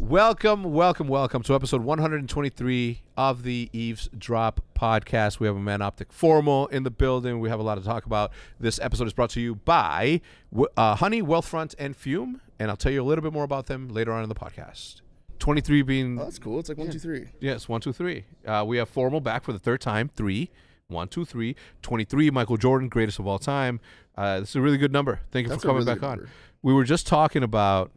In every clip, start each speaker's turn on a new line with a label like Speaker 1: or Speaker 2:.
Speaker 1: Welcome, welcome, welcome to episode 123 of the Eavesdrop podcast. We have a man optic formal in the building. We have a lot to talk about. This episode is brought to you by uh, Honey, Wealthfront, and Fume, and I'll tell you a little bit more about them later on in the podcast. 23 being
Speaker 2: Oh, that's cool. It's like one, two, three.
Speaker 1: Yes, one, two, three. Uh, we have formal back for the third time. Three, one, two, three. 23, Michael Jordan, greatest of all time. Uh, this is a really good number. Thank you
Speaker 2: That's
Speaker 1: for
Speaker 2: a
Speaker 1: coming
Speaker 2: really
Speaker 1: back
Speaker 2: good
Speaker 1: on.
Speaker 2: number.
Speaker 1: We were just talking about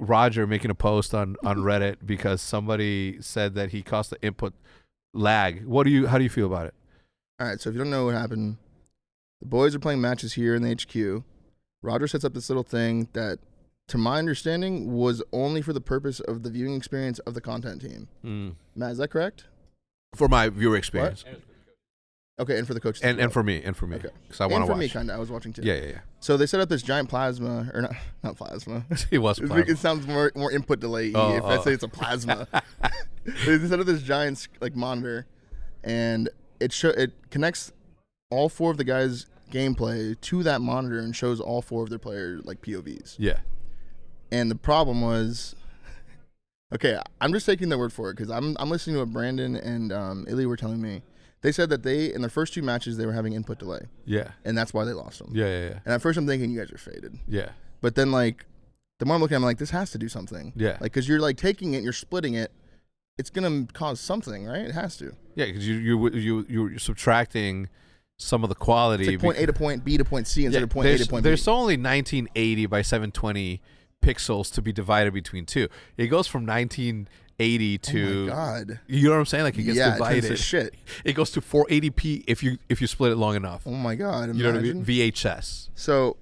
Speaker 1: Roger making a post on, on Reddit because somebody said that he caused the input lag. What do you? How do you feel about it?
Speaker 2: All right. So if you don't know what happened, the boys are playing matches here in the HQ. Roger sets up this little thing that, to my understanding, was only for the purpose of the viewing experience of the content team. Matt, is that correct?
Speaker 1: For my viewer experience,
Speaker 2: Okay, and for the coaches.
Speaker 1: and and for me, and for me,
Speaker 2: Okay.
Speaker 1: because I want
Speaker 2: and
Speaker 1: to
Speaker 2: for
Speaker 1: watch.
Speaker 2: me, kind of. I was watching too.
Speaker 1: yeah, yeah, yeah.
Speaker 2: So they set up this giant plasma, or not, not plasma.
Speaker 1: He was.
Speaker 2: It's
Speaker 1: playing.
Speaker 2: make- It sounds more more input delay
Speaker 1: Oh,
Speaker 2: if I
Speaker 1: oh.
Speaker 2: say it's a plasma. Instead of this giant sc- like monitor, and it show it connects all four of the guys' gameplay to that monitor and shows all four of their player like POVs.
Speaker 1: Yeah.
Speaker 2: And the problem was, okay, I'm just taking the word for it because I'm I'm listening to what Brandon and um, Illy were telling me. They said that they in their first two matches they were having input delay,
Speaker 1: Yeah.
Speaker 2: and that's why they lost them.
Speaker 1: Yeah. Yeah. Yeah.
Speaker 2: And at first I'm thinking you guys are faded.
Speaker 1: Yeah.
Speaker 2: But then like the more I'm looking, I'm like, this has to do something.
Speaker 1: Yeah.
Speaker 2: Like, cause you're like taking it, you're splitting it. It's gonna cause something, right? It has to.
Speaker 1: Yeah, because you you you you're subtracting some of the quality.
Speaker 2: It's like point A to point B to point C instead
Speaker 1: yeah,
Speaker 2: of point A
Speaker 1: there's,
Speaker 2: to point
Speaker 1: there's
Speaker 2: B.
Speaker 1: only 1980 by 720 pixels to be divided between two. It goes from 1980 to
Speaker 2: oh my god.
Speaker 1: you know what I'm saying? Like it gets
Speaker 2: yeah, it turns to
Speaker 1: divided.
Speaker 2: shit.
Speaker 1: It goes to 480p if you if you split it long enough.
Speaker 2: Oh my god. Imagine.
Speaker 1: You know what I mean? VHS.
Speaker 2: So,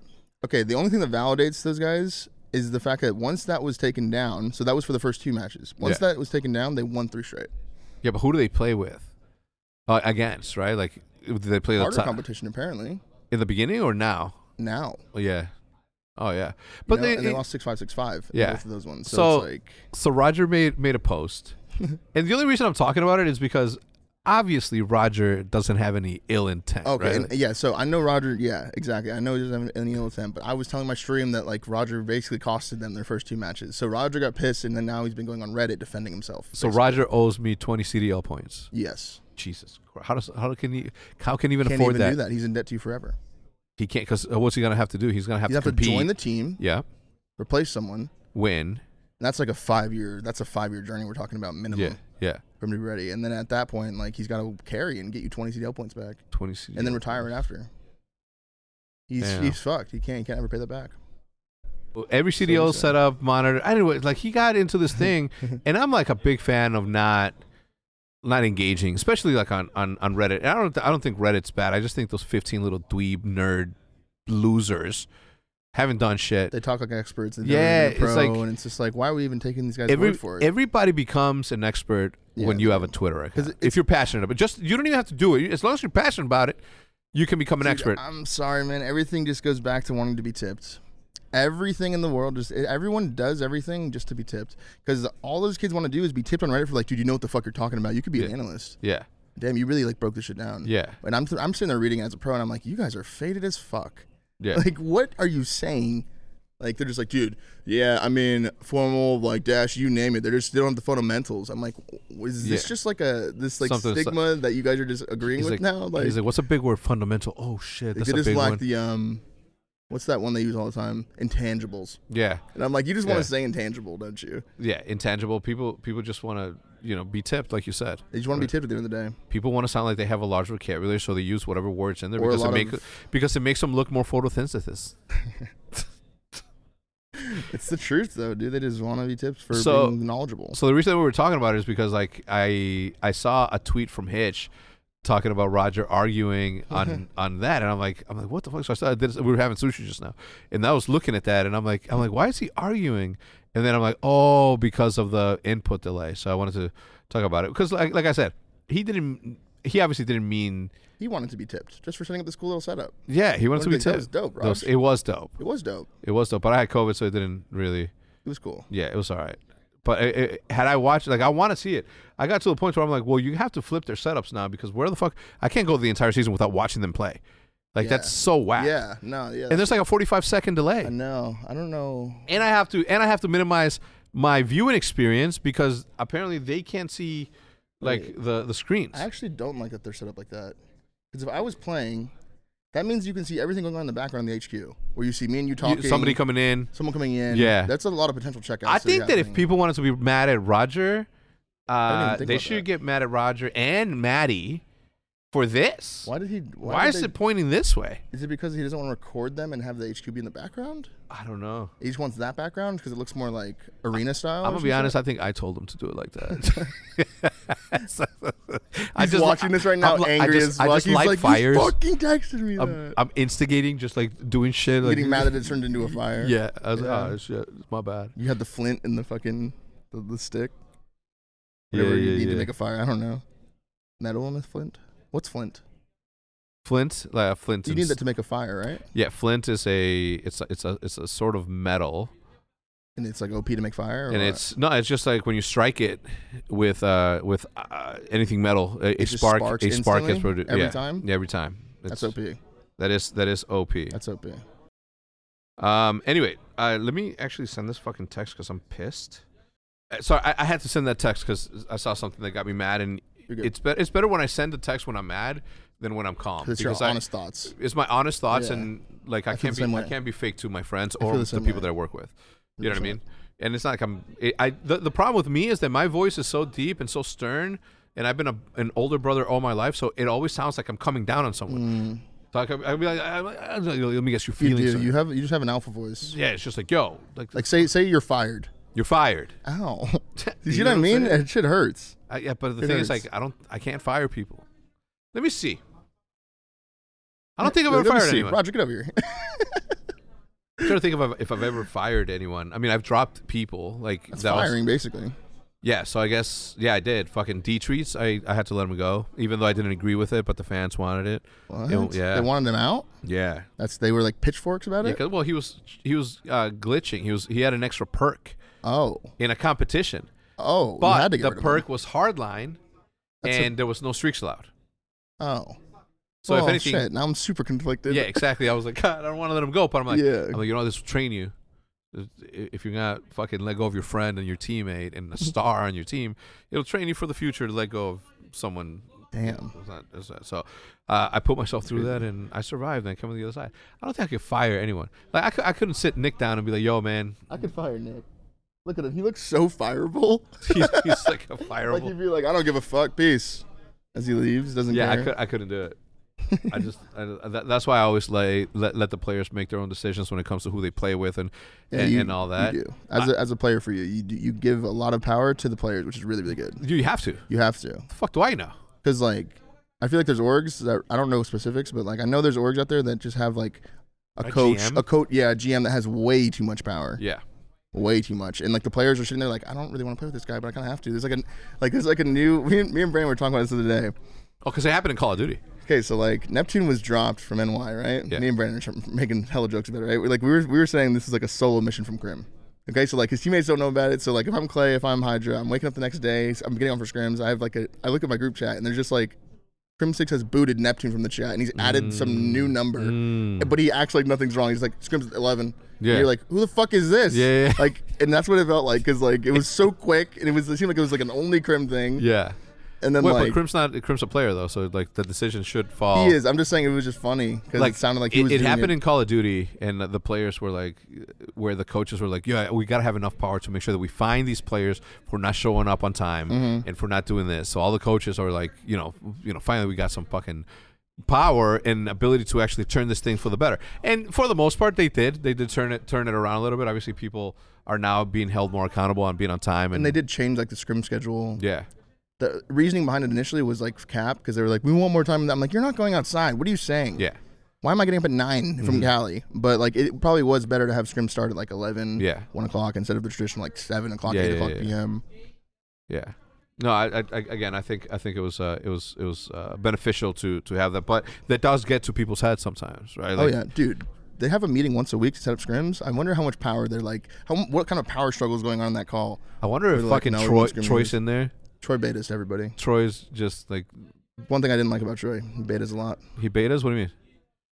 Speaker 2: okay, the only thing that validates those guys is the fact that once that was taken down, so that was for the first two matches. Once
Speaker 1: Yeah.
Speaker 2: that was taken down, they won three straight.
Speaker 1: Yeah, but who do they play with? Uh, against right? Like do they play the
Speaker 2: Harder
Speaker 1: top
Speaker 2: competition apparently.
Speaker 1: in the beginning or now?
Speaker 2: Now,
Speaker 1: Oh, yeah. Oh yeah.
Speaker 2: but
Speaker 1: But they,
Speaker 2: and they lost six five six five. in
Speaker 1: Yeah.
Speaker 2: both of those ones. So,
Speaker 1: So-
Speaker 2: it's like
Speaker 1: so Roger made made a post, and the only reason I'm talking about it is because obviously Roger doesn't have any ill intent.
Speaker 2: Okay,
Speaker 1: right?
Speaker 2: and, yeah. So I know Roger. Yeah, exactly. I know he doesn't have any ill intent, but I was telling my stream that like Roger basically costed them their first two matches. So Roger got pissed, and then now he's been going on Reddit defending himself.
Speaker 1: so
Speaker 2: basically.
Speaker 1: Roger owes me 20 CDL points.
Speaker 2: yes,
Speaker 1: Jesus, Christ. how does how can he how can he even
Speaker 2: can't
Speaker 1: afford
Speaker 2: even
Speaker 1: that?
Speaker 2: do that. He's in debt to you forever.
Speaker 1: He can't because what's he gonna have to do? He's gonna have
Speaker 2: You
Speaker 1: to
Speaker 2: have to
Speaker 1: compete.
Speaker 2: join the team,
Speaker 1: yeah,
Speaker 2: replace someone.
Speaker 1: win.
Speaker 2: And that's like a five year. That's a five year journey we're talking about minimum
Speaker 1: Yeah, yeah,
Speaker 2: for him to be ready. And then at that point, like he's got to carry and get you twenty CDL points back,
Speaker 1: 20 CDL.
Speaker 2: and then retire right after. He's
Speaker 1: Yeah.
Speaker 2: he's fucked. He can't he can't ever pay that back.
Speaker 1: Every CDL
Speaker 2: sad.
Speaker 1: set up, monitor. Anyway, like he got into this thing, and I'm like a big fan of not not engaging, especially like on on, on Reddit. And I don't I don't think Reddit's bad. I just think those 15 little dweeb nerd losers haven't done shit.
Speaker 2: They talk like experts. And
Speaker 1: Yeah,
Speaker 2: yeah,
Speaker 1: it's
Speaker 2: pro,
Speaker 1: like-
Speaker 2: and it's just like why are we even taking these guys
Speaker 1: Every,
Speaker 2: word for it?
Speaker 1: everybody becomes an expert
Speaker 2: Yeah,
Speaker 1: when you
Speaker 2: it's
Speaker 1: have a
Speaker 2: true.
Speaker 1: Twitter
Speaker 2: 'Cause
Speaker 1: account.
Speaker 2: it-
Speaker 1: If you're passionate about it, just you don't even have to do it. As long as you're passionate about it, you can become an
Speaker 2: Dude,
Speaker 1: expert.
Speaker 2: I'm sorry, man. Everything just goes back to wanting to be tipped. Everything in the world, just e, everyone does everything just to be tipped. Because all those kids want to do is be tipped on Reddit for like, dude, you know what the fuck you're talking about. You could be an analyst.
Speaker 1: yeah,
Speaker 2: Damn, you really like broke this shit down.
Speaker 1: Yeah.
Speaker 2: And I'm I'm sitting there reading it as a pro, and I'm like, you guys are faded as fuck.
Speaker 1: yeah.
Speaker 2: Like, what are you saying? Like, they're just like, dude, yeah, I mean, formal, like, dash, you name it. They're just, they don't have the fundamentals. I'm like, is this
Speaker 1: Yeah.
Speaker 2: just like a, this, like,
Speaker 1: Something-
Speaker 2: stigma that you guys are just agreeing
Speaker 1: he's like,
Speaker 2: with now? Like,
Speaker 1: he's like, what's a big word? Fundamental. Oh shit,
Speaker 2: they
Speaker 1: that's a
Speaker 2: just
Speaker 1: big
Speaker 2: lack
Speaker 1: one.
Speaker 2: the, um, what's that one they use all the time? Intangibles.
Speaker 1: yeah.
Speaker 2: And I'm like, you just
Speaker 1: Yeah.
Speaker 2: want to say intangible, don't you?
Speaker 1: yeah, intangible. People people just want to you know be tipped, like you said.
Speaker 2: They just want to be tipped at the end of the day.
Speaker 1: People want to sound like they have a large vocabulary, so they use whatever words in there
Speaker 2: Or a
Speaker 1: because it
Speaker 2: lot
Speaker 1: make,
Speaker 2: of-
Speaker 1: because it makes them look more photosynthesis.
Speaker 2: It's the truth, though, dude. They just want to be tipped for
Speaker 1: So-
Speaker 2: being knowledgeable.
Speaker 1: So the reason we were talking about it is because like I I saw a tweet from Hitch talking about Roger arguing on on that, and I'm like I'm like what the fuck? So I started, this, we were having sushi just now, and I was looking at that, and I'm like I'm like why is he arguing? And then I'm like oh because of the input delay. So I wanted to talk about it because like like I said he didn't he obviously didn't mean
Speaker 2: He wanted to be tipped just for setting up this cool little setup.
Speaker 1: Yeah, he wanted to
Speaker 2: Well,
Speaker 1: be
Speaker 2: that- that
Speaker 1: tipped.
Speaker 2: was dope,
Speaker 1: That was-
Speaker 2: Raj.
Speaker 1: it was dope.
Speaker 2: It was dope.
Speaker 1: It was dope. But I had COVID, so it didn't really.
Speaker 2: It was cool.
Speaker 1: Yeah, it was all right. But it, it- had I watched, like, I want to see it. I got to the point where I'm like, well, you have to flip their setups now because where the fuck I can't go the entire season without watching them play. Like
Speaker 2: Yeah.
Speaker 1: that's so whack.
Speaker 2: Yeah, no, yeah.
Speaker 1: And there's like a 45 second delay.
Speaker 2: I know. I don't know.
Speaker 1: and I have to and I have to minimize my viewing experience because apparently they can't see like
Speaker 2: Right.
Speaker 1: the the screens.
Speaker 2: I actually don't like that they're set up like that. Because if I was playing, that means you can see everything going on in the background of the HQ, where you see me and you
Speaker 1: You-
Speaker 2: talking.
Speaker 1: somebody coming in.
Speaker 2: someone coming in.
Speaker 1: Yeah.
Speaker 2: that's a lot of potential checkouts.
Speaker 1: I
Speaker 2: that are
Speaker 1: think that if
Speaker 2: happening.
Speaker 1: people wanted to be mad at Roger,
Speaker 2: didn't even
Speaker 1: uh,
Speaker 2: think
Speaker 1: they
Speaker 2: about
Speaker 1: should
Speaker 2: that.
Speaker 1: get mad at Roger and Maddie for this.
Speaker 2: why did he?
Speaker 1: Why,
Speaker 2: Why, did
Speaker 1: is
Speaker 2: they-
Speaker 1: it pointing this way?
Speaker 2: Is it because he doesn't want to record them and have the HQ be in the background?
Speaker 1: I don't know.
Speaker 2: He just wants that background because it looks more like arena
Speaker 1: I'm
Speaker 2: style. or
Speaker 1: gonna
Speaker 2: some
Speaker 1: be
Speaker 2: shit?
Speaker 1: honest. I think I told them to do it like that. I
Speaker 2: He's watching this right now,
Speaker 1: I'm, li-
Speaker 2: angry
Speaker 1: I just,
Speaker 2: as
Speaker 1: I
Speaker 2: fuck.
Speaker 1: just
Speaker 2: He's
Speaker 1: light
Speaker 2: like,
Speaker 1: fires.
Speaker 2: You fucking texted me
Speaker 1: I'm,
Speaker 2: that.
Speaker 1: I'm instigating, just like doing shit. Like,
Speaker 2: Getting mad that it turned into a fire.
Speaker 1: Yeah, I was
Speaker 2: Yeah.
Speaker 1: like, oh shit, it's my bad.
Speaker 2: You had the flint and the fucking the, the stick.
Speaker 1: Yeah,
Speaker 2: Whatever you
Speaker 1: yeah,
Speaker 2: need
Speaker 1: yeah.
Speaker 2: to make a fire. I don't know. Metal and a flint. What's flint?
Speaker 1: Flint, like a flint.
Speaker 2: You
Speaker 1: and
Speaker 2: need
Speaker 1: s-
Speaker 2: that to make a fire, right?
Speaker 1: yeah, flint is a it's a, it's a it's a sort of metal,
Speaker 2: And it's like OP to make fire. Or
Speaker 1: and
Speaker 2: what?
Speaker 1: it's no, it's just like when you strike it with uh with uh, anything metal, a, a
Speaker 2: just
Speaker 1: spark
Speaker 2: sparks
Speaker 1: a spark
Speaker 2: instantly?
Speaker 1: gets produced
Speaker 2: Every
Speaker 1: yeah,
Speaker 2: time?
Speaker 1: Yeah, every time.
Speaker 2: that's
Speaker 1: It's-
Speaker 2: OP.
Speaker 1: That is that is op.
Speaker 2: That's OP.
Speaker 1: Um. Anyway, uh, let me actually send this fucking text because I'm pissed. Uh, Sorry, I, I had to send that text because I saw something that got me mad, and
Speaker 2: You're good.
Speaker 1: it's better. It's better when I send a text when I'm mad than when I'm calm.
Speaker 2: 'Cause it's your
Speaker 1: I-
Speaker 2: honest thoughts.
Speaker 1: it's my honest thoughts
Speaker 2: Yeah.
Speaker 1: and like I,
Speaker 2: I feel
Speaker 1: can't
Speaker 2: the
Speaker 1: be
Speaker 2: same
Speaker 1: I
Speaker 2: way.
Speaker 1: can't be fake to my friends
Speaker 2: I feel
Speaker 1: or
Speaker 2: the
Speaker 1: the,
Speaker 2: same
Speaker 1: people
Speaker 2: way.
Speaker 1: that I work with. You know what I
Speaker 2: 100%.
Speaker 1: mean? And it's not like I'm. It, I the, the problem with me is that my voice is so deep and so stern, and I've been a, an older brother all my life, so it always sounds like I'm coming down on someone. So I could- I'd be like, I'm like, "Ah, let me guess your
Speaker 2: Mm. You
Speaker 1: feelings.
Speaker 2: do.
Speaker 1: are-"
Speaker 2: You have you just have an alpha voice.
Speaker 1: yeah, it's just like yo, like,
Speaker 2: Like say say you're fired.
Speaker 1: you're fired.
Speaker 2: Ow. you
Speaker 1: You
Speaker 2: see
Speaker 1: know
Speaker 2: what I
Speaker 1: what I'm
Speaker 2: mean?
Speaker 1: saying?
Speaker 2: It shit hurts.
Speaker 1: I, yeah, but the
Speaker 2: It
Speaker 1: thing is,
Speaker 2: hurts.
Speaker 1: like, I don't, I can't fire people. Let me see. I don't think I've
Speaker 2: Let
Speaker 1: ever
Speaker 2: me
Speaker 1: fired
Speaker 2: see.
Speaker 1: anyone.
Speaker 2: Roger, get over here.
Speaker 1: I'm trying to think of if I've ever fired anyone. I mean, I've dropped people. Like
Speaker 2: That's
Speaker 1: that was-
Speaker 2: firing, basically.
Speaker 1: Yeah, so I guess yeah, I did. Fucking D treats, I, I had to let him go, even though I didn't agree with it, but the fans wanted it.
Speaker 2: What?
Speaker 1: yeah.
Speaker 2: They wanted him out.
Speaker 1: Yeah,
Speaker 2: That's they were like pitchforks about
Speaker 1: yeah.
Speaker 2: it.
Speaker 1: 'cause- well, he was he was uh, glitching. He was he had an extra perk
Speaker 2: Oh,
Speaker 1: in a competition,
Speaker 2: oh, you
Speaker 1: but
Speaker 2: had to get
Speaker 1: the
Speaker 2: rid of
Speaker 1: perk
Speaker 2: him.
Speaker 1: was hardline,
Speaker 2: That's a-
Speaker 1: and there was no streaks allowed.
Speaker 2: Oh,
Speaker 1: So
Speaker 2: Oh,
Speaker 1: if anything,
Speaker 2: shit, now I'm super conflicted.
Speaker 1: yeah, exactly. I was like, God, I don't want to let him go, but I'm like,
Speaker 2: Yeah.
Speaker 1: I'm like, you know, this will train you. If you're not fucking let go of your friend and your teammate and a
Speaker 2: Mm-hmm.
Speaker 1: star on your team, it'll train you for the future to let go of someone
Speaker 2: Damn.
Speaker 1: It's not- it's not- so uh, I put myself through that and I survived and I come on the other side. I don't think I could fire anyone. Like I, cou- I couldn't sit Nick down and be like, yo, man,
Speaker 2: I could fire Nick. Look at him. He looks so fireable.
Speaker 1: he's, he's like a
Speaker 2: Like he'd
Speaker 1: fireable.
Speaker 2: be like, I don't give a fuck. Peace. As he leaves, doesn't
Speaker 1: Yeah, I,
Speaker 2: care.
Speaker 1: could, I couldn't do it. I just I, that, that's why I always lay, let let the players make their own decisions when it comes to who they play with and
Speaker 2: Yeah,
Speaker 1: and,
Speaker 2: you-
Speaker 1: and all that.
Speaker 2: You do. As, a, as a player for you, you do, you give a lot of power to the players, which is really really good.
Speaker 1: You have to.
Speaker 2: You have to,
Speaker 1: The fuck do I know?
Speaker 2: because like I feel like there's orgs that I don't know specifics, but like I know there's orgs out there that just have like a,
Speaker 1: A
Speaker 2: coach,
Speaker 1: GM?
Speaker 2: a coach, yeah, a GM that has way too much power.
Speaker 1: Yeah.
Speaker 2: way too much. And like the players are sitting there like, I don't really want to play with this guy, but I kind of have to. There's like a like there's like a new. Me and, me and Brandon were talking about this the other day.
Speaker 1: Oh, because it happened in Call of Duty.
Speaker 2: Okay, so like Neptune was dropped from NY, right?
Speaker 1: Yeah.
Speaker 2: Me and Brandon are making hella jokes about it, right? We're like we were we were saying this is like a solo mission from Grim. Okay, so like his teammates don't know about it. So like if I'm Clay, if I'm Hydra, I'm waking up the next day. I'm getting on for scrims. I have like a I look at my group chat and there's just like Grim Six has booted Neptune from the chat and he's added some
Speaker 1: Mm.
Speaker 2: new number, but he acts like nothing's wrong. He's like scrims at eleven.
Speaker 1: Yeah.
Speaker 2: you're like who the fuck is this?
Speaker 1: Yeah, yeah.
Speaker 2: Like and that's what it felt like because like it was so quick and it was it seemed like it was like an only Crim thing.
Speaker 1: Yeah.
Speaker 2: And then
Speaker 1: Wait,
Speaker 2: like
Speaker 1: but Crim's not Crim's a player though, so like the decision should fall.
Speaker 2: He is. I'm just saying it was just funny because it sounded like he
Speaker 1: Oh. it,
Speaker 2: was.
Speaker 1: it
Speaker 2: doing
Speaker 1: happened
Speaker 2: It.
Speaker 1: in Call of Duty, and the players were like, where the coaches were like, "Yeah, we gotta have enough power to make sure that we find these players for not showing up on time
Speaker 2: Mm-hmm.
Speaker 1: and for not doing this." So all the coaches are like, you know, you know, finally we got some fucking power and ability to actually turn this thing for the better. And for the most part, they did. They did turn it turn it around a little bit. Obviously, people are now being held more accountable on being on time,
Speaker 2: and
Speaker 1: and,
Speaker 2: they did change like the scrim schedule.
Speaker 1: yeah,
Speaker 2: The reasoning behind it initially was like cap because they were like, we want more time. I'm like, you're not going outside. What are you saying?
Speaker 1: yeah, Mm-hmm.
Speaker 2: Why am I getting up at 9 from Cali? But like, it probably was better to have scrim start at like eleven.
Speaker 1: Yeah.
Speaker 2: One o'clock instead of the traditional like seven o'clock,
Speaker 1: Yeah,
Speaker 2: eight
Speaker 1: yeah,
Speaker 2: o'clock
Speaker 1: yeah, yeah.
Speaker 2: p.m.
Speaker 1: Yeah. No, I, I, I again, I think I think it was uh, it was it was uh, beneficial to to have that, but that does get to people's heads sometimes, right?
Speaker 2: Oh yeah, dude. They have a meeting once a week to set up scrims. I wonder how much power they're like. How what kind of power struggle is going on in that call?
Speaker 1: I wonder if
Speaker 2: We're like,
Speaker 1: fucking
Speaker 2: no, we
Speaker 1: Troy
Speaker 2: want screamers.
Speaker 1: Troy's in there.
Speaker 2: Troy betas to everybody.
Speaker 1: Troy's just like
Speaker 2: One thing I didn't like about Troy, he betas a lot.
Speaker 1: he betas. What do you mean?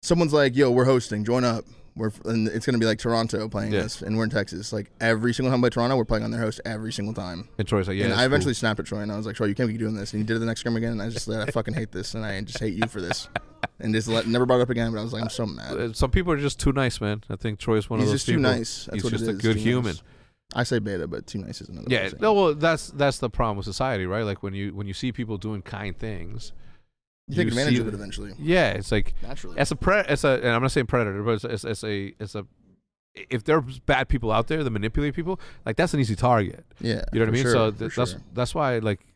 Speaker 2: Someone's like, "Yo, we're hosting. Join up." We're f- and it's gonna be like Toronto playing
Speaker 1: Yeah.
Speaker 2: this, and we're in Texas. Like every single time we play Toronto, we're playing on their host every single time.
Speaker 1: And Troy's like, yeah.
Speaker 2: and
Speaker 1: it's
Speaker 2: I
Speaker 1: cool.
Speaker 2: eventually snapped at Troy, and I was like, "Troy, you can't be doing this." And he did it the next scrim again, and I just said, "I fucking hate this," and I just hate you for this, and just let, never brought it up again. But I was like, "I'm so mad."
Speaker 1: Uh, Some people are just too nice, man. I think Troy's one
Speaker 2: He's
Speaker 1: of those
Speaker 2: just too
Speaker 1: people.
Speaker 2: nice. That's
Speaker 1: He's
Speaker 2: what it
Speaker 1: just a
Speaker 2: is,
Speaker 1: good
Speaker 2: too nice.
Speaker 1: human.
Speaker 2: I say beta, but too nice is another. way
Speaker 1: Yeah.
Speaker 2: of saying
Speaker 1: No,
Speaker 2: it.
Speaker 1: well, that's that's the problem with society, right? Like when you when you see people doing kind things,
Speaker 2: you take
Speaker 1: you
Speaker 2: advantage
Speaker 1: see
Speaker 2: of it
Speaker 1: the-
Speaker 2: eventually,
Speaker 1: yeah, it's like
Speaker 2: naturally.
Speaker 1: as a pre, as a, and I'm not saying predator, but as, as, as a as a if there's bad people out there that manipulate people, like that's an easy target.
Speaker 2: yeah,
Speaker 1: You know what I
Speaker 2: for
Speaker 1: mean?
Speaker 2: sure,
Speaker 1: so
Speaker 2: for
Speaker 1: th- that's
Speaker 2: sure.
Speaker 1: that's why like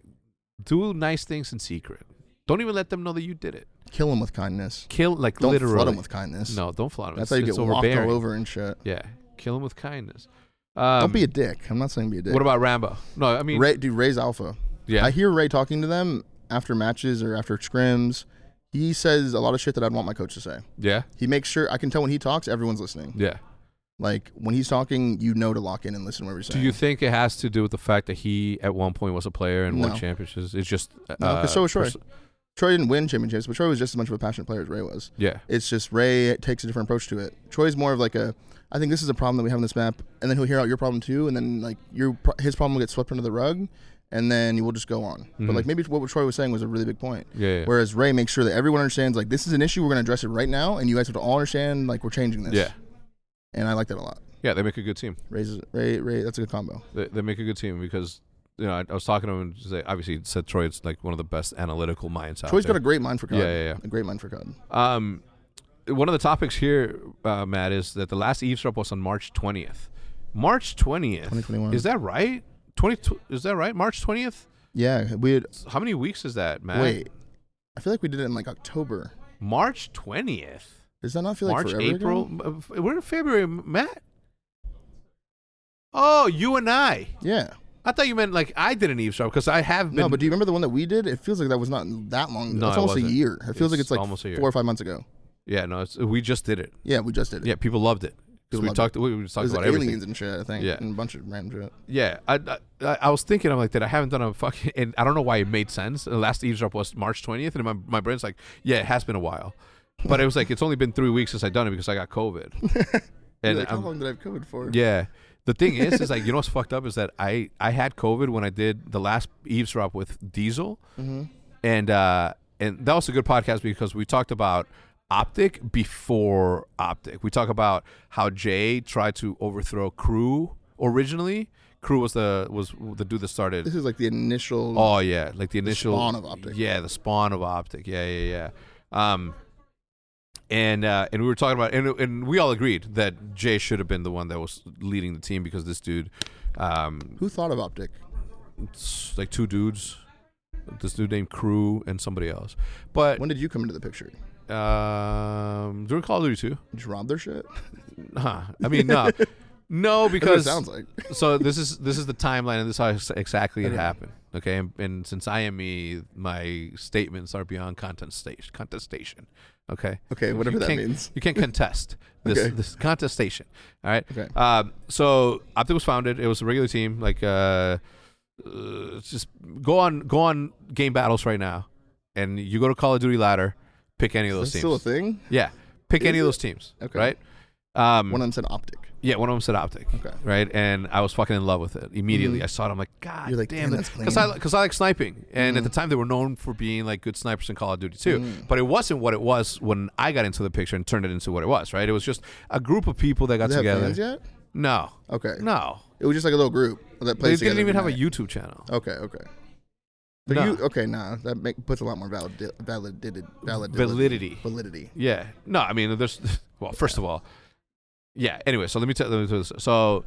Speaker 1: do nice things in secret. Don't even let them know that you did it.
Speaker 2: kill him with kindness.
Speaker 1: Kill like
Speaker 2: Don't
Speaker 1: literally.
Speaker 2: flood him with kindness.
Speaker 1: no, don't flood them.
Speaker 2: that's how you
Speaker 1: it's
Speaker 2: get walked
Speaker 1: overbearing.
Speaker 2: all over and shit.
Speaker 1: Yeah, kill them with kindness. Um,
Speaker 2: Don't be a dick. I'm not saying be a dick.
Speaker 1: What about Rambo? No, I mean,
Speaker 2: Ray, dude, Ray's alpha.
Speaker 1: yeah,
Speaker 2: I hear Ray talking to them after matches or after scrims. He says a lot of shit that I'd want my coach to say.
Speaker 1: yeah,
Speaker 2: He makes sure I can tell when he talks, everyone's listening.
Speaker 1: yeah.
Speaker 2: Like when he's talking, you know to lock in and listen to whatever he's
Speaker 1: Do
Speaker 2: saying.
Speaker 1: you think it has to do with the fact that he at one point was a player and won
Speaker 2: No.
Speaker 1: championships? It's just uh,
Speaker 2: 'cause so was Troy.
Speaker 1: pers-
Speaker 2: Troy didn't win championships, but Troy was just as much of a passionate player as Ray was.
Speaker 1: yeah,
Speaker 2: It's just Ray takes a different approach to it. Troy's more of like a, I think this is a problem that we have on this map, and then he'll hear out your problem too, and then like your pro- his problem will get swept under the rug, and then you will just go on.
Speaker 1: Mhm.
Speaker 2: But like maybe what Troy was saying was a really big point.
Speaker 1: yeah, yeah.
Speaker 2: Whereas Ray makes sure that everyone understands like this is an issue, we're gonna address it right now, and you guys have to all understand like we're changing this.
Speaker 1: yeah,
Speaker 2: and I like that a lot.
Speaker 1: yeah. They make a good team.
Speaker 2: Ray's, Ray, Ray, that's a good combo.
Speaker 1: They, they make a good team because you know I, I was talking to him and say obviously said Troy is like one of the best analytical minds out
Speaker 2: Troy's
Speaker 1: there.
Speaker 2: got a great mind for COD.
Speaker 1: Yeah, yeah, yeah.
Speaker 2: A great mind for COD.
Speaker 1: Um, one of the topics here, uh, Matt, is that the last eavesdrop was on March 20th. March 20th.
Speaker 2: 2021.
Speaker 1: Is that right? 20, is that right? March 20th?
Speaker 2: Yeah, we had,
Speaker 1: How many weeks is that, Matt?
Speaker 2: wait. I feel like we did it in like October.
Speaker 1: March 20th?
Speaker 2: Does that not feel like
Speaker 1: March,
Speaker 2: forever ago?
Speaker 1: April? M- uh, f- We're in February, M- Matt. Oh, you and I.
Speaker 2: Yeah.
Speaker 1: I thought you meant like I did an eavesdrop because I have been.
Speaker 2: No, but do you remember the one that we did? It feels like that was not that long ago.
Speaker 1: No,
Speaker 2: it's
Speaker 1: it
Speaker 2: almost a
Speaker 1: wasn't.
Speaker 2: year. It feels like
Speaker 1: It's
Speaker 2: it's like
Speaker 1: almost a year.
Speaker 2: four or five months ago.
Speaker 1: yeah, no, it's, we just did it.
Speaker 2: Yeah, we just did it.
Speaker 1: Yeah, people loved it because
Speaker 2: People
Speaker 1: we
Speaker 2: loved
Speaker 1: talked. We, we just
Speaker 2: it
Speaker 1: talked
Speaker 2: was
Speaker 1: about
Speaker 2: aliens
Speaker 1: everything.
Speaker 2: and shit, I think.
Speaker 1: Yeah.
Speaker 2: And a bunch of random shit.
Speaker 1: Yeah, I, I I was thinking I'm like that. I haven't done a fucking and I don't know why it made sense. The last eavesdrop was March 20th, and my my brain's like, yeah, it has been a while, but it was like it's only been three weeks since I done it because I got COVID.
Speaker 2: And
Speaker 1: and
Speaker 2: like, how
Speaker 1: I'm-
Speaker 2: long did I have COVID for?
Speaker 1: yeah, the thing is, is like you know what's fucked up is that I I had COVID when I did the last eavesdrop with Diesel, and uh and that was a good podcast because we talked about optic before optic we talk about how jay tried to overthrow crew originally crew was the was the dude that started
Speaker 2: This is like the initial.
Speaker 1: Oh yeah, like the initial
Speaker 2: spawn of Optic.
Speaker 1: Yeah, the spawn of optic. Yeah, yeah, yeah. Um, and uh, and we were talking about and and we all agreed that Jay should have been the one that was leading the team because this dude, um,
Speaker 2: Who thought of Optic?
Speaker 1: s- like two dudes, this dude named Crew and somebody else. But
Speaker 2: When did you come into the picture?
Speaker 1: um, during Call of Duty two,
Speaker 2: Did you rob their shit?
Speaker 1: huh? I mean, no, no,
Speaker 2: That's what it
Speaker 1: because
Speaker 2: sounds like.
Speaker 1: so this is this is the timeline, and this is how ex- exactly it happened. Okay, and, and since I am me, my statements are beyond contestation. Contestation. Okay.
Speaker 2: Okay,
Speaker 1: You
Speaker 2: whatever that
Speaker 1: can't-
Speaker 2: means.
Speaker 1: You can't contest this
Speaker 2: Okay.
Speaker 1: this contestation. All right.
Speaker 2: Okay.
Speaker 1: Um, so Optic was founded. It was a regular team. Like, uh, uh, just go on go on game battles right now, and you go to Call of Duty ladder. Pick any of those teams.
Speaker 2: That's still a thing.
Speaker 1: yeah. Pick
Speaker 2: Is
Speaker 1: any of
Speaker 2: it?
Speaker 1: those teams.
Speaker 2: Okay.
Speaker 1: Right. Um,
Speaker 2: One of them said Optic.
Speaker 1: yeah, one of them said optic.
Speaker 2: Okay.
Speaker 1: Right, and I was fucking in love with it immediately.
Speaker 2: Mhm.
Speaker 1: I saw it. I'm like, God,
Speaker 2: You're like,
Speaker 1: damn,
Speaker 2: "Damn, that's
Speaker 1: because I
Speaker 2: clean."
Speaker 1: because I like sniping, and at the
Speaker 2: Mhm.
Speaker 1: time they were known for being like good snipers in Call of Duty too.
Speaker 2: Mhm.
Speaker 1: But it wasn't what it was when I got into the picture and turned it into what it was. Right, it was just a group of people that got
Speaker 2: Did they have
Speaker 1: together.
Speaker 2: fans yet?
Speaker 1: No,
Speaker 2: Okay.
Speaker 1: no,
Speaker 2: It was just like a little group that
Speaker 1: they
Speaker 2: plays.
Speaker 1: didn't even have a
Speaker 2: U.
Speaker 1: YouTube channel.
Speaker 2: Okay. Okay. So
Speaker 1: Nah.
Speaker 2: you okay? Nah, that make, puts a lot more valid valid valid
Speaker 1: Validity.
Speaker 2: validity.
Speaker 1: Yeah. No, I mean, there's well, first of all, yeah. Anyway, so let me tell let me tell this. So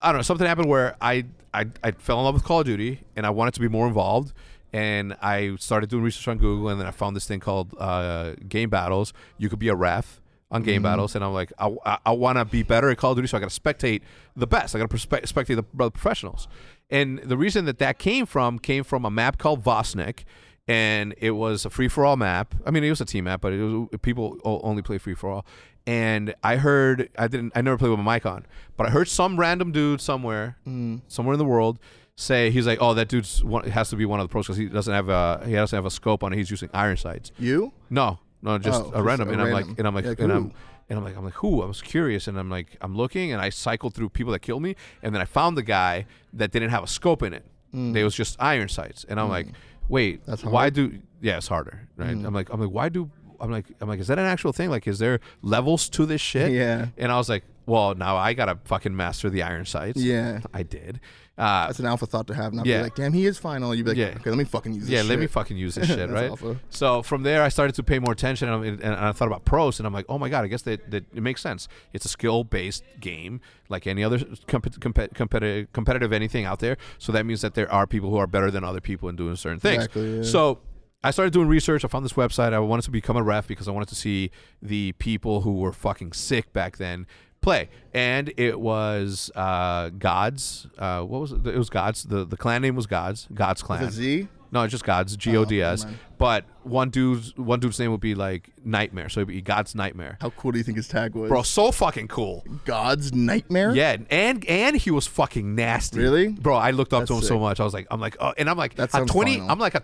Speaker 1: I don't know. Something happened where I, I I fell in love with Call of Duty and I wanted to be more involved. And I started doing research on Google, and then I found this thing called uh, Game Battles. You could be a ref on Game Battles, and I'm like, I, I, I want to be better at Call of Duty, so I got to spectate the best. I got to perspe- spectate the, the professionals. And the reason that that came from came from a map called Vosnik. and it was a free for all map. I mean, it was a team map, but it was people o- only play free for all. And I heard I didn't I never played with my mic on, but I heard some random dude somewhere, somewhere in the world, say he's like, "Oh, that dude's one, has to be one of the pros because he doesn't have a he doesn't have a scope on it. He's using iron sights."
Speaker 2: You?
Speaker 1: No, no, just
Speaker 2: Oh,
Speaker 1: a
Speaker 2: just
Speaker 1: random.
Speaker 2: a
Speaker 1: and I'm
Speaker 2: random.
Speaker 1: like, and I'm like,
Speaker 2: Like,
Speaker 1: and
Speaker 2: who?
Speaker 1: I'm, and I'm like, I'm like, who? I was curious, and I'm like, I'm looking, and I cycled through people that killed me, and then I found the guy that didn't have a scope in it. They was just iron sights, and I'm like, wait,
Speaker 2: Mm. That's Mm.
Speaker 1: why do? Yeah, it's harder, right? I'm like, I'm like, why do? I'm like, I'm like, is that an actual thing? Like, is there levels to this shit?
Speaker 2: Yeah.
Speaker 1: And I was like, well, now I gotta fucking master the iron sights.
Speaker 2: Yeah.
Speaker 1: I did. Uh,
Speaker 2: That's an alpha thought to have. Not
Speaker 1: Yeah.
Speaker 2: be like, damn, he is final. You'd be like,
Speaker 1: Yeah.
Speaker 2: okay, let me fucking use this.
Speaker 1: yeah, let me
Speaker 2: shit."
Speaker 1: fucking use this shit,
Speaker 2: That's
Speaker 1: right?
Speaker 2: awful.
Speaker 1: So from there, I started to pay more attention, and, I'm- and I thought about pros, and I'm like, oh my god, I guess that, that it makes sense. It's a skill-based game, like any other compet compet competitive, competitive anything out there. So that means that there are people who are better than other people in doing certain things.
Speaker 2: Exactly, yeah.
Speaker 1: So I started doing research. I found this website. I wanted to become a ref because I wanted to see the people who were fucking sick back then play. And it was uh, Gods. Uh, what was it? It was Gods. The the clan name was Gods. Gods clan.
Speaker 2: The Z?
Speaker 1: No, it's just gods, G O D S.
Speaker 2: Oh, never mind.
Speaker 1: But one dude's one dude's name would be like Nightmare, so it'd be God's Nightmare.
Speaker 2: How cool do you think his tag was?
Speaker 1: Bro, so fucking cool.
Speaker 2: God's nightmare.
Speaker 1: Yeah, and and he was fucking nasty.
Speaker 2: Really?
Speaker 1: Bro, I looked up to him
Speaker 2: That's
Speaker 1: so
Speaker 2: sick.
Speaker 1: much. I was like, I'm like, oh, and I'm like,
Speaker 2: That
Speaker 1: a
Speaker 2: sounds
Speaker 1: 20,
Speaker 2: final.
Speaker 1: I'm like a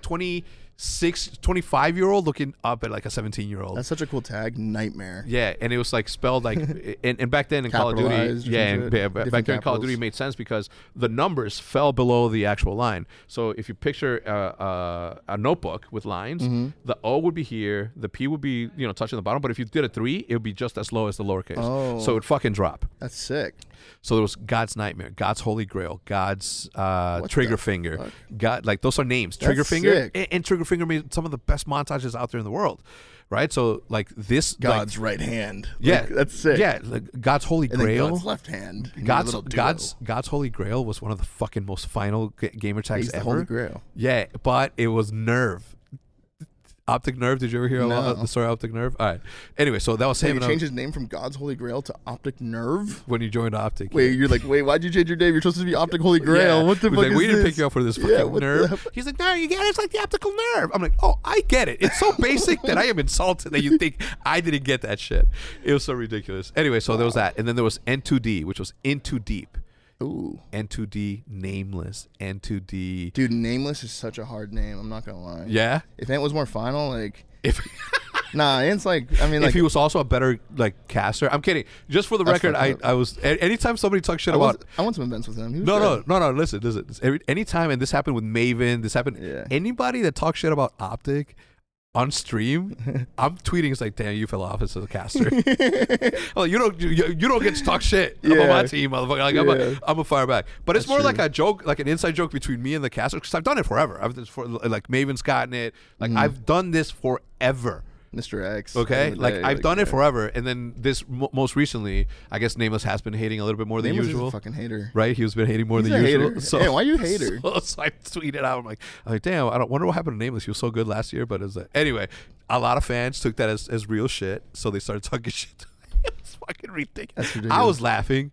Speaker 1: 26, 25 year old looking up at like a 17 year old.
Speaker 2: That's such a cool tag, nightmare.
Speaker 1: Yeah, and it was like spelled like, and, and back then in Call of
Speaker 2: Capitalized
Speaker 1: Duty,
Speaker 2: or
Speaker 1: yeah,
Speaker 2: some
Speaker 1: and
Speaker 2: shit.
Speaker 1: ba- ba- back
Speaker 2: Different
Speaker 1: then in Call of Duty
Speaker 2: capitals.
Speaker 1: made sense because the numbers fell below the actual line. So if you picture uh, uh, a notebook with lines,
Speaker 2: Mm-hmm.
Speaker 1: the O would be here, the P would be you know touching the bottom, but if you did a three, it would be just as low as the lowercase.
Speaker 2: Oh.
Speaker 1: So it would fucking drop.
Speaker 2: That's sick.
Speaker 1: So there was God's Nightmare, God's Holy Grail, God's uh,
Speaker 2: What
Speaker 1: Trigger
Speaker 2: the
Speaker 1: Finger,
Speaker 2: fuck?
Speaker 1: God. Like those are names. Trigger Finger
Speaker 2: sick.
Speaker 1: and, and Trigger Finger made some of the best montages out there in the world, right? So like this like,
Speaker 2: God's right hand.
Speaker 1: yeah,
Speaker 2: Like, that's sick.
Speaker 1: Yeah, like God's holy
Speaker 2: And then
Speaker 1: grail.
Speaker 2: God's left hand. You know,
Speaker 1: God's
Speaker 2: little duo.
Speaker 1: God's God's holy grail was one of the fucking most final g- gamer tags
Speaker 2: He's the
Speaker 1: ever.
Speaker 2: Holy Grail.
Speaker 1: Yeah, but it was nerve. Optic nerve. Did you ever hear about
Speaker 2: No.
Speaker 1: the story of optic nerve? All right. Anyway, so that was
Speaker 2: Did
Speaker 1: him.
Speaker 2: he
Speaker 1: and I-
Speaker 2: change his name from God's Holy Grail to Optic Nerve?
Speaker 1: when you joined optic.
Speaker 2: Wait, you're like, wait, why'd you change your name? You're supposed to be Optic Holy
Speaker 1: Yeah.
Speaker 2: Grail. What the
Speaker 1: He's
Speaker 2: fuck
Speaker 1: like,
Speaker 2: is
Speaker 1: we didn't
Speaker 2: this?
Speaker 1: pick you up for this
Speaker 2: Yeah,
Speaker 1: fucking
Speaker 2: what the
Speaker 1: nerve.
Speaker 2: fuck?
Speaker 1: He's like, no, you get it. It's like the optical nerve. I'm like, oh, I get it. It's so basic that I am insulted that you think I didn't get that shit. It was so ridiculous. Anyway, so there was that, and then there was N2D, which was into deep.
Speaker 2: Ooh.
Speaker 1: N2D nameless. N2D.
Speaker 2: Dude, Nameless is such a hard name. I'm not gonna lie.
Speaker 1: Yeah.
Speaker 2: If Ant was more final, like,
Speaker 1: If
Speaker 2: nah, Ant's like, I mean,
Speaker 1: if
Speaker 2: like,
Speaker 1: he was also a better like caster, I'm kidding. Just for the record,
Speaker 2: fucked
Speaker 1: I,
Speaker 2: up.
Speaker 1: I was a- anytime somebody talks shit
Speaker 2: I
Speaker 1: about
Speaker 2: want, I want some events with him. He was
Speaker 1: No,
Speaker 2: good.
Speaker 1: no, no, no. Listen, listen. It's Every, anytime, and this happened with Maven. This happened.
Speaker 2: Yeah.
Speaker 1: Anybody that talks shit about Optic on stream, I'm tweeting. It's like, damn, you fell off as a caster. oh, you don't, you, you don't get to talk shit about
Speaker 2: Yeah.
Speaker 1: my team, motherfucker. Like, I'm, a,
Speaker 2: Yeah.
Speaker 1: I'm a fire back. But it's
Speaker 2: That's
Speaker 1: more
Speaker 2: true.
Speaker 1: like a joke, like an inside joke between me and the caster, because I've done it forever. I've done it for, like Maven's gotten it.
Speaker 2: Mm.
Speaker 1: Like I've done this forever.
Speaker 2: Mr. X.
Speaker 1: Okay, like I've done it
Speaker 2: for
Speaker 1: forever, and then this mo most recently, I guess Nameless has been hating a little bit more than
Speaker 2: Nameless is
Speaker 1: usual
Speaker 2: a fucking hater.
Speaker 1: right? He was been hating more
Speaker 2: He's
Speaker 1: than
Speaker 2: a
Speaker 1: usual.
Speaker 2: hater. Yeah, why you a hater?
Speaker 1: So, so I tweeted out, I'm like, I'm like, damn, I don't wonder what happened to Nameless. He was so good last year, but it's like, anyway, a lot of fans took that as, as real shit, so they started talking shit. it was fucking ridiculous. I
Speaker 2: ridiculous.
Speaker 1: was laughing.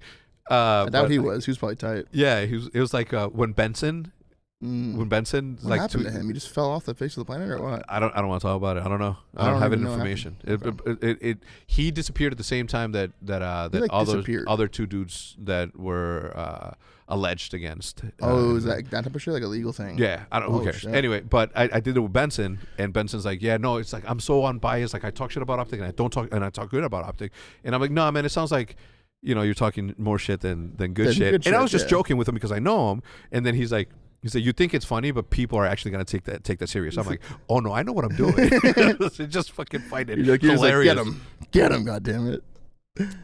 Speaker 1: Uh,
Speaker 2: I doubt
Speaker 1: but-
Speaker 2: he was. He was probably tight.
Speaker 1: Yeah, he was, it was like uh, when Benson, when Benson,
Speaker 2: Mm. What
Speaker 1: like,
Speaker 2: happened
Speaker 1: tweet-
Speaker 2: to him? He just fell off the face of the planet, or what?
Speaker 1: I don't. I don't want to talk about it. I don't know. I
Speaker 2: I
Speaker 1: don't,
Speaker 2: don't
Speaker 1: have any
Speaker 2: even know what
Speaker 1: information. It, it, it, it- He disappeared at the same time that that uh, that
Speaker 2: like,
Speaker 1: all those
Speaker 2: disappeared.
Speaker 1: other two dudes that were uh, alleged against.
Speaker 2: Oh,
Speaker 1: uh,
Speaker 2: is that that type of shit like a legal thing?
Speaker 1: Yeah, I don't. who
Speaker 2: Oh,
Speaker 1: cares?
Speaker 2: shit.
Speaker 1: Anyway, but I, I did it with Benson, and Benson's like, "Yeah, no, it's like I'm so unbiased. Like I talk shit about optic, and I don't talk, and I talk good about optic." And I'm like, "No, man, it sounds like, you know, you're talking more shit than than good
Speaker 2: Than
Speaker 1: shit."
Speaker 2: good
Speaker 1: and I
Speaker 2: shit,
Speaker 1: was just
Speaker 2: yeah.
Speaker 1: joking with him because I know him. And then he's like. He said, "You think it's funny, but people are actually gonna take that take that serious." I'm like, "Oh no, I know what I'm doing. It's just fucking find it
Speaker 2: You're like, you're just like,
Speaker 1: hilarious."
Speaker 2: get him, get him, goddamn it.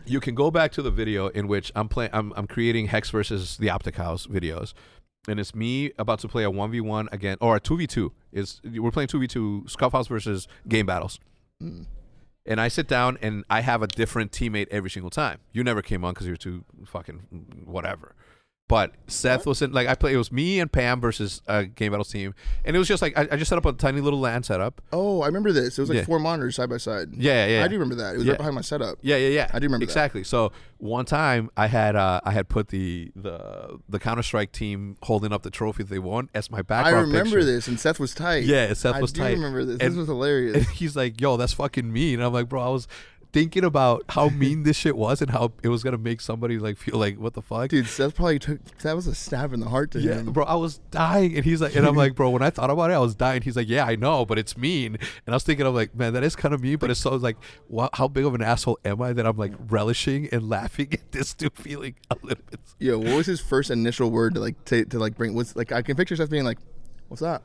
Speaker 1: You can go back to the video in which I'm playing. I'm, I'm creating Hex versus the Optic House videos, and it's me about to play a one v one again or a two v two. Is we're playing two v two Scuff House versus Game Battles, and I sit down and I have a different teammate every single time. You never came on because you're too fucking whatever. But Seth was in like I played. It was me and Pam versus uh, Game Battles team, and it was just like I, I just set up a tiny little LAN setup.
Speaker 2: Oh, I remember this. It was like
Speaker 1: Yeah.
Speaker 2: four monitors side by side.
Speaker 1: Yeah, yeah, yeah.
Speaker 2: I do remember that. It was
Speaker 1: Yeah.
Speaker 2: right behind my setup.
Speaker 1: Yeah, yeah, yeah.
Speaker 2: I do remember that.
Speaker 1: exactly. So one time I had uh, I had put the the the Counter Strike team holding up the trophy that they won as my
Speaker 2: I
Speaker 1: background.
Speaker 2: remember
Speaker 1: picture.
Speaker 2: this, and Seth was tight.
Speaker 1: Yeah, Seth was
Speaker 2: I do
Speaker 1: tight.
Speaker 2: remember this.
Speaker 1: And-
Speaker 2: this was hilarious.
Speaker 1: And he's like, "Yo, that's fucking mean." And I'm like, "Bro, I was thinking about how mean this shit was and how it was gonna make somebody like feel like what the fuck."
Speaker 2: Dude, Seth probably took that was a stab in the heart to
Speaker 1: Yeah,
Speaker 2: him.
Speaker 1: bro, I was dying, and he's like, and I'm like, bro, when I thought about it, I was dying. He's like, yeah, I know, but it's mean. And I was thinking, I'm like, man, that is kind of mean, but it's so like, wow, how big of an asshole am I that I'm like relishing and laughing at this dude feeling a little bit?
Speaker 2: Yo, what was his first initial word to like to, to like bring? What's like I can picture Seth being like, "What's that?"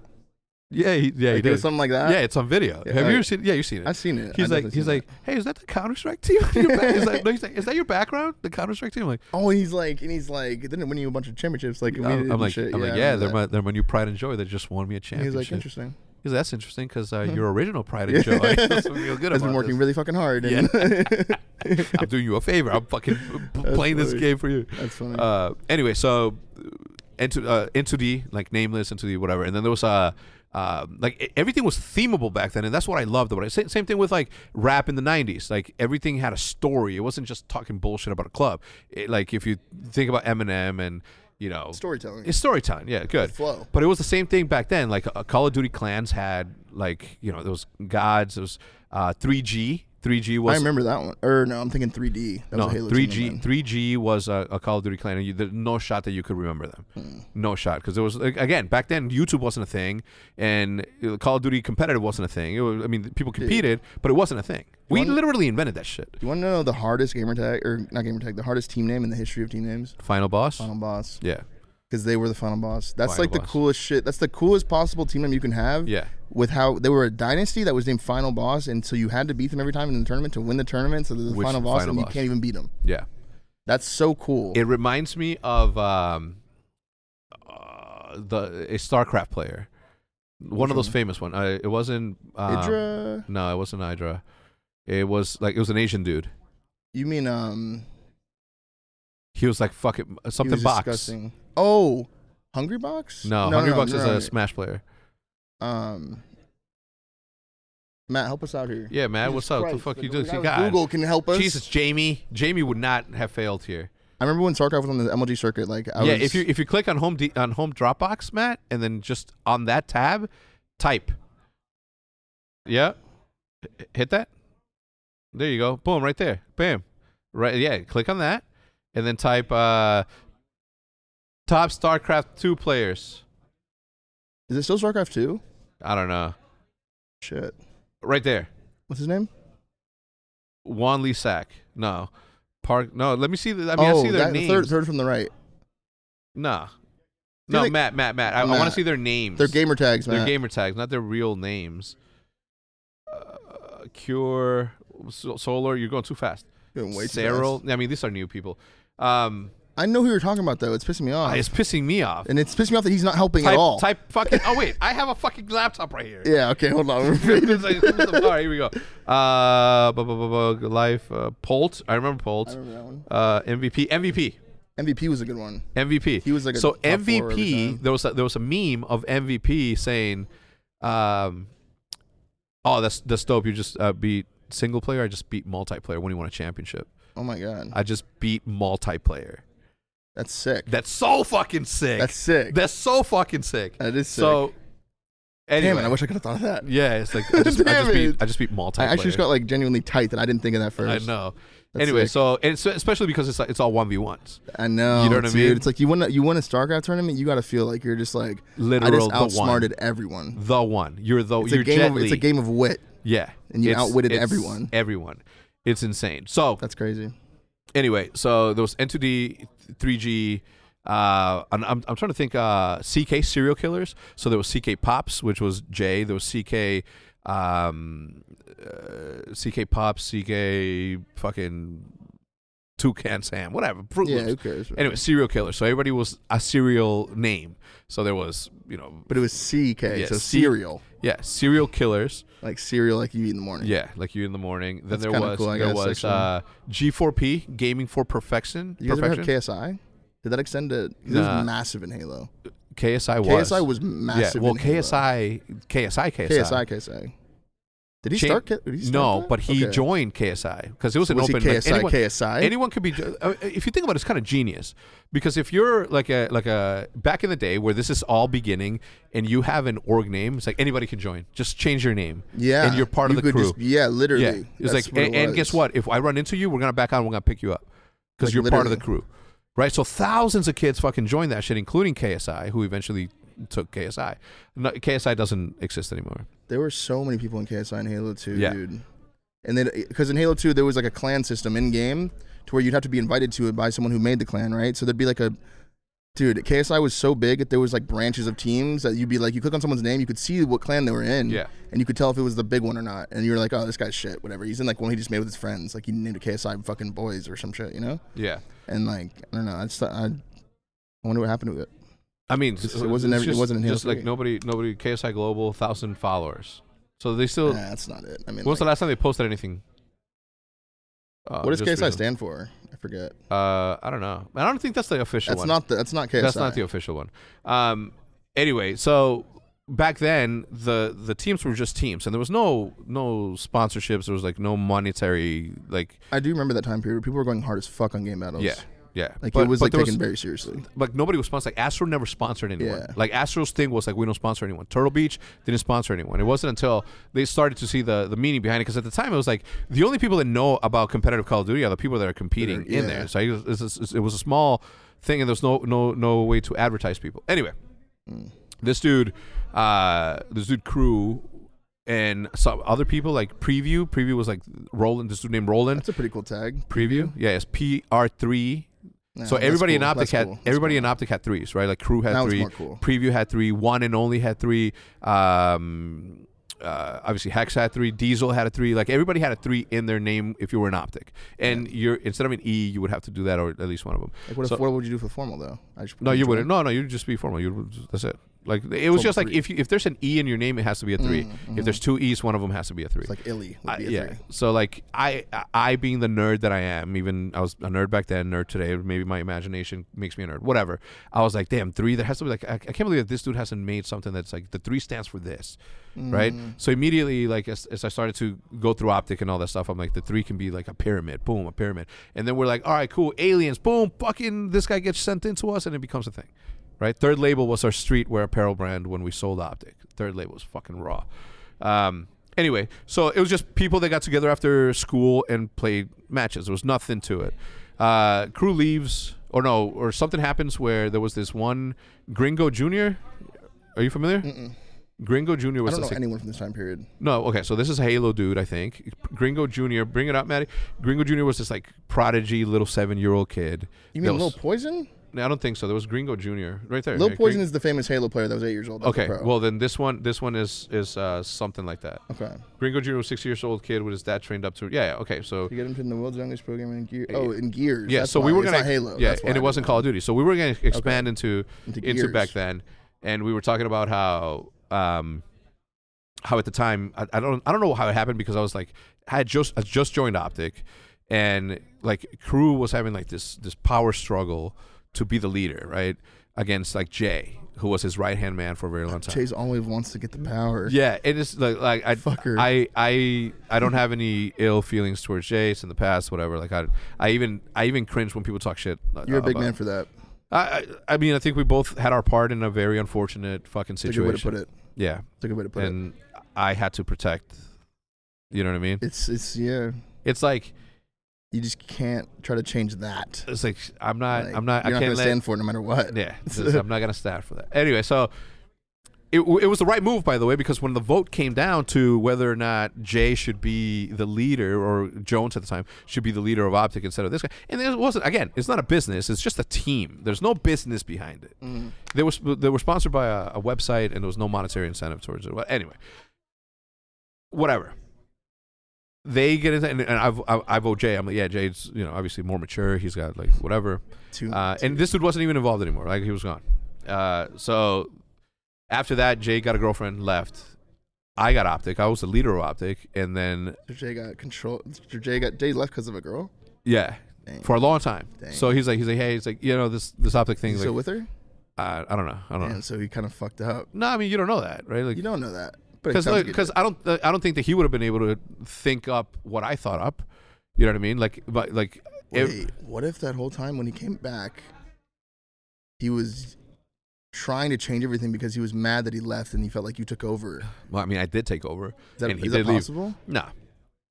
Speaker 1: Yeah, he, yeah, he
Speaker 2: Like, it was
Speaker 1: did.
Speaker 2: something like that.
Speaker 1: yeah, it's on video. Have
Speaker 2: Yeah,
Speaker 1: you
Speaker 2: alright.
Speaker 1: ever seen? Yeah, you've seen it.
Speaker 2: I've seen it.
Speaker 1: He's like,
Speaker 2: I've definitely
Speaker 1: he's
Speaker 2: seen
Speaker 1: like, hey, is that the Counter Strike team? on your back? He's like, no, he's like, is that your background? The Counter Strike team? I'm like,
Speaker 2: that. oh, he's like, and he's like, didn't win you a bunch of championships. Like,
Speaker 1: I'm- "Oh." I'm,
Speaker 2: immediately and
Speaker 1: like,
Speaker 2: shit.
Speaker 1: I'm
Speaker 2: yeah,
Speaker 1: like,
Speaker 2: I
Speaker 1: yeah,
Speaker 2: remember
Speaker 1: they're
Speaker 2: that.
Speaker 1: my, they're my new pride and joy. They just won me a
Speaker 2: And He's
Speaker 1: championship.
Speaker 2: like, interesting.
Speaker 1: He's like, that's interesting because uh, your original pride and joy. I feel good
Speaker 2: Has been
Speaker 1: about
Speaker 2: working
Speaker 1: this.
Speaker 2: really fucking hard. And
Speaker 1: I'm doing you a favor. I'm fucking p- playing this
Speaker 2: funny.
Speaker 1: game for you.
Speaker 2: That's funny.
Speaker 1: Uh, anyway, so uh, into uh, into the like nameless into the whatever, and then there was Uh, um, like e- everything was themable back then, and that's what I loved about it. Sa- same thing with like rap in the '90s. Like everything had a story. It wasn't just talking bullshit about a club. It, like if you think about Eminem and you know
Speaker 2: Storytelling.
Speaker 1: it's storytelling. Yeah, good
Speaker 2: flow.
Speaker 1: But it was the same thing back then. Like uh, Call of Duty clans had like you know those gods. There was uh, 3G. 3G was
Speaker 2: I remember that one. Or no, I'm thinking 3D. That
Speaker 1: no,
Speaker 2: was a Halo
Speaker 1: three
Speaker 2: team
Speaker 1: G.
Speaker 2: then.
Speaker 1: Three G was a, a Call of Duty clan, and you, there's no shot that you could remember them.
Speaker 2: Hmm.
Speaker 1: No shot, because there was like, again back then YouTube wasn't a thing, and uh, Call of Duty competitive wasn't a thing. It was, I mean, people competed, but it wasn't a thing. We literally invented that shit.
Speaker 2: You want to know the hardest gamer tag or not gamer tag? The hardest team name in the history of team names?
Speaker 1: Final boss.
Speaker 2: Final boss.
Speaker 1: Yeah,
Speaker 2: because they were the final boss. That's
Speaker 1: Final
Speaker 2: like the
Speaker 1: boss.
Speaker 2: coolest shit. That's the coolest possible team name you can have.
Speaker 1: Yeah.
Speaker 2: With how they were a dynasty that was named final boss, and so you had to beat them every time in the tournament to win the tournament. So they're the
Speaker 1: Which
Speaker 2: final boss,
Speaker 1: final
Speaker 2: and
Speaker 1: boss?
Speaker 2: you can't even beat them.
Speaker 1: yeah.
Speaker 2: That's so cool.
Speaker 1: It reminds me of um, uh, the a StarCraft player, one of those famous one. Uh, it wasn't. Um,
Speaker 2: Idra,
Speaker 1: No, it wasn't Idra. It was like it was an Asian dude.
Speaker 2: you mean um
Speaker 1: He was like fucking
Speaker 2: he
Speaker 1: something
Speaker 2: was
Speaker 1: box.
Speaker 2: discussing- Oh, Hungry Box?
Speaker 1: No, Hungry Bucks is
Speaker 2: no,
Speaker 1: a
Speaker 2: no.
Speaker 1: Smash player.
Speaker 2: um. Matt, help us out here.
Speaker 1: Yeah, man,
Speaker 2: Jesus
Speaker 1: what's up? What the
Speaker 2: Christ,
Speaker 1: fuck you
Speaker 2: the
Speaker 1: doing?
Speaker 2: guy
Speaker 1: See,
Speaker 2: with
Speaker 1: God.
Speaker 2: Google can help us.
Speaker 1: Jesus, Jamie. Jamie would not have failed here.
Speaker 2: I remember when StarCraft was on the MLG circuit. Like, I
Speaker 1: yeah,
Speaker 2: was,
Speaker 1: if you if you click on home D, on home Dropbox, Matt, and then just on that tab, type. Yeah, H- hit that. There you go. Boom, right there. Bam. Right. Yeah, click on that, and then type uh, top StarCraft two players.
Speaker 2: is it still StarCraft two?
Speaker 1: I don't know.
Speaker 2: Shit,
Speaker 1: Right there.
Speaker 2: what's his name?
Speaker 1: Juan Lee Sack. No. Park. No. Let me see. The, I mean, I see their
Speaker 2: Oh, that- the
Speaker 1: names.
Speaker 2: third, third from the right.
Speaker 1: Nah.
Speaker 2: See,
Speaker 1: No,
Speaker 2: like-
Speaker 1: Matt, Matt, Matt. I, I want
Speaker 2: Matt.
Speaker 1: to see their names.
Speaker 2: They're gamer tags,
Speaker 1: Their
Speaker 2: man.
Speaker 1: gamer tags, not their real names. Uh, Cure, Sol- Solar. You're going too fast.
Speaker 2: Doing way too
Speaker 1: Cyril.
Speaker 2: fast.
Speaker 1: I mean, these are new people. Um,
Speaker 2: I know who you're talking about though. It's pissing me off,
Speaker 1: it's pissing me off.
Speaker 2: and it's pissing me off that he's not helping
Speaker 1: Type,
Speaker 2: Oh. at all.
Speaker 1: type fucking. Oh wait, I have a fucking laptop right here.
Speaker 2: Yeah. Okay. Hold on. We're
Speaker 1: It's like, who's the- all right, here we go. Uh, bu- bu- bu- bu- life. Uh, Polt. I remember Polt.
Speaker 2: I remember that one.
Speaker 1: Uh, MVP. MVP.
Speaker 2: MVP was a good one.
Speaker 1: MVP.
Speaker 2: He was, like, a
Speaker 1: so
Speaker 2: top four every
Speaker 1: MVP.
Speaker 2: time.
Speaker 1: There was a, there was a meme of MVP saying, um, "Oh, that's that's dope. You just uh, beat single player. I just beat multiplayer when you won a championship.
Speaker 2: Oh my god,
Speaker 1: I just beat multiplayer.
Speaker 2: that's sick.
Speaker 1: That's so fucking sick.
Speaker 2: That's sick.
Speaker 1: That's so fucking sick.
Speaker 2: That is sick.
Speaker 1: So, anyway,
Speaker 2: Damn it! I wish I could have thought of that.
Speaker 1: yeah, it's like I just, I
Speaker 2: Damn
Speaker 1: just beat
Speaker 2: it.
Speaker 1: I just beat multiplayer.
Speaker 2: I actually just got like genuinely tight that I didn't think of that
Speaker 1: I
Speaker 2: first.
Speaker 1: know.
Speaker 2: That's
Speaker 1: anyway,
Speaker 2: sick.
Speaker 1: so and so, especially because it's like, it's all one v ones.
Speaker 2: I know.
Speaker 1: You know what I
Speaker 2: dude.
Speaker 1: mean?
Speaker 2: It's like you win. A, you win a StarCraft tournament. You got to feel like you're just like
Speaker 1: Literal the
Speaker 2: I
Speaker 1: one.
Speaker 2: just outsmarted everyone.
Speaker 1: The one you're the
Speaker 2: It's
Speaker 1: you're
Speaker 2: a game.
Speaker 1: Jet
Speaker 2: Of, it's a
Speaker 1: Li.
Speaker 2: game of wit.
Speaker 1: Yeah.
Speaker 2: And you outwitted everyone.
Speaker 1: Everyone. It's insane. So
Speaker 2: That's crazy.
Speaker 1: anyway, so there was N2D, 3G, uh, and I'm, I'm trying to think uh, CK serial killers. So there was CK Pops, which was Jay. There was CK, um, uh, CK Pops, CK fucking Toucan Sam, whatever. Fruit
Speaker 2: Yeah.
Speaker 1: Loops.
Speaker 2: Who cares?
Speaker 1: Anyway, serial killer. So everybody was a serial name. So there was, you know,
Speaker 2: But it was CK.
Speaker 1: Yeah,
Speaker 2: so
Speaker 1: C-
Speaker 2: cereal.
Speaker 1: yeah, serial killers.
Speaker 2: like cereal like you eat in the morning.
Speaker 1: Yeah, like you in the morning. Then
Speaker 2: That's
Speaker 1: there
Speaker 2: kinda
Speaker 1: was
Speaker 2: cool, I
Speaker 1: there
Speaker 2: guess,
Speaker 1: was
Speaker 2: actually.
Speaker 1: uh, G4P Gaming for Perfection.
Speaker 2: You guys ever
Speaker 1: perfection.
Speaker 2: have KSI? Did that extend to? 'cause It
Speaker 1: Nah.
Speaker 2: was massive in Halo.
Speaker 1: KSI was.
Speaker 2: KSI was massive.
Speaker 1: Yeah, well,
Speaker 2: in Halo.
Speaker 1: KSI, KSI, KSI.
Speaker 2: KSI, KSI. Did he
Speaker 1: Cha-
Speaker 2: start? K- Did he start
Speaker 1: no,
Speaker 2: that?
Speaker 1: but he
Speaker 2: Okay.
Speaker 1: joined KSI because it was an
Speaker 2: Was he
Speaker 1: open. like,
Speaker 2: KSI,
Speaker 1: anyone,
Speaker 2: KSI?
Speaker 1: anyone could be. uh, If you think about it, it's kind of genius because if you're like a like a back in the day where this is all beginning and you have an org name, it's like anybody can join. Just change your name.
Speaker 2: yeah,
Speaker 1: and you're part
Speaker 2: You
Speaker 1: of the
Speaker 2: could
Speaker 1: crew.
Speaker 2: just- yeah, literally.
Speaker 1: yeah, it was
Speaker 2: That's
Speaker 1: like, and, and guess
Speaker 2: was.
Speaker 1: what? If I run into you, we're gonna back out. and We're gonna pick you up because
Speaker 2: Like,
Speaker 1: you're part of the crew, right? So thousands of kids fucking joined that shit, including KSI, who eventually took KSI. No, KSI doesn't exist anymore.
Speaker 2: There were so many people in KSI and Halo 2,
Speaker 1: Yeah.
Speaker 2: dude. And then, because in Halo 2, there was like a clan system in game to where you'd have to be invited to it by someone who made the clan, right? So there'd be like a. Dude, KSI was so big that there was like branches of teams that you'd be like, you click on someone's name, you could see what clan they were in,
Speaker 1: Yeah.
Speaker 2: and you could tell if it was the big one or not. And you were like, oh, this guy's shit, whatever. He's in like one he just made with his friends, like he named a KSI fucking boys or some shit, you know?
Speaker 1: Yeah.
Speaker 2: And like, I don't know, I just I, I wonder what happened to it.
Speaker 1: I mean, uh,
Speaker 2: Just- it wasn't
Speaker 1: it's
Speaker 2: every- it
Speaker 1: just,
Speaker 2: wasn't in Halo
Speaker 1: just like
Speaker 2: three.
Speaker 1: nobody, nobody. KSI Global, thousand followers. So they still.
Speaker 2: Nah, that's not it. I mean,
Speaker 1: when was the
Speaker 2: like,
Speaker 1: last time they posted anything? Uh,
Speaker 2: what does KSI
Speaker 1: just recently.
Speaker 2: stand for? I forget.
Speaker 1: Uh, I don't know. I don't think that's the official
Speaker 2: That's
Speaker 1: one.
Speaker 2: not the, that's not KSI.
Speaker 1: That's not the official one. Um, anyway, so back then the the teams were just teams, and there was no no sponsorships. There was like no monetary like
Speaker 2: I do remember that time period. where People were going hard as fuck on game battles.
Speaker 1: yeah yeah.
Speaker 2: like
Speaker 1: But-
Speaker 2: it was
Speaker 1: but
Speaker 2: like
Speaker 1: there
Speaker 2: taken very seriously.
Speaker 1: like nobody was sponsored. Like Astro never sponsored anyone.
Speaker 2: Yeah.
Speaker 1: Like Astro's thing was like we don't sponsor anyone. Turtle Beach didn't sponsor anyone. It wasn't until they started to see the the meaning behind it because at the time it was like the only people that know about competitive Call of Duty are the people that are competing
Speaker 2: That are-
Speaker 1: in
Speaker 2: yeah.
Speaker 1: there. So it was, it's- it's- it was a small thing and there's no no no way to advertise people. Anyway,
Speaker 2: Mm.
Speaker 1: this dude, uh, this dude crew. And some other people like preview. Preview was like Roland. This dude named Roland
Speaker 2: That's a pretty cool tag.
Speaker 1: preview. Yeah, it's PR three.
Speaker 2: Yeah,
Speaker 1: so
Speaker 2: that's
Speaker 1: everybody
Speaker 2: cool.
Speaker 1: in Optic
Speaker 2: That's
Speaker 1: had
Speaker 2: cool. That's
Speaker 1: everybody in Optic had threes, right? Like crew had
Speaker 2: That was
Speaker 1: three,
Speaker 2: more cool.
Speaker 1: preview had three, one and only had three. Um, uh, obviously Hex had three, Diesel had a three. Like everybody had a three in their name if you were an Optic, and you're instead of an E, you would have to do that or at least one of them.
Speaker 2: Like what,
Speaker 1: So-
Speaker 2: if, what would you do for formal though? I just
Speaker 1: no, you
Speaker 2: join?
Speaker 1: wouldn't. No, no, you'd just be formal. You would- that's it. Like it was
Speaker 2: Formal
Speaker 1: just like
Speaker 2: three. Mm,
Speaker 1: if you, if there's an E in your name, it has to be a 3 If there's two E's, one of them has to be a three.
Speaker 2: It's like illy. Would
Speaker 1: I-
Speaker 2: be a
Speaker 1: yeah.
Speaker 2: three.
Speaker 1: So like I I being the nerd that I am, even I was a nerd back then, nerd today. Maybe my imagination makes me a nerd. Whatever. I was like, damn, three. There has to be like I, I can't believe that this dude hasn't made something that's like the three stands for this, right?
Speaker 2: Mm.
Speaker 1: So immediately like as, as I started to go through optic and all that stuff, I'm like the three can be like a pyramid, boom, a pyramid, and then we're like, all right, cool, aliens, boom, fucking this guy gets sent into us, and it becomes a thing. Right, third label was our streetwear apparel brand when we sold Optic. Third label was fucking raw. Um, anyway, so it was just people that got together after school and played matches. There was nothing to it. Uh, crew leaves, or no, or something happens where there was this one Gringo Junior. Are you familiar? Gringo Junior
Speaker 2: I
Speaker 1: was
Speaker 2: don't know
Speaker 1: this,
Speaker 2: anyone from this time period.
Speaker 1: no, okay, so this is Halo dude, I think. Gringo Junior, bring it up, Maddie. Gringo Junior was this like prodigy little seven year old kid.
Speaker 2: You
Speaker 1: that
Speaker 2: mean Lil
Speaker 1: was-
Speaker 2: Poison?
Speaker 1: No, I don't think so. There was Gringo Junior right there.
Speaker 2: Lil
Speaker 1: Yeah,
Speaker 2: Poison
Speaker 1: Gring-
Speaker 2: is the famous Halo player that was eight years old. that was a
Speaker 1: Okay,
Speaker 2: pro.
Speaker 1: well then this one, this one is is uh, something like that.
Speaker 2: okay.
Speaker 1: Gringo Jr. was six years old kid with his dad trained up to yeah, yeah okay so
Speaker 2: You get him in the world's youngest program in gear. Oh, in gears.
Speaker 1: yeah
Speaker 2: That's
Speaker 1: so we
Speaker 2: why.
Speaker 1: were
Speaker 2: It's
Speaker 1: gonna
Speaker 2: not Halo.
Speaker 1: yeah
Speaker 2: That's why
Speaker 1: and
Speaker 2: I
Speaker 1: it wasn't
Speaker 2: didn't
Speaker 1: Call of Duty so we were gonna expand into
Speaker 2: Into
Speaker 1: into, back
Speaker 2: gears.
Speaker 1: then and we were talking about how um how at the time I, I don't I don't know how it happened because I was like I had just I just joined Optic and like Crew was having like this this power struggle to be the leader right against like Jay who was his right hand man for a very long
Speaker 2: know.
Speaker 1: time
Speaker 2: Chase always wants to get the power.
Speaker 1: yeah, and it's like like I
Speaker 2: Fucker.
Speaker 1: I I I don't have any ill feelings towards Jace in the past, whatever. Like I I even I even cringe when people talk shit. uh,
Speaker 2: You're a big
Speaker 1: about-
Speaker 2: man for that.
Speaker 1: I I I mean I think we both had our part in a very unfortunate fucking
Speaker 2: It's a good way to
Speaker 1: situation.
Speaker 2: put it.
Speaker 1: Yeah,
Speaker 2: It's a good way to put it.
Speaker 1: and I had to protect. You know what I mean?
Speaker 2: It's it's yeah.
Speaker 1: It's like
Speaker 2: You just can't try to change that.
Speaker 1: it's like I'm not
Speaker 2: Like,
Speaker 1: I'm not I
Speaker 2: You're
Speaker 1: can't
Speaker 2: not gonna
Speaker 1: let
Speaker 2: stand for it no matter what.
Speaker 1: Yeah, this is- I'm not gonna stand for that. Anyway, so it, w- it was the right move, by the way, because when the vote came down to whether or not Jay should be the leader, or Jones at the time should be the leader of Optic instead of this guy, and it wasn't. Again, it's not a business; it's just a team. There's no business behind it. They were sp- they were sponsored by a, a website, and there was no monetary incentive towards it. Well, anyway, whatever they get into, and, and I've, I've, I've OJ. I'm like, yeah, Jade's, you know, obviously more mature. He's got like whatever.
Speaker 2: Too-
Speaker 1: Uh, and this dude wasn't even involved anymore. Like he was gone. Uh, so after that, Jade got a girlfriend, left. I got Optic. I was the leader of Optic, and then
Speaker 2: Mr. J got control. Mr. J got J left because of a girl.
Speaker 1: yeah,
Speaker 2: Dang.
Speaker 1: for a long time.
Speaker 2: Dang.
Speaker 1: So he's like, he's like, hey, he's like, you know, this this optic thing.
Speaker 2: He's still
Speaker 1: Like,
Speaker 2: with her?
Speaker 1: I, I don't know, I don't know.
Speaker 2: And so he kind of fucked up.
Speaker 1: No, I mean, you don't know that, right? Like,
Speaker 2: You don't know that. But it
Speaker 1: because
Speaker 2: sounds good.
Speaker 1: because I don't I don't think that he would have been able to think up what I thought up. You know what I mean? Like, but like, if-
Speaker 2: Wait, what if that whole time when he came back, he was trying to change everything because he was mad that he left and he felt like you took over? Is
Speaker 1: well, I mean, I did take over.
Speaker 2: that,
Speaker 1: And he
Speaker 2: is that
Speaker 1: did leave.
Speaker 2: possible?
Speaker 1: No,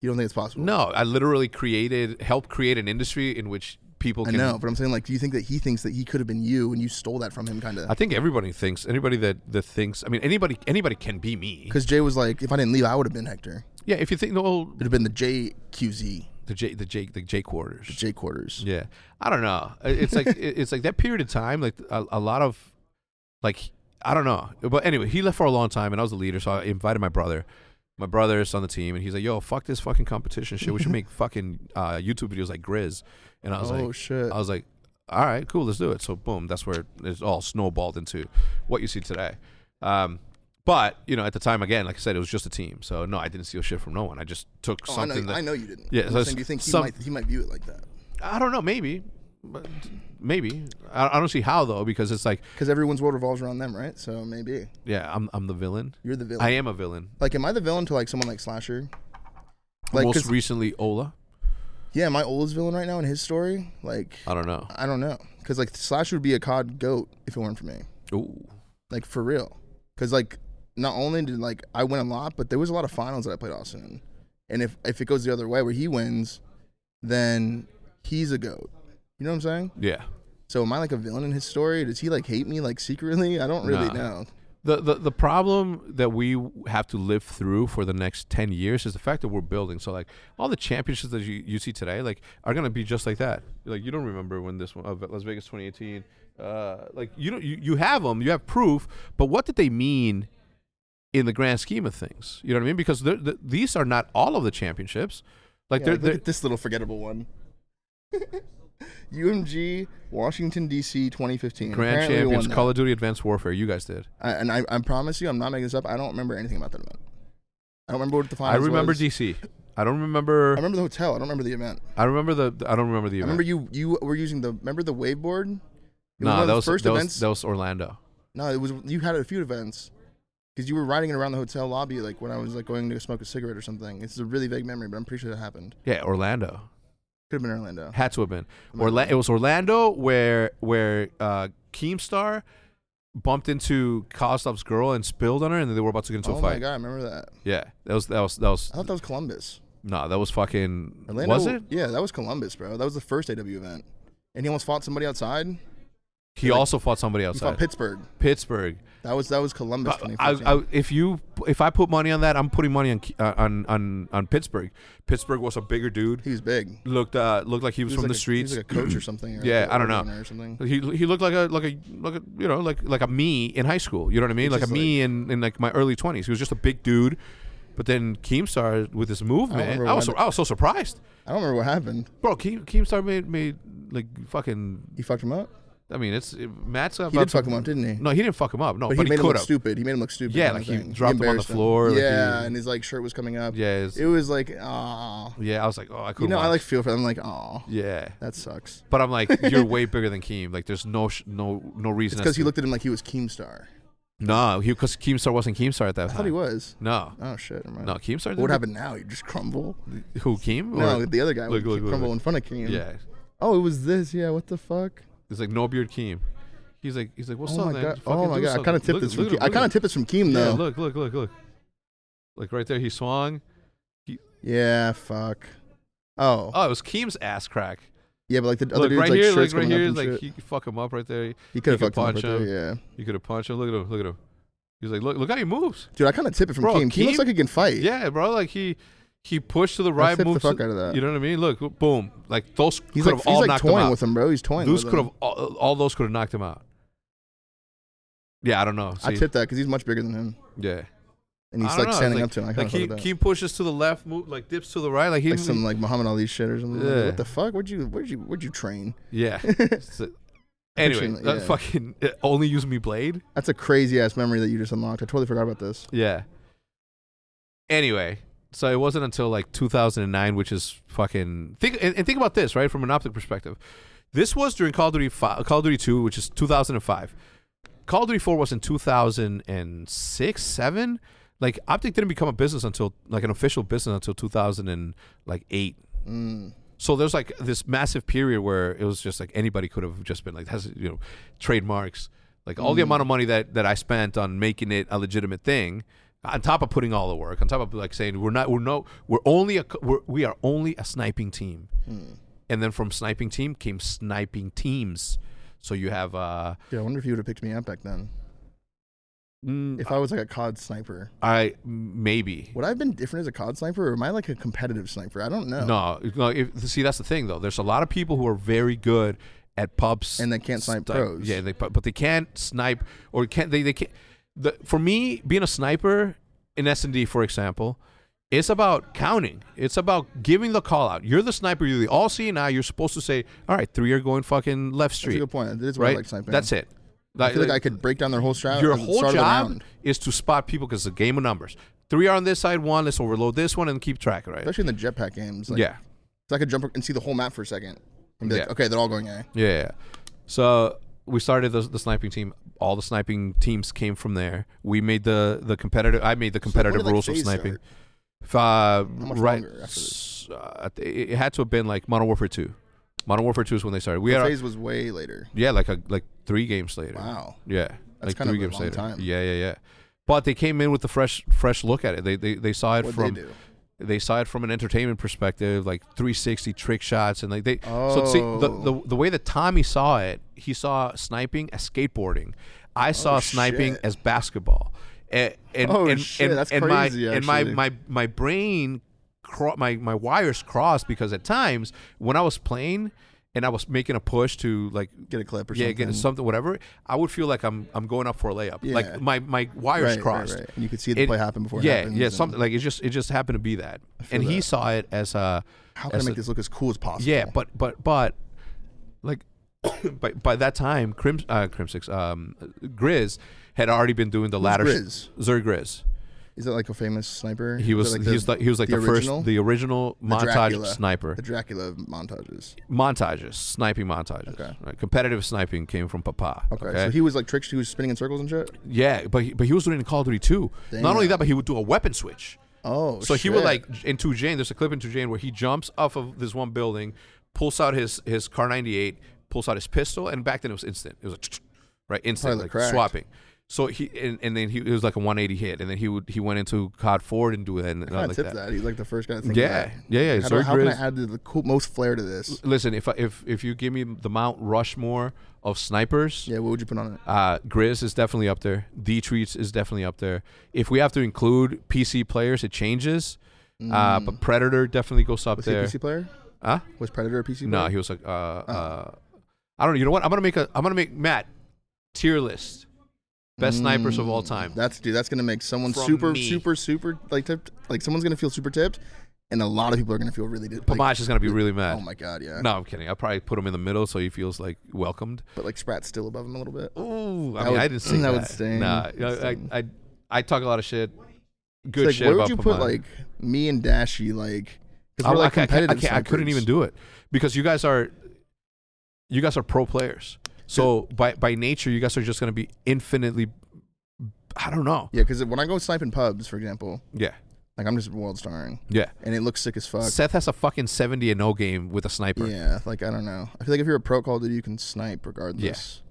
Speaker 2: You don't think it's possible?
Speaker 1: no, I literally created, helped create an industry in which people
Speaker 2: I
Speaker 1: can.
Speaker 2: know, but I'm saying, like, do you think that he thinks that he could have been you and you stole that from him, kind
Speaker 1: I
Speaker 2: of?
Speaker 1: think everybody thinks anybody that that thinks. I mean, anybody anybody can be me.
Speaker 2: Because Jay was like, if I didn't leave, I would have been Hector.
Speaker 1: Yeah, if you think no, oh,
Speaker 2: It'd have been the JQZ,
Speaker 1: the J the J the J quarters.
Speaker 2: J quarters.
Speaker 1: Yeah, I don't know. I- It's like it- it's like that period of time. Like a, a lot of, like I don't know. But anyway, he left for a long time, and I was the leader, so I invited my brother. My brother's on the team, and he's like, "Yo, fuck this fucking competition shit. We should make fucking uh, YouTube videos like Grizz." And I was
Speaker 2: oh
Speaker 1: like, uh,
Speaker 2: shit!
Speaker 1: I was like, all right, cool, let's do it. So boom, that's where it's all snowballed into what you see today. Um, but you know, at the time, again, like I said, it was just a team. So no, I didn't steal shit from no one. I just took
Speaker 2: oh, I know,
Speaker 1: something that
Speaker 2: I know you didn't.
Speaker 1: Yeah,
Speaker 2: I'm
Speaker 1: so it's
Speaker 2: just saying, do you think he
Speaker 1: some-
Speaker 2: might he might view it like that?
Speaker 1: I don't know, maybe, but maybe I, I don't see how though because it's like,
Speaker 2: Because everyone's world revolves around them, right? So maybe
Speaker 1: yeah, I'm I'm the villain.
Speaker 2: you're the villain.
Speaker 1: I am a villain.
Speaker 2: like, am I the villain to like someone like Slasher? Like,
Speaker 1: Most
Speaker 2: 'cause-
Speaker 1: recently, Ola.
Speaker 2: yeah, my oldest villain right now in his story, like,
Speaker 1: I don't know.
Speaker 2: I don't know, because like Slasher would be a COD goat if it weren't for me,
Speaker 1: Ooh,
Speaker 2: like for real, because like not only did like I win a lot, but there was a lot of finals that I played Austin in, and if if it goes the other way where he wins, then he's a goat. You know what I'm saying?
Speaker 1: yeah.
Speaker 2: So am I like a villain in his story? Does he like hate me like secretly? I don't really
Speaker 1: Nah.
Speaker 2: know.
Speaker 1: The, the the problem that we have to live through for the next 10 years is the fact that we're building so like all the championships that you, you see today like are going to be just like that like you don't remember when this one uh, Las Vegas 2018 uh, like you don't you, you have them you have proof but what did they mean in the grand scheme of things you know what I mean because they're, the, these are not all of the championships like
Speaker 2: Yeah,
Speaker 1: they're,
Speaker 2: like,
Speaker 1: they're
Speaker 2: look at this little forgettable one. UMG, Washington D.C. 2015.
Speaker 1: grand
Speaker 2: Apparently we won
Speaker 1: champions
Speaker 2: that.
Speaker 1: Call of Duty Advanced Warfare you guys did
Speaker 2: I, and I, I promise you, I'm not making this up. I don't remember anything about that event. I don't remember what the
Speaker 1: I
Speaker 2: finals.
Speaker 1: remember
Speaker 2: was.
Speaker 1: DC I don't
Speaker 2: I
Speaker 1: remember
Speaker 2: remember the hotel. I don't remember the event.
Speaker 1: I remember the the- I don't remember the
Speaker 2: I
Speaker 1: event
Speaker 2: remember you. You were using the. Remember the waveboard. It
Speaker 1: no
Speaker 2: one
Speaker 1: that
Speaker 2: of the
Speaker 1: was
Speaker 2: first
Speaker 1: that was-
Speaker 2: events.
Speaker 1: that was Orlando
Speaker 2: No, it was you had a few events because you were riding it around the hotel lobby like when I was like going to smoke a cigarette or something. It's a really vague memory, but I'm pretty sure that happened.
Speaker 1: Yeah, Orlando
Speaker 2: Could have been Orlando.
Speaker 1: had to have been.
Speaker 2: Might have
Speaker 1: Orla- it was Orlando where where uh, Keemstar bumped into Kostov's girl and spilled on her, and then they were about to get into
Speaker 2: oh
Speaker 1: a
Speaker 2: my
Speaker 1: fight.
Speaker 2: god, I remember that.
Speaker 1: Yeah, that was that was that was
Speaker 2: I thought that was Columbus.
Speaker 1: no, that was fucking
Speaker 2: Orlando
Speaker 1: was it?
Speaker 2: Yeah, that was Columbus, bro. That was the first AW event, and he almost fought somebody outside. He
Speaker 1: He
Speaker 2: like-
Speaker 1: also fought somebody outside
Speaker 2: fought Pittsburgh.
Speaker 1: Pittsburgh.
Speaker 2: That was that was Columbus.
Speaker 1: I, I,
Speaker 2: 2014.
Speaker 1: I, if you if I put money on that, I'm putting money on Ke- uh, on on on Pittsburgh. Pittsburgh was a bigger dude.
Speaker 2: he was big. He
Speaker 1: Looked uh, looked like he was, from
Speaker 2: like
Speaker 1: the
Speaker 2: a,
Speaker 1: streets.
Speaker 2: He was like a coach or something. Or
Speaker 1: Yeah,
Speaker 2: like a
Speaker 1: I don't know.
Speaker 2: owner Or something.
Speaker 1: He, he looked like a like a like a you know like like a me in high school. You know what I mean? Like a
Speaker 2: just
Speaker 1: me in, in like my early twenties. He was just a big dude, but then Keemstar with this movement,
Speaker 2: remember
Speaker 1: I, was so,
Speaker 2: when-
Speaker 1: I was so surprised,
Speaker 2: I don't remember what happened.
Speaker 1: bro. Keem, Keemstar made made like fucking.
Speaker 2: He fucked him up.
Speaker 1: I mean, it's it, Matt's about
Speaker 2: He did
Speaker 1: to-
Speaker 2: fuck him up, didn't he?
Speaker 1: No, he didn't fuck him up. No,
Speaker 2: but,
Speaker 1: but,
Speaker 2: he
Speaker 1: he,
Speaker 2: made him
Speaker 1: could
Speaker 2: look
Speaker 1: have.
Speaker 2: stupid. He made him look stupid.
Speaker 1: Yeah,
Speaker 2: kind
Speaker 1: like
Speaker 2: of
Speaker 1: he
Speaker 2: thing.
Speaker 1: dropped him on the
Speaker 2: embarrassed
Speaker 1: floor, like
Speaker 2: yeah,
Speaker 1: he-
Speaker 2: and his like shirt was coming up.
Speaker 1: Yeah, it's-
Speaker 2: it was like ah.
Speaker 1: yeah. I was like, oh, I could.
Speaker 2: You know, I like feel for them. like ah,
Speaker 1: Yeah,
Speaker 2: that sucks.
Speaker 1: but I'm like, you're way bigger than Keem. Like, there's no sh- no no reason.
Speaker 2: It's
Speaker 1: as
Speaker 2: because he
Speaker 1: to-
Speaker 2: looked at him like he was Keemstar.
Speaker 1: No, he because Keemstar wasn't Keemstar at that
Speaker 2: I
Speaker 1: time.
Speaker 2: thought he was.
Speaker 1: No,
Speaker 2: Oh shit. never mind.
Speaker 1: no, Keemstar.
Speaker 2: What
Speaker 1: didn't-
Speaker 2: would happen now? You just crumble?
Speaker 1: Who Keem?
Speaker 2: No,
Speaker 1: Or-
Speaker 2: the other guy
Speaker 1: Look,
Speaker 2: would
Speaker 1: look,
Speaker 2: keep
Speaker 1: look,
Speaker 2: crumble
Speaker 1: look.
Speaker 2: in front of Keem.
Speaker 1: yeah.
Speaker 2: Oh, it was this. Yeah. What the fuck?
Speaker 1: It's like no beard Keem. He's like he's like what's
Speaker 2: oh
Speaker 1: up
Speaker 2: my
Speaker 1: man?
Speaker 2: god.
Speaker 1: Fucking
Speaker 2: Oh my
Speaker 1: do
Speaker 2: god. I
Speaker 1: something."
Speaker 2: kind of tipped
Speaker 1: Look-
Speaker 2: this from.
Speaker 1: look
Speaker 2: Keem.
Speaker 1: at-
Speaker 2: I
Speaker 1: look
Speaker 2: kind
Speaker 1: at-
Speaker 2: of tipped this from Keem
Speaker 1: Yeah,
Speaker 2: though.
Speaker 1: look look look look. Like right there he swung.
Speaker 2: Yeah. Fuck. Oh.
Speaker 1: Oh, it was Keem's ass crack.
Speaker 2: Yeah, but like the other
Speaker 1: Look
Speaker 2: dude's
Speaker 1: right
Speaker 2: like
Speaker 1: here,
Speaker 2: shirts
Speaker 1: like right
Speaker 2: coming up
Speaker 1: here,
Speaker 2: and
Speaker 1: like
Speaker 2: shit.
Speaker 1: he could fuck him up right there.
Speaker 2: He could have
Speaker 1: could
Speaker 2: fucked him up
Speaker 1: punch
Speaker 2: right there,
Speaker 1: him.
Speaker 2: Yeah,
Speaker 1: You could have punched him. Look at him. Look at him. He's like look look how he moves.
Speaker 2: dude, I kind of tip it from
Speaker 1: Bro,
Speaker 2: Keem. Keem
Speaker 1: Keem-
Speaker 2: looks like he can fight.
Speaker 1: Yeah, bro. Like he he pushed to the
Speaker 2: I
Speaker 1: right,
Speaker 2: tipped the
Speaker 1: moves.
Speaker 2: fuck out of that.
Speaker 1: You know what I mean? Look, boom. Like those
Speaker 2: He's
Speaker 1: could
Speaker 2: like,
Speaker 1: have all
Speaker 2: he's like
Speaker 1: knocked
Speaker 2: toying
Speaker 1: him out.
Speaker 2: with him, bro. He's toying
Speaker 1: Those
Speaker 2: with
Speaker 1: could
Speaker 2: him.
Speaker 1: have all, all those could have knocked him out. Yeah, I don't know.
Speaker 2: I
Speaker 1: See?
Speaker 2: tipped that because he's much bigger than him,
Speaker 1: yeah.
Speaker 2: and he's
Speaker 1: I
Speaker 2: like
Speaker 1: don't know,
Speaker 2: standing
Speaker 1: like-
Speaker 2: up to him. I
Speaker 1: Like
Speaker 2: kind
Speaker 1: he,
Speaker 2: of
Speaker 1: he pushes to the left, move like dips to the right, like he
Speaker 2: like some like Muhammad Ali shit or something.
Speaker 1: Yeah.
Speaker 2: Like, what the fuck? Where'd you where'd you where'd you train?
Speaker 1: yeah. So- anyway,
Speaker 2: Picturing it,
Speaker 1: that
Speaker 2: yeah.
Speaker 1: fucking uh, only use me blade.
Speaker 2: That's a crazy ass memory that you just unlocked. I totally forgot about this.
Speaker 1: Yeah. Anyway, So it wasn't until like 2009, which is fucking think and, and think about this right from an optic perspective. This was during Call of Duty 5, Call of Duty 2, which is 2005. Call of Duty 4 was in 2006, seven. Like optic didn't become a business until like an official business until 2000 and like eight.
Speaker 2: Mm.
Speaker 1: So there's like this massive period where it was just like anybody could have just been like has you know trademarks like all the amount of money that that I spent on making it a legitimate thing on top of putting all the work on top of like saying we're not we're no we're only a co- we're, we are only a sniping team and then from sniping team came sniping teams so you have uh
Speaker 2: Yeah, I wonder if you would have picked me up back then.
Speaker 1: mm,
Speaker 2: If I was like a COD sniper,
Speaker 1: I maybe
Speaker 2: would I have been different as a COD sniper, or am I like a competitive sniper? I don't know.
Speaker 1: no no if, see that's the thing though there's a lot of people who are very good at pubs
Speaker 2: And they can't snipe pros.
Speaker 1: Yeah, they but, but they can't snipe or can't they? They can't. The, for me, being a sniper in S and D, for example, it's about counting. It's about giving the call out. You're the sniper. You're the all seeing eye. You're supposed to say, "All right, three are going fucking left
Speaker 2: that's a
Speaker 1: street."
Speaker 2: good point. That's what I
Speaker 1: right.
Speaker 2: like sniping.
Speaker 1: That's it.
Speaker 2: I feel like I could break down their whole strategy.
Speaker 1: your whole job is to spot people because it's a game of numbers. Three are on this side, one. Let's overload this one and keep track, right?
Speaker 2: especially in the jetpack games. Like,
Speaker 1: yeah.
Speaker 2: 'cause I could jump and see the whole map for a second. And be like,
Speaker 1: Yeah.
Speaker 2: okay, they're all going A.
Speaker 1: Yeah, yeah. So we started the, the sniping team. All the sniping teams came from there. We made the the competitive. I made the competitive
Speaker 2: did, like,
Speaker 1: rules of
Speaker 2: phase
Speaker 1: sniping. F- Uh,
Speaker 2: much
Speaker 1: right.
Speaker 2: longer after
Speaker 1: s- uh, it it had to have been like Modern Warfare Two. Modern Warfare Two is when they started. We
Speaker 2: The
Speaker 1: had our-
Speaker 2: phase was way later.
Speaker 1: yeah, like a, like three games later.
Speaker 2: Wow.
Speaker 1: Yeah, like three
Speaker 2: kind of a
Speaker 1: games
Speaker 2: long
Speaker 1: later.
Speaker 2: time.
Speaker 1: Yeah, yeah, yeah. But they came in with a fresh fresh look at it. They they, they saw it
Speaker 2: What
Speaker 1: from
Speaker 2: they do?
Speaker 1: they saw it from an entertainment perspective, like 360 trick shots, and like they. So see, the, the
Speaker 2: Oh.
Speaker 1: the way that Tommy saw it, he saw sniping as skateboarding. I saw sniping
Speaker 2: Oh, shit.
Speaker 1: as basketball. And, and,
Speaker 2: Oh,
Speaker 1: and,
Speaker 2: shit,
Speaker 1: and,
Speaker 2: that's
Speaker 1: and
Speaker 2: crazy,
Speaker 1: My, and my,
Speaker 2: actually.
Speaker 1: my my brain, cro- my my wires crossed because at times when I was playing. And I was making a push to like
Speaker 2: Get a clip or
Speaker 1: yeah,
Speaker 2: something.
Speaker 1: get something, whatever. I would feel like I'm I'm going up for a layup.
Speaker 2: Yeah.
Speaker 1: Like my my wires
Speaker 2: Right,
Speaker 1: crossed.
Speaker 2: Right, right. And you could see the
Speaker 1: It-
Speaker 2: play happen before it
Speaker 1: yeah,
Speaker 2: happens.
Speaker 1: yeah,
Speaker 2: and
Speaker 1: something like it just it just happened to be that, and he
Speaker 2: that.
Speaker 1: saw it as a
Speaker 2: How can I
Speaker 1: as
Speaker 2: make
Speaker 1: a-
Speaker 2: this look as cool as possible?
Speaker 1: yeah, but but but like by by that time, Crim uh, Crim Six um Grizz had already been doing the ladder
Speaker 2: Grizz?
Speaker 1: Zer Grizz.
Speaker 2: Is that like a famous sniper?
Speaker 1: He was,
Speaker 2: like
Speaker 1: he was like he was like the,
Speaker 2: original?
Speaker 1: first the original
Speaker 2: The
Speaker 1: montage
Speaker 2: Dracula-
Speaker 1: sniper
Speaker 2: The Dracula montages.
Speaker 1: montages sniping montages
Speaker 2: Okay.
Speaker 1: right? competitive sniping came from Papa
Speaker 2: Okay. So he was like tricks. He was spinning in circles and shit.
Speaker 1: yeah but he, but he was doing it in Call of Duty too not only that but he would do a weapon switch
Speaker 2: Oh,
Speaker 1: So he
Speaker 2: shit.
Speaker 1: would like in Two Jane. There's a clip in Two Jane where he jumps off of this one building, pulls out his his car 98, pulls out his pistol, and back then it was instant. It was like, right, instant,
Speaker 2: Probably
Speaker 1: like
Speaker 2: cracked.
Speaker 1: swapping. So he and, and then he it was like a 180 hit, and then he would he went into COD Ford and do it and
Speaker 2: I
Speaker 1: like
Speaker 2: tipped
Speaker 1: that.
Speaker 2: that. He's like the first guy. To think
Speaker 1: Yeah,
Speaker 2: of that.
Speaker 1: yeah, yeah.
Speaker 2: How,
Speaker 1: Zerg
Speaker 2: do, how can
Speaker 1: Grizz-
Speaker 2: I add the, the cool, most flair to this?
Speaker 1: Listen, if I, if if you give me the Mount Rushmore of snipers,
Speaker 2: Yeah. What would you put on it?
Speaker 1: Uh, Grizz is definitely up there. D Treats is definitely up there. If we have to include PC players, it changes. Uh, but Predator definitely goes up
Speaker 2: Mm. Was he a
Speaker 1: there.
Speaker 2: PC player? Oh.
Speaker 1: Huh?
Speaker 2: Was Predator a PC?
Speaker 1: No,
Speaker 2: player?
Speaker 1: he was like, uh, uh, I don't know. You know what? I'm gonna make a. I'm gonna make Matt tier list best snipers of all time.
Speaker 2: Mm. That's dude. That's gonna make someone
Speaker 1: From
Speaker 2: super,
Speaker 1: me.
Speaker 2: super, super like tipped. Like someone's gonna feel super tipped, and a lot of people are gonna feel really. Like,
Speaker 1: Pamash is gonna be really mad.
Speaker 2: oh my god, yeah.
Speaker 1: no, I'm kidding. I'll probably put him in the middle so he feels like welcomed.
Speaker 2: But like Sprat's still above him a little bit.
Speaker 1: Ooh, I
Speaker 2: That
Speaker 1: mean,
Speaker 2: would-
Speaker 1: I didn't see
Speaker 2: that
Speaker 1: that.
Speaker 2: would sting.
Speaker 1: Nah,
Speaker 2: That
Speaker 1: I,
Speaker 2: would
Speaker 1: I, I, I talk a lot of shit. Good
Speaker 2: like,
Speaker 1: shit.
Speaker 2: where would
Speaker 1: about
Speaker 2: you put
Speaker 1: Pamash.
Speaker 2: like me and Dashy like? Because
Speaker 1: I-
Speaker 2: we're
Speaker 1: I
Speaker 2: like
Speaker 1: ca- I, ca- I,
Speaker 2: competitive.
Speaker 1: ca- I couldn't even
Speaker 2: snipers.
Speaker 1: do it because you guys are you guys are pro players. So by by nature, you guys are just going to be infinitely. I don't know.
Speaker 2: Yeah, because when I go sniping pubs, for example,
Speaker 1: Yeah,
Speaker 2: like I'm just world starring,
Speaker 1: yeah.
Speaker 2: and it looks sick as fuck.
Speaker 1: Seth has a fucking seventy and no game with a sniper. Yeah,
Speaker 2: Yeah, like I don't know. I feel like if you're a pro Call of Duty, you can snipe regardless.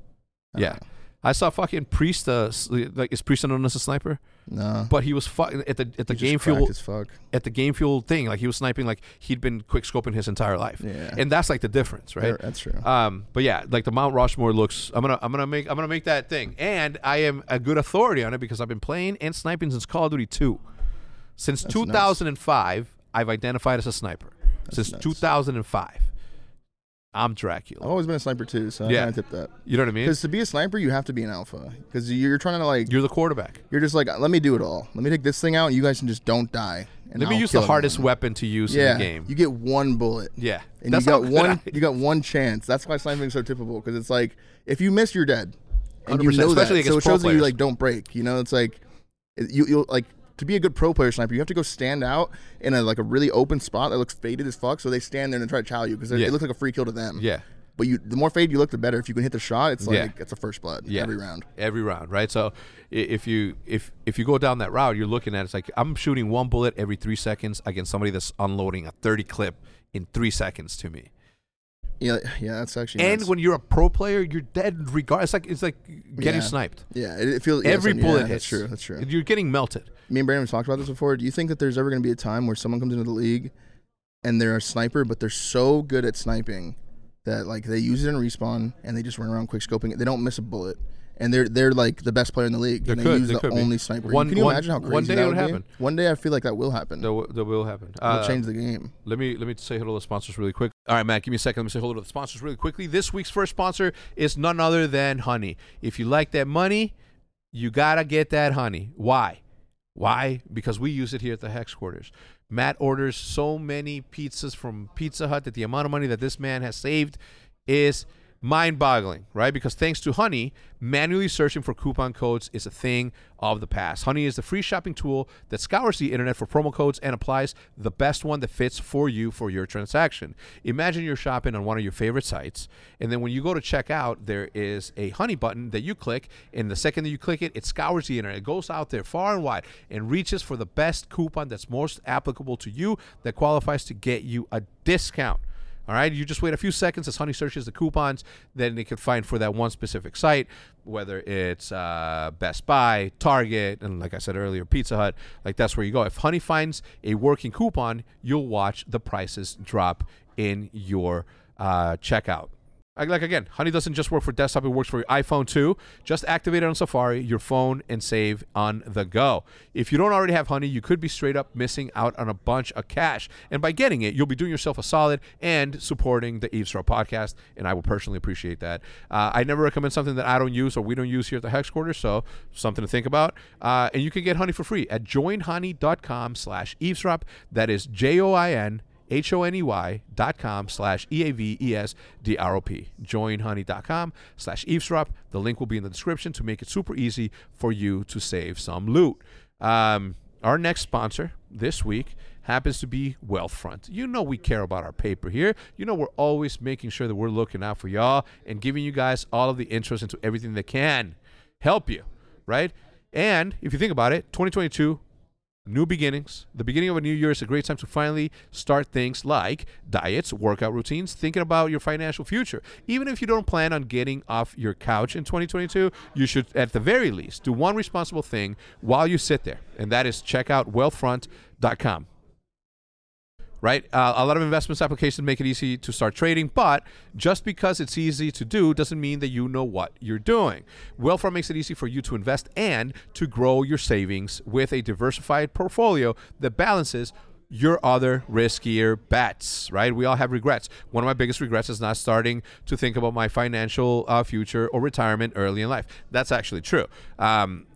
Speaker 2: I don't
Speaker 1: I saw fucking Priesta. s- Like is Priesta known as a sniper?
Speaker 2: know. No.
Speaker 1: But he was fucking at the at the
Speaker 2: He's just
Speaker 1: game
Speaker 2: cracked
Speaker 1: fuel
Speaker 2: as fuck.
Speaker 1: at the game fuel thing. Like he was sniping like he'd been quick scoping his entire life.
Speaker 2: Yeah.
Speaker 1: and that's like the difference, right?
Speaker 2: Yeah, That's true.
Speaker 1: Um, but yeah, like the Mount Rushmore looks. I'm gonna I'm gonna make I'm gonna make that thing, and I am a good authority on it because I've been playing and sniping since Call of Duty 2. Since 2005, I've identified as a sniper. since
Speaker 2: nuts.
Speaker 1: 2005, I'm Dracula.
Speaker 2: I've always been a sniper too, so
Speaker 1: Yeah.
Speaker 2: I kind of tipped that.
Speaker 1: You know what I mean?
Speaker 2: Because to be a sniper, you have to be an alpha. Because you're trying to like,
Speaker 1: You're the quarterback.
Speaker 2: you're just like, let me do it all. Let me take this thing out. You guys can just don't die. And
Speaker 1: Let me
Speaker 2: I'll
Speaker 1: use
Speaker 2: kill
Speaker 1: the hardest
Speaker 2: everyone."
Speaker 1: weapon to use
Speaker 2: yeah,
Speaker 1: in the game.
Speaker 2: You get one bullet.
Speaker 1: yeah,
Speaker 2: And
Speaker 1: that's
Speaker 2: you
Speaker 1: how
Speaker 2: got
Speaker 1: good
Speaker 2: one.
Speaker 1: I-
Speaker 2: You got one chance. That's why sniping is so typical. Because it's like, if you miss, you're dead. And you
Speaker 1: 100%,
Speaker 2: know that.
Speaker 1: especially
Speaker 2: so
Speaker 1: against
Speaker 2: it
Speaker 1: pro
Speaker 2: shows that you
Speaker 1: players.
Speaker 2: like don't break. You know, it's like, it- you you'll like to be a good pro player sniper, you have to go stand out in a like a really open spot that looks faded as fuck. So they stand there and try to chow you because
Speaker 1: Yeah.
Speaker 2: it looks like a free kill to them.
Speaker 1: Yeah.
Speaker 2: But you, the more faded you look, the better. If you can hit the shot, it's like
Speaker 1: Yeah.
Speaker 2: it's a first blood
Speaker 1: Yeah.
Speaker 2: every round.
Speaker 1: every round, right? So i- if you if if you go down that route, you're looking at it's like I'm shooting one bullet every three seconds against somebody that's unloading a 30 clip in three seconds to me.
Speaker 2: Yeah, yeah, that's actually
Speaker 1: And
Speaker 2: nuts.
Speaker 1: when you're a pro player, you're dead regardless. It's like it's like getting
Speaker 2: Yeah.
Speaker 1: sniped.
Speaker 2: yeah, it, it feels yeah,
Speaker 1: every
Speaker 2: so- yeah,
Speaker 1: bullet
Speaker 2: That's
Speaker 1: hits.
Speaker 2: true. That's true.
Speaker 1: You're getting melted.
Speaker 2: me and Brandon have talked about this before. Do you think that there's ever going to be a time where someone comes into the league and they're a sniper, but they're so good at sniping that like they use it in respawn and they just run around quick scoping it. They don't miss a bullet, and they're they're like the best player in the league. and they
Speaker 1: could-
Speaker 2: use
Speaker 1: there
Speaker 2: the
Speaker 1: could be.
Speaker 2: only sniper.
Speaker 1: One-
Speaker 2: Can you
Speaker 1: one-
Speaker 2: imagine how
Speaker 1: one
Speaker 2: crazy
Speaker 1: day
Speaker 2: that
Speaker 1: it would
Speaker 2: would be?
Speaker 1: happen.
Speaker 2: One day, I feel like that will happen.
Speaker 1: That, w- that will happen.
Speaker 2: It'll
Speaker 1: Uh,
Speaker 2: change the game.
Speaker 1: Let me let me say hello to the sponsors really quick. All right, Matt, give me a second. Let me say hello to the sponsors really quickly. This week's first sponsor is none other than Honey. If you like that money, you gotta get that honey. Why? Why? Because we use it here at the Hex Quarters. Matt orders so many pizzas from Pizza Hut that the amount of money that this man has saved is mind-boggling, right? Because thanks to Honey, manually searching for coupon codes is a thing of the past. Honey is the free shopping tool that scours the internet for promo codes and applies the best one that fits for you for your transaction. Imagine you're shopping on one of your favorite sites, and then when you go to check out, there is a Honey button that you click, and the second that you click it, it scours the internet. It goes out there far and wide and reaches for the best coupon that's most applicable to you that qualifies to get you a discount. All right, you just wait a few seconds as Honey searches the coupons then it can find for that one specific site, whether it's uh, Best Buy, Target, and like I said earlier, Pizza Hut. Like that's where you go. If Honey finds a working coupon, you'll watch the prices drop in your uh, checkout. Like like, again, Honey doesn't just work for desktop; it works for your iPhone too. Just activate it on Safari, your phone, and save on the go. If you don't already have Honey, you could be straight up missing out on a bunch of cash. And by getting it, you'll be doing yourself a solid and supporting the Eavesdrop podcast. And I will personally appreciate that. Uh, I never recommend something that I don't use or we don't use here at the Hex Quarter, so something to think about. Uh, and you can get Honey for free at joinhoney.com/eavesdrop. That is J-O-I-N. H-O-N-E-Y E dot com slash E E-A-V-E-S-D-R-O-P. Joinhoney.com slash eavesdrop. The link will be in the description to make it super easy for you to save some loot. Um, our next sponsor this week happens to be Wealthfront. You know we care about our paper here. You know we're always making sure that we're looking out for y'all and giving you guys all of the intros into everything that can help you, right? And if you think about it, 2022 New beginnings. The beginning of a new year is a great time to finally start things like diets, workout routines, thinking about your financial future. Even if you don't plan on getting off your couch in 2022, you should, at the very least, do one responsible thing while you sit there, and that is check out wealthfront.com right? Uh, a lot of investments applications make it easy to start trading, but just because it's easy to do doesn't mean that you know what you're doing. Wealthfront makes it easy for you to invest and to grow your savings with a diversified portfolio that balances your other riskier bets, right? We all have regrets. One of my biggest regrets is not starting to think about my financial uh, future or retirement early in life. That's actually true. Um,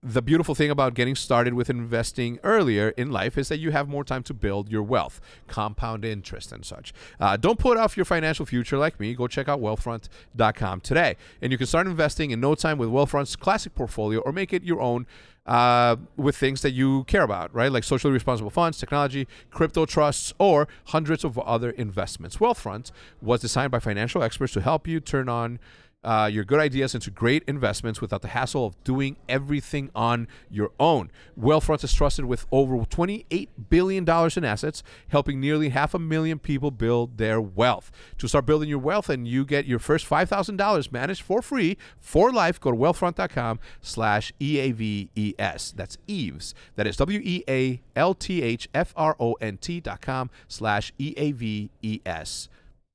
Speaker 1: the beautiful thing about getting started with investing earlier in life is that you have more time to build your wealth, compound interest, and such. Uh, don't put off your financial future like me. Go check out wealthfront.com today. And you can start investing in no time with Wealthfront's classic portfolio or make it your own uh, with things that you care about, right? Like socially responsible funds, technology, crypto trusts, or hundreds of other investments. Wealthfront was designed by financial experts to help you turn on uh, your good ideas into great investments without the hassle of doing everything on your own. Wealthfront is trusted with over $28 billion in assets, helping nearly half a million people build their wealth. To start building your wealth and you get your first $5,000 managed for free for life, go to wealthfront.com slash E E-A-V-E-S. That's Eves. That is E W-E-A-L-T-H-F-R-O-N-T dot com slash E E-A-V-E-S.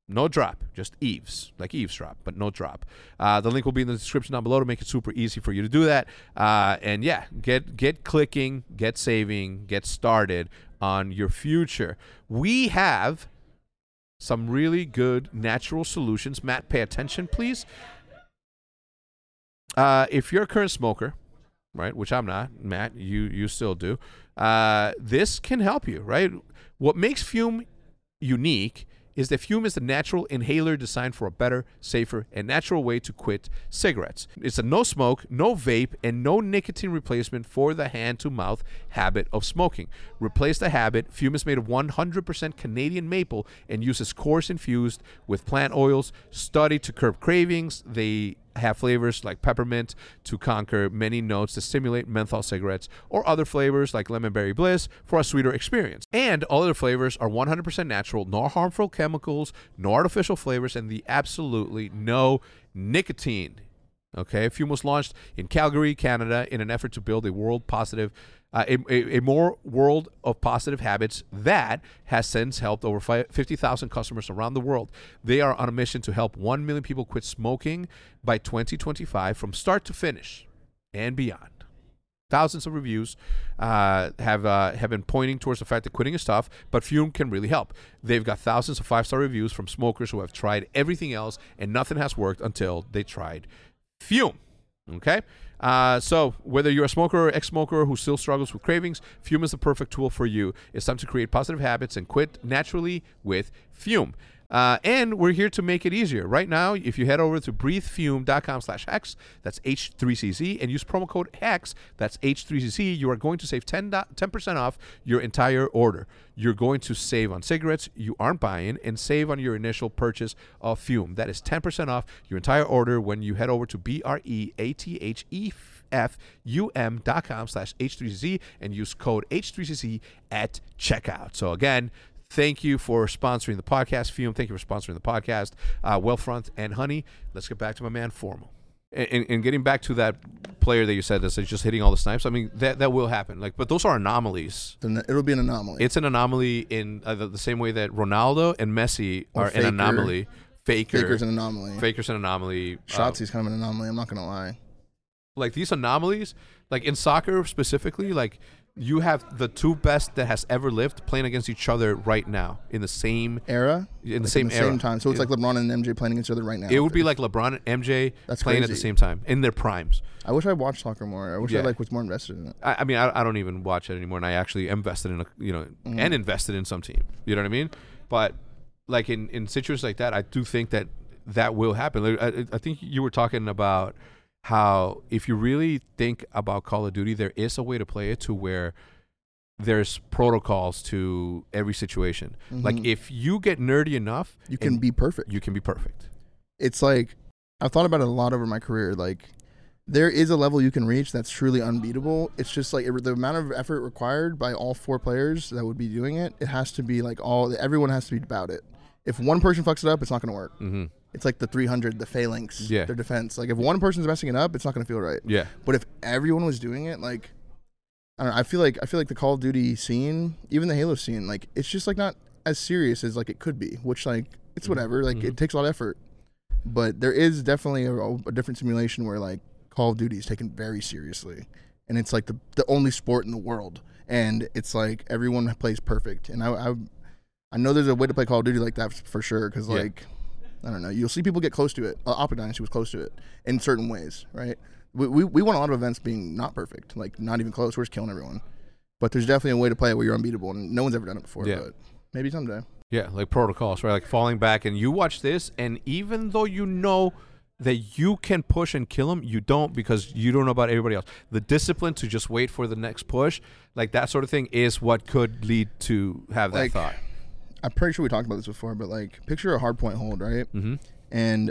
Speaker 1: No drop, just eaves, like eavesdrop, but no drop. Uh, the link will be in the description down below to make it super easy for you to do that. Uh, and yeah, get get clicking, get saving, get started on your future. We have some really good natural solutions. Matt, pay attention, please. Uh, if you're a current smoker, right, which I'm not, Matt, you you still do, uh, this can help you, right? What makes fume unique is that fume is the natural inhaler designed for a better, safer, and natural way to quit cigarettes. It's a no smoke, no vape, and no nicotine replacement for the hand to mouth habit of smoking. Replace the habit. Fume is made of 100% Canadian maple and uses coarse infused with plant oils, studied to curb cravings. They have flavors like peppermint to conquer many notes to stimulate menthol cigarettes or other flavors like lemon berry bliss for a sweeter experience. And all other flavors are 100% natural, no harmful chemicals, no artificial flavors, and the absolutely no nicotine. Okay, Fume was launched in Calgary, Canada, in an effort to build a world positive, uh, a, a, a more world of positive habits that has since helped over fi- 50,000 customers around the world. They are on a mission to help 1 million people quit smoking by 2025 from start to finish and beyond. Thousands of reviews uh, have uh, have been pointing towards the fact that quitting is tough, but Fume can really help. They've got thousands of five star reviews from smokers who have tried everything else and nothing has worked until they tried Fume. Okay? Uh, so, whether you're a smoker or ex smoker who still struggles with cravings, Fume is the perfect tool for you. It's time to create positive habits and quit naturally with Fume. Uh, and we're here to make it easier. Right now, if you head over to breathefume.com slash hex, that's H3CZ, and use promo code HEX, that's H3CZ, you are going to save 10, do- 10% off your entire order. You're going to save on cigarettes you aren't buying and save on your initial purchase of Fume. That is 10% off your entire order when you head over to E B-R-E-A-T-H-E F-U-M.com slash H3CZ and use code H3CZ at checkout. So again, Thank you for sponsoring the podcast, Fume. Thank you for sponsoring the podcast, uh, Wellfront and Honey. Let's get back to my man Formal. And, and, and getting back to that player that you said that's just hitting all the snipes. I mean, that that will happen. Like, but those are anomalies.
Speaker 2: Then it'll be an anomaly.
Speaker 1: It's an anomaly in uh, the, the same way that Ronaldo and Messi
Speaker 2: Or
Speaker 1: are
Speaker 2: Faker.
Speaker 1: an anomaly. Faker,
Speaker 2: Faker's an anomaly.
Speaker 1: Faker's an anomaly. Uh,
Speaker 2: Shotzi's kind of an anomaly. I'm not gonna lie.
Speaker 1: like these anomalies, like in soccer specifically, like you have the two best that has ever lived playing against each other right now in the same
Speaker 2: Era.
Speaker 1: in the same
Speaker 2: the
Speaker 1: era.
Speaker 2: same time. So it's like LeBron and MJ playing against each other right now.
Speaker 1: It would be like LeBron and MJ
Speaker 2: That's
Speaker 1: playing at the
Speaker 2: crazy.
Speaker 1: same time in their primes.
Speaker 2: I wish I watched soccer more. I wish
Speaker 1: Yeah.
Speaker 2: I like was more invested in it.
Speaker 1: I, I mean, I, I don't even watch it anymore, and I actually am invested in a you know
Speaker 2: Mm.
Speaker 1: and invested in some team. You know what I mean? But like in in situations like that, I do think that that will happen. Like, I, I think you were talking about how if you really think about Call of Duty, there is a way to play it to where there's protocols to every situation. Like if you get nerdy enough,
Speaker 2: Mm-hmm. You can
Speaker 1: and
Speaker 2: be perfect.
Speaker 1: you can be perfect.
Speaker 2: It's like I've thought about it a lot over my career. Like there is a level you can reach that's truly unbeatable. It's just like it, the amount of effort required by all four players that would be doing it. It has to be like all everyone has to be about it. If one person fucks it up, it's not gonna work.
Speaker 1: Mm-hmm.
Speaker 2: It's like the 300, the phalanx,
Speaker 1: Yeah.
Speaker 2: their defense. Like if one person's messing it up, it's not gonna feel right.
Speaker 1: Yeah.
Speaker 2: But if everyone was doing it, like I don't know, I feel like I feel like the Call of Duty scene, even the Halo scene, like it's just like not as serious as like it could be. Which like it's whatever. Like it takes a lot of effort, but there is definitely a, a different simulation where like Call of Duty is taken very seriously, and it's like the the only sport in the world, and it's like everyone plays perfect. And I I, I know there's a way to play Call of Duty like that for sure because
Speaker 1: Yeah.
Speaker 2: like. I don't know. You'll see people get close to it. Uh, Opera Dynasty was close to it in certain ways, right? We, we, we want a lot of events being not perfect, like not even close. We're just killing everyone. But there's definitely a way to play it where you're unbeatable, and no one's ever done it before.
Speaker 1: Yeah.
Speaker 2: But maybe someday.
Speaker 1: Yeah, like protocols, right? Like falling back, and you watch this, and even though you know that you can push and kill them, you don't because you don't know about everybody else. The discipline to just wait for the next push, like that sort of thing, is what could lead to have that
Speaker 2: Like-
Speaker 1: thought.
Speaker 2: I'm pretty sure we talked about this before, but like picture a hard point hold, right?
Speaker 1: Mm-hmm.
Speaker 2: And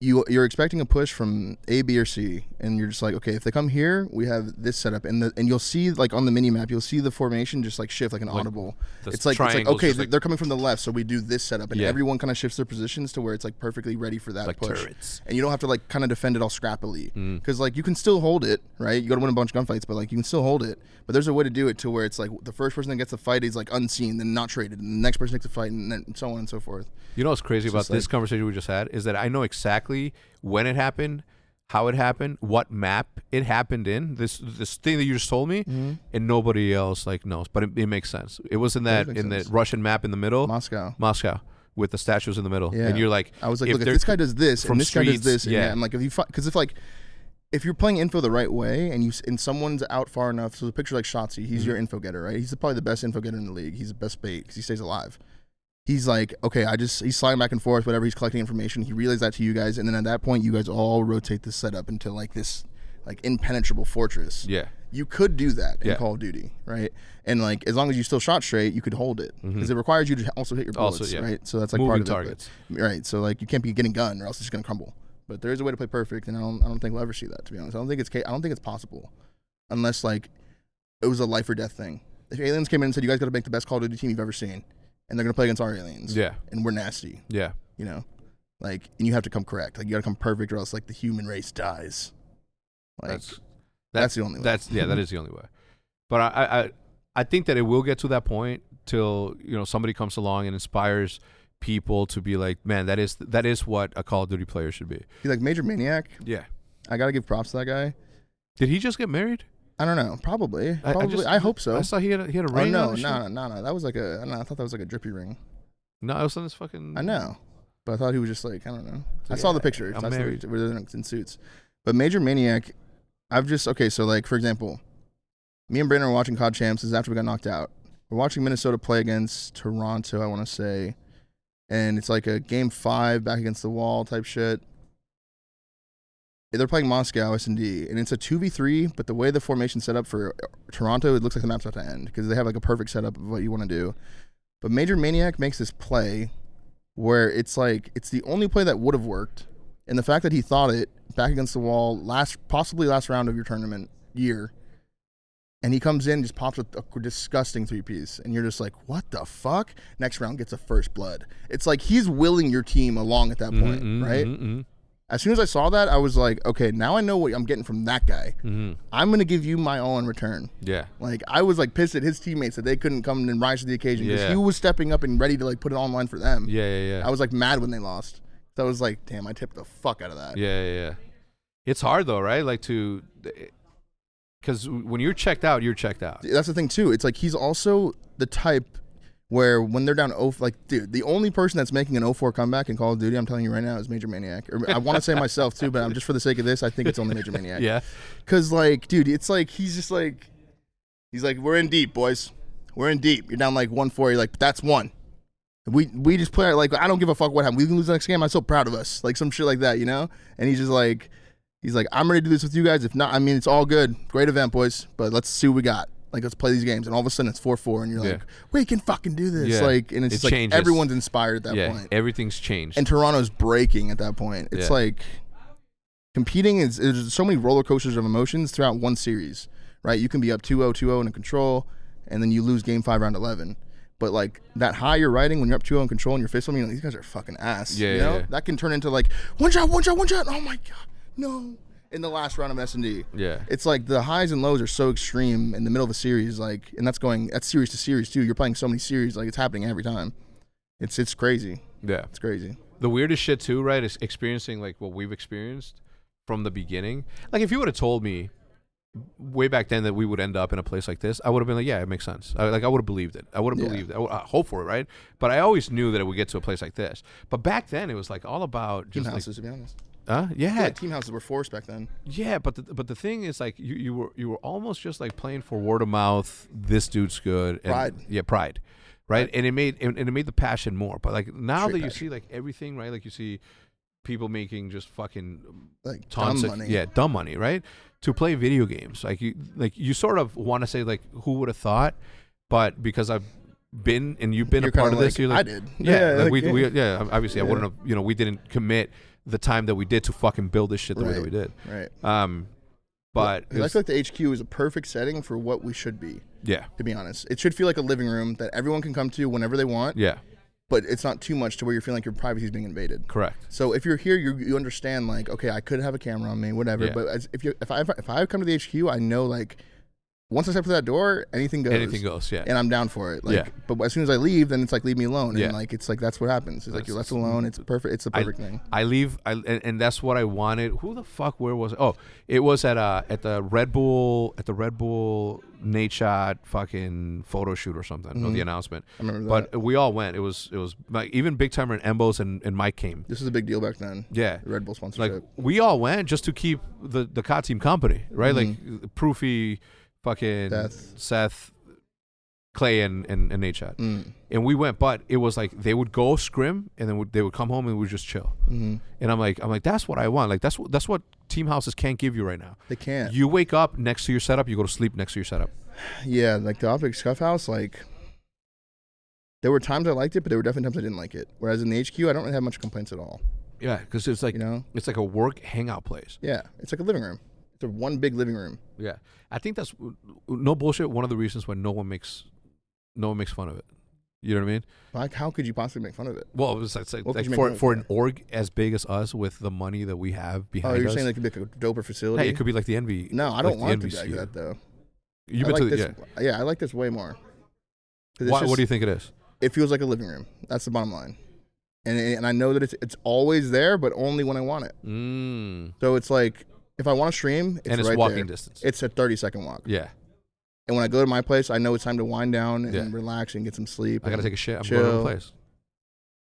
Speaker 2: you you're expecting a push from A, B, or C, and you're just like, okay, if they come here, we have this setup, and the and you'll see like on the mini map, you'll see the formation just like shift like an audible.
Speaker 1: the
Speaker 2: It's like, it's like
Speaker 1: triangles
Speaker 2: okay,
Speaker 1: just,
Speaker 2: th-
Speaker 1: like-
Speaker 2: they're coming from the left, so we do this setup, and
Speaker 1: Yeah.
Speaker 2: everyone kind of shifts their positions to where it's like perfectly ready for that
Speaker 1: Like
Speaker 2: push. Mm.
Speaker 1: turrets.
Speaker 2: and you don't have to like kind of defend it all scrappily because like you can still hold it right you gotta win a bunch of gunfights but like you can still hold it but there's a way to do it to where it's like the first person that gets the fight is like unseen then not traded and the next person takes a fight and then so on and so forth
Speaker 1: You know what's crazy about
Speaker 2: just
Speaker 1: this conversation we just had is that I know exactly when it happened, how it happened, what map it happened in. This this thing that you just told me,
Speaker 2: Mm-hmm.
Speaker 1: and nobody else like knows, but it, it makes sense. It was in that
Speaker 2: make
Speaker 1: in
Speaker 2: sense.
Speaker 1: the Russian map in the middle.
Speaker 2: moscow
Speaker 1: Moscow with the statues in the middle,
Speaker 2: Yeah.
Speaker 1: and you're like,
Speaker 2: i was like look if
Speaker 1: they're-
Speaker 2: this guy does this
Speaker 1: from
Speaker 2: and this guy
Speaker 1: streets,
Speaker 2: does this and
Speaker 1: yeah.
Speaker 2: yeah i'm like if you because if like if you're playing info the right way and you s- and someone's out far enough
Speaker 1: Mm-hmm.
Speaker 2: so the picture like Shotzi, he's your info getter right he's probably the best info getter in the league he's the best bait because he stays alive he's like, okay, I just he's sliding back and forth, whatever. He's collecting information. He relays that to you guys, and then at that point, you guys all rotate this setup into like this like impenetrable fortress.
Speaker 1: Yeah.
Speaker 2: You could do that in
Speaker 1: Yeah.
Speaker 2: Call of Duty, right? And like as long as you still shot straight, you could hold it because it requires you to also hit your bullets,
Speaker 1: Mm-hmm. Also, yeah.
Speaker 2: right? So that's like
Speaker 1: Moving
Speaker 2: part of
Speaker 1: targets.
Speaker 2: It, but- right. So like you can't be getting gun or else it's gonna crumble. But there is a way to play perfect, and I don't I don't think we'll ever see that to be honest. I don't think it's ca- I don't think it's possible unless like it was a life or death thing. If aliens came in and said you guys got to make the best Call of Duty team you've ever seen, and they're gonna play against our aliens,
Speaker 1: Yeah.
Speaker 2: and we're nasty,
Speaker 1: Yeah.
Speaker 2: you know, like and you have to come correct, like you got to come perfect or else like the human race dies. Like
Speaker 1: that's
Speaker 2: that's the only way.
Speaker 1: That's yeah, that is the only way. But I, I I- I think that it will get to that point till you know somebody comes along and inspires people to be like, man, that is that is what a Call of Duty player should be.
Speaker 2: he's like major maniac.
Speaker 1: Yeah.
Speaker 2: I gotta give props to that guy.
Speaker 1: Did he just get married?
Speaker 2: I don't know. Probably.
Speaker 1: I- I
Speaker 2: Probably. I,
Speaker 1: just-
Speaker 2: hope so.
Speaker 1: I saw he had a, he had a
Speaker 2: Oh
Speaker 1: ring.
Speaker 2: no,
Speaker 1: on
Speaker 2: no, no, no. That was like a. I, don't know, I thought that was like a drippy ring.
Speaker 1: no, no, it was on his fucking.
Speaker 2: I know, but I thought he was just like I don't know. I saw the
Speaker 1: Yeah,
Speaker 2: picture.
Speaker 1: I'm
Speaker 2: I saw the
Speaker 1: married.
Speaker 2: picture where they're in suits. But Major Maniac, I've just okay. So like for example, me and Brandon were watching COD Champs. This is after we got knocked out. We're watching Minnesota play against Toronto. I want to say, and it's like a game five back against the wall type shit. They're playing Moscow S and D, and it's a two v three. But the way the formation set up for Toronto, it looks like the map's about to end because they have like a perfect setup of what you want to do. But Major Maniac makes this play where it's like it's the only play that would have worked, and the fact that he thought it back against the wall last, possibly last round of your tournament year, and he comes in and just pops a, a disgusting three piece, and you're just like, what the fuck? Next round gets a first blood. It's like he's willing your team along at that
Speaker 1: Mhm,
Speaker 2: point,
Speaker 1: mhm,
Speaker 2: right?
Speaker 1: mhm,
Speaker 2: As soon as I saw that, I was like, okay, now I know what I'm getting from that guy.
Speaker 1: mhm.
Speaker 2: I'm gonna give you my all in return.
Speaker 1: Yeah.
Speaker 2: Like I was like pissed at his teammates that they couldn't come and rise to the occasion because
Speaker 1: Yeah.
Speaker 2: he was stepping up and ready to like put it online for them.
Speaker 1: Yeah. Yeah. Yeah.
Speaker 2: I was like mad when they lost. So I was like, damn, I tipped the fuck out of that.
Speaker 1: Yeah, yeah, yeah. It's hard though, right? Like to, because when you're checked out, you're checked out.
Speaker 2: That's the thing too. It's like he's also the type where when they're down 0 like dude, the only person that's making an 0-4 comeback in Call of Duty, I'm telling you right now, is Major Maniac. Or I want to say myself too, but I'm just for the sake of this, I think it's only Major Maniac.
Speaker 1: Yeah,
Speaker 2: Cause like, dude, it's like he's just like, he's like, we're in deep, boys. We're in deep. You're down like one four. You're like, that's one. We we just play like I don't give a fuck what happened. We can lose the next game. I'm so proud of us. Like some shit like that, you know. And he's just like, he's like, I'm ready to do this with you guys. If not, I mean, it's all good. Great event, boys. But let's see what we got. Like let's play these games. And all of a sudden it's four four, and you're
Speaker 1: Yeah.
Speaker 2: like, we can fucking do this.
Speaker 1: Yeah.
Speaker 2: Like, and
Speaker 1: It
Speaker 2: it's just, like
Speaker 1: changes.
Speaker 2: everyone's inspired at that
Speaker 1: yeah.
Speaker 2: point
Speaker 1: Everything's changed.
Speaker 2: and Toronto's breaking at that point. It's
Speaker 1: Yeah.
Speaker 2: like competing is there's so many roller coasters of emotions throughout one series, right? You can be up 2-0, 2-0 and in control, and then you lose game five, round eleven. But like that high you're riding when you're up 2-0 in control and you're fist you're like, these guys are fucking ass.
Speaker 1: Yeah,
Speaker 2: you
Speaker 1: yeah,
Speaker 2: know?
Speaker 1: yeah.
Speaker 2: That can turn into like one shot, one shot, one shot. Oh my god, no! In the last round of S and D.
Speaker 1: Yeah.
Speaker 2: It's like the highs and lows are so extreme in the middle of a series, like, and that's going that's series to series too. You're playing so many series, like it's happening every time. It's it's crazy.
Speaker 1: yeah.
Speaker 2: It's crazy.
Speaker 1: The weirdest shit too, right? Is experiencing like what we've experienced from the beginning. Like if you would have told me way back then that we would end up in a place like this, I would have been like, yeah, it makes sense. I, like I would have believed it. I would have
Speaker 2: Yeah.
Speaker 1: believed it. I, would, I hope for it, right? But I always knew that it would get to a place like this. But back then, it was like all about
Speaker 2: Team
Speaker 1: just like, eh.
Speaker 2: houses, to be honest.
Speaker 1: huh?
Speaker 2: Yeah,
Speaker 1: Yeah,
Speaker 2: team houses were forced back then.
Speaker 1: Yeah, but the, but the thing is, like you, you were you were almost just like playing for word of mouth. This dude's good. And,
Speaker 2: Pride.
Speaker 1: Yeah, pride. Right, and it made and, and it made the passion more. But like now
Speaker 2: Straight
Speaker 1: that you
Speaker 2: passion.
Speaker 1: see like everything, right? Like you see people making just fucking
Speaker 2: Like
Speaker 1: tons
Speaker 2: dumb
Speaker 1: of
Speaker 2: money.
Speaker 1: yeah dumb money, right? To play video games, like you like you sort of want to say like who would have thought, but because I've been and you've been
Speaker 2: You're
Speaker 1: a part of
Speaker 2: kinda
Speaker 1: this,
Speaker 2: like,
Speaker 1: you're like
Speaker 2: "I did."
Speaker 1: yeah,
Speaker 2: Yeah,
Speaker 1: like,
Speaker 2: like,
Speaker 1: we,
Speaker 2: yeah.
Speaker 1: we yeah obviously I
Speaker 2: Yeah.
Speaker 1: wouldn't have you know we didn't commit the time that we did to fucking build this shit the way that
Speaker 2: Right.
Speaker 1: we did.
Speaker 2: Right.
Speaker 1: Um, but it
Speaker 2: I
Speaker 1: was-
Speaker 2: feel like the HQ is a perfect setting for what we should be,
Speaker 1: yeah,
Speaker 2: to be honest. It should feel like a living room that everyone can come to whenever they want,
Speaker 1: yeah,
Speaker 2: but it's not too much to where you're feeling like your privacy is being invaded.
Speaker 1: correct.
Speaker 2: So if you're here, you you understand like okay, I could have a camera on me, whatever.
Speaker 1: Yeah.
Speaker 2: But as, if you if I if I come to the HQ, I know like once I step through that door, anything goes.
Speaker 1: Anything goes. Yeah,
Speaker 2: And I'm down for it. Like,
Speaker 1: Yeah.
Speaker 2: But as soon as I leave, then it's like leave me alone.
Speaker 1: Yeah.
Speaker 2: And like it's like that's what happens. It's like you're
Speaker 1: That's-
Speaker 2: left alone. It's perfect. It's the perfect thing.
Speaker 1: I leave. I and, and that's what I wanted. Who the fuck? Where was? It? Oh, it was at uh at the Red Bull at the Red Bull Nate shot fucking photo shoot or something or the announcement. I
Speaker 2: remember
Speaker 1: But we all went. It was it was like even Big Timer and Embos and, and Mike came.
Speaker 2: This was a big deal back then.
Speaker 1: Yeah.
Speaker 2: The Red Bull sponsorship.
Speaker 1: Like we all went just to keep the the COD team company, right? Like Proofy, fucking
Speaker 2: Seth.
Speaker 1: Seth Clay and and, and Nate Shot.
Speaker 2: Mm.
Speaker 1: And we went, but it was like they would go scrim and then would, they would come home and we would just chill.
Speaker 2: Mhm.
Speaker 1: And I'm like, I'm like, that's what I want. Like that's what that's what team houses can't give you right now.
Speaker 2: They can't.
Speaker 1: You wake up next to your setup, you go to sleep next to your setup.
Speaker 2: yeah, like the Optic Scuff House, like there were times I liked it, but there were definitely times I didn't like it. Whereas in the HQ, I don't really have much complaints at all.
Speaker 1: Yeah, because it's like
Speaker 2: You know?
Speaker 1: it's like a work hangout place.
Speaker 2: Yeah, it's like a living room. It's a one big living room.
Speaker 1: Yeah, I think that's no bullshit. One of the reasons why no one makes no one makes fun of it. You know what I mean?
Speaker 2: Like, how could you possibly make fun of it?
Speaker 1: Well, it was, it's like,
Speaker 2: What could
Speaker 1: like
Speaker 2: you make
Speaker 1: for
Speaker 2: fun of
Speaker 1: for
Speaker 2: it?
Speaker 1: an org as big as us with the money that we have
Speaker 2: Oh,
Speaker 1: behind
Speaker 2: you're
Speaker 1: us.
Speaker 2: saying that could be like a doper facility?
Speaker 1: hey, it could be like the envy.
Speaker 2: no, I
Speaker 1: like
Speaker 2: don't
Speaker 1: the
Speaker 2: want it to be
Speaker 1: NBC.
Speaker 2: like that though.
Speaker 1: You've been
Speaker 2: I like
Speaker 1: to the,
Speaker 2: this,
Speaker 1: yeah.
Speaker 2: yeah, I like this way more. 'Cause it's
Speaker 1: Why, what
Speaker 2: just-
Speaker 1: do you think it is?
Speaker 2: it feels like a living room. That's the bottom line. And and I know that it's it's always there, but only when I want it.
Speaker 1: Mm.
Speaker 2: So it's like if I want to stream, it's
Speaker 1: and it's
Speaker 2: right
Speaker 1: walking
Speaker 2: there.
Speaker 1: distance.
Speaker 2: It's a thirty second walk.
Speaker 1: yeah,
Speaker 2: And when I go to my place, I know it's time to wind down and
Speaker 1: Yeah.
Speaker 2: relax and get some sleep.
Speaker 1: I gotta
Speaker 2: and
Speaker 1: take a shit. I'm going to
Speaker 2: chill.
Speaker 1: the place.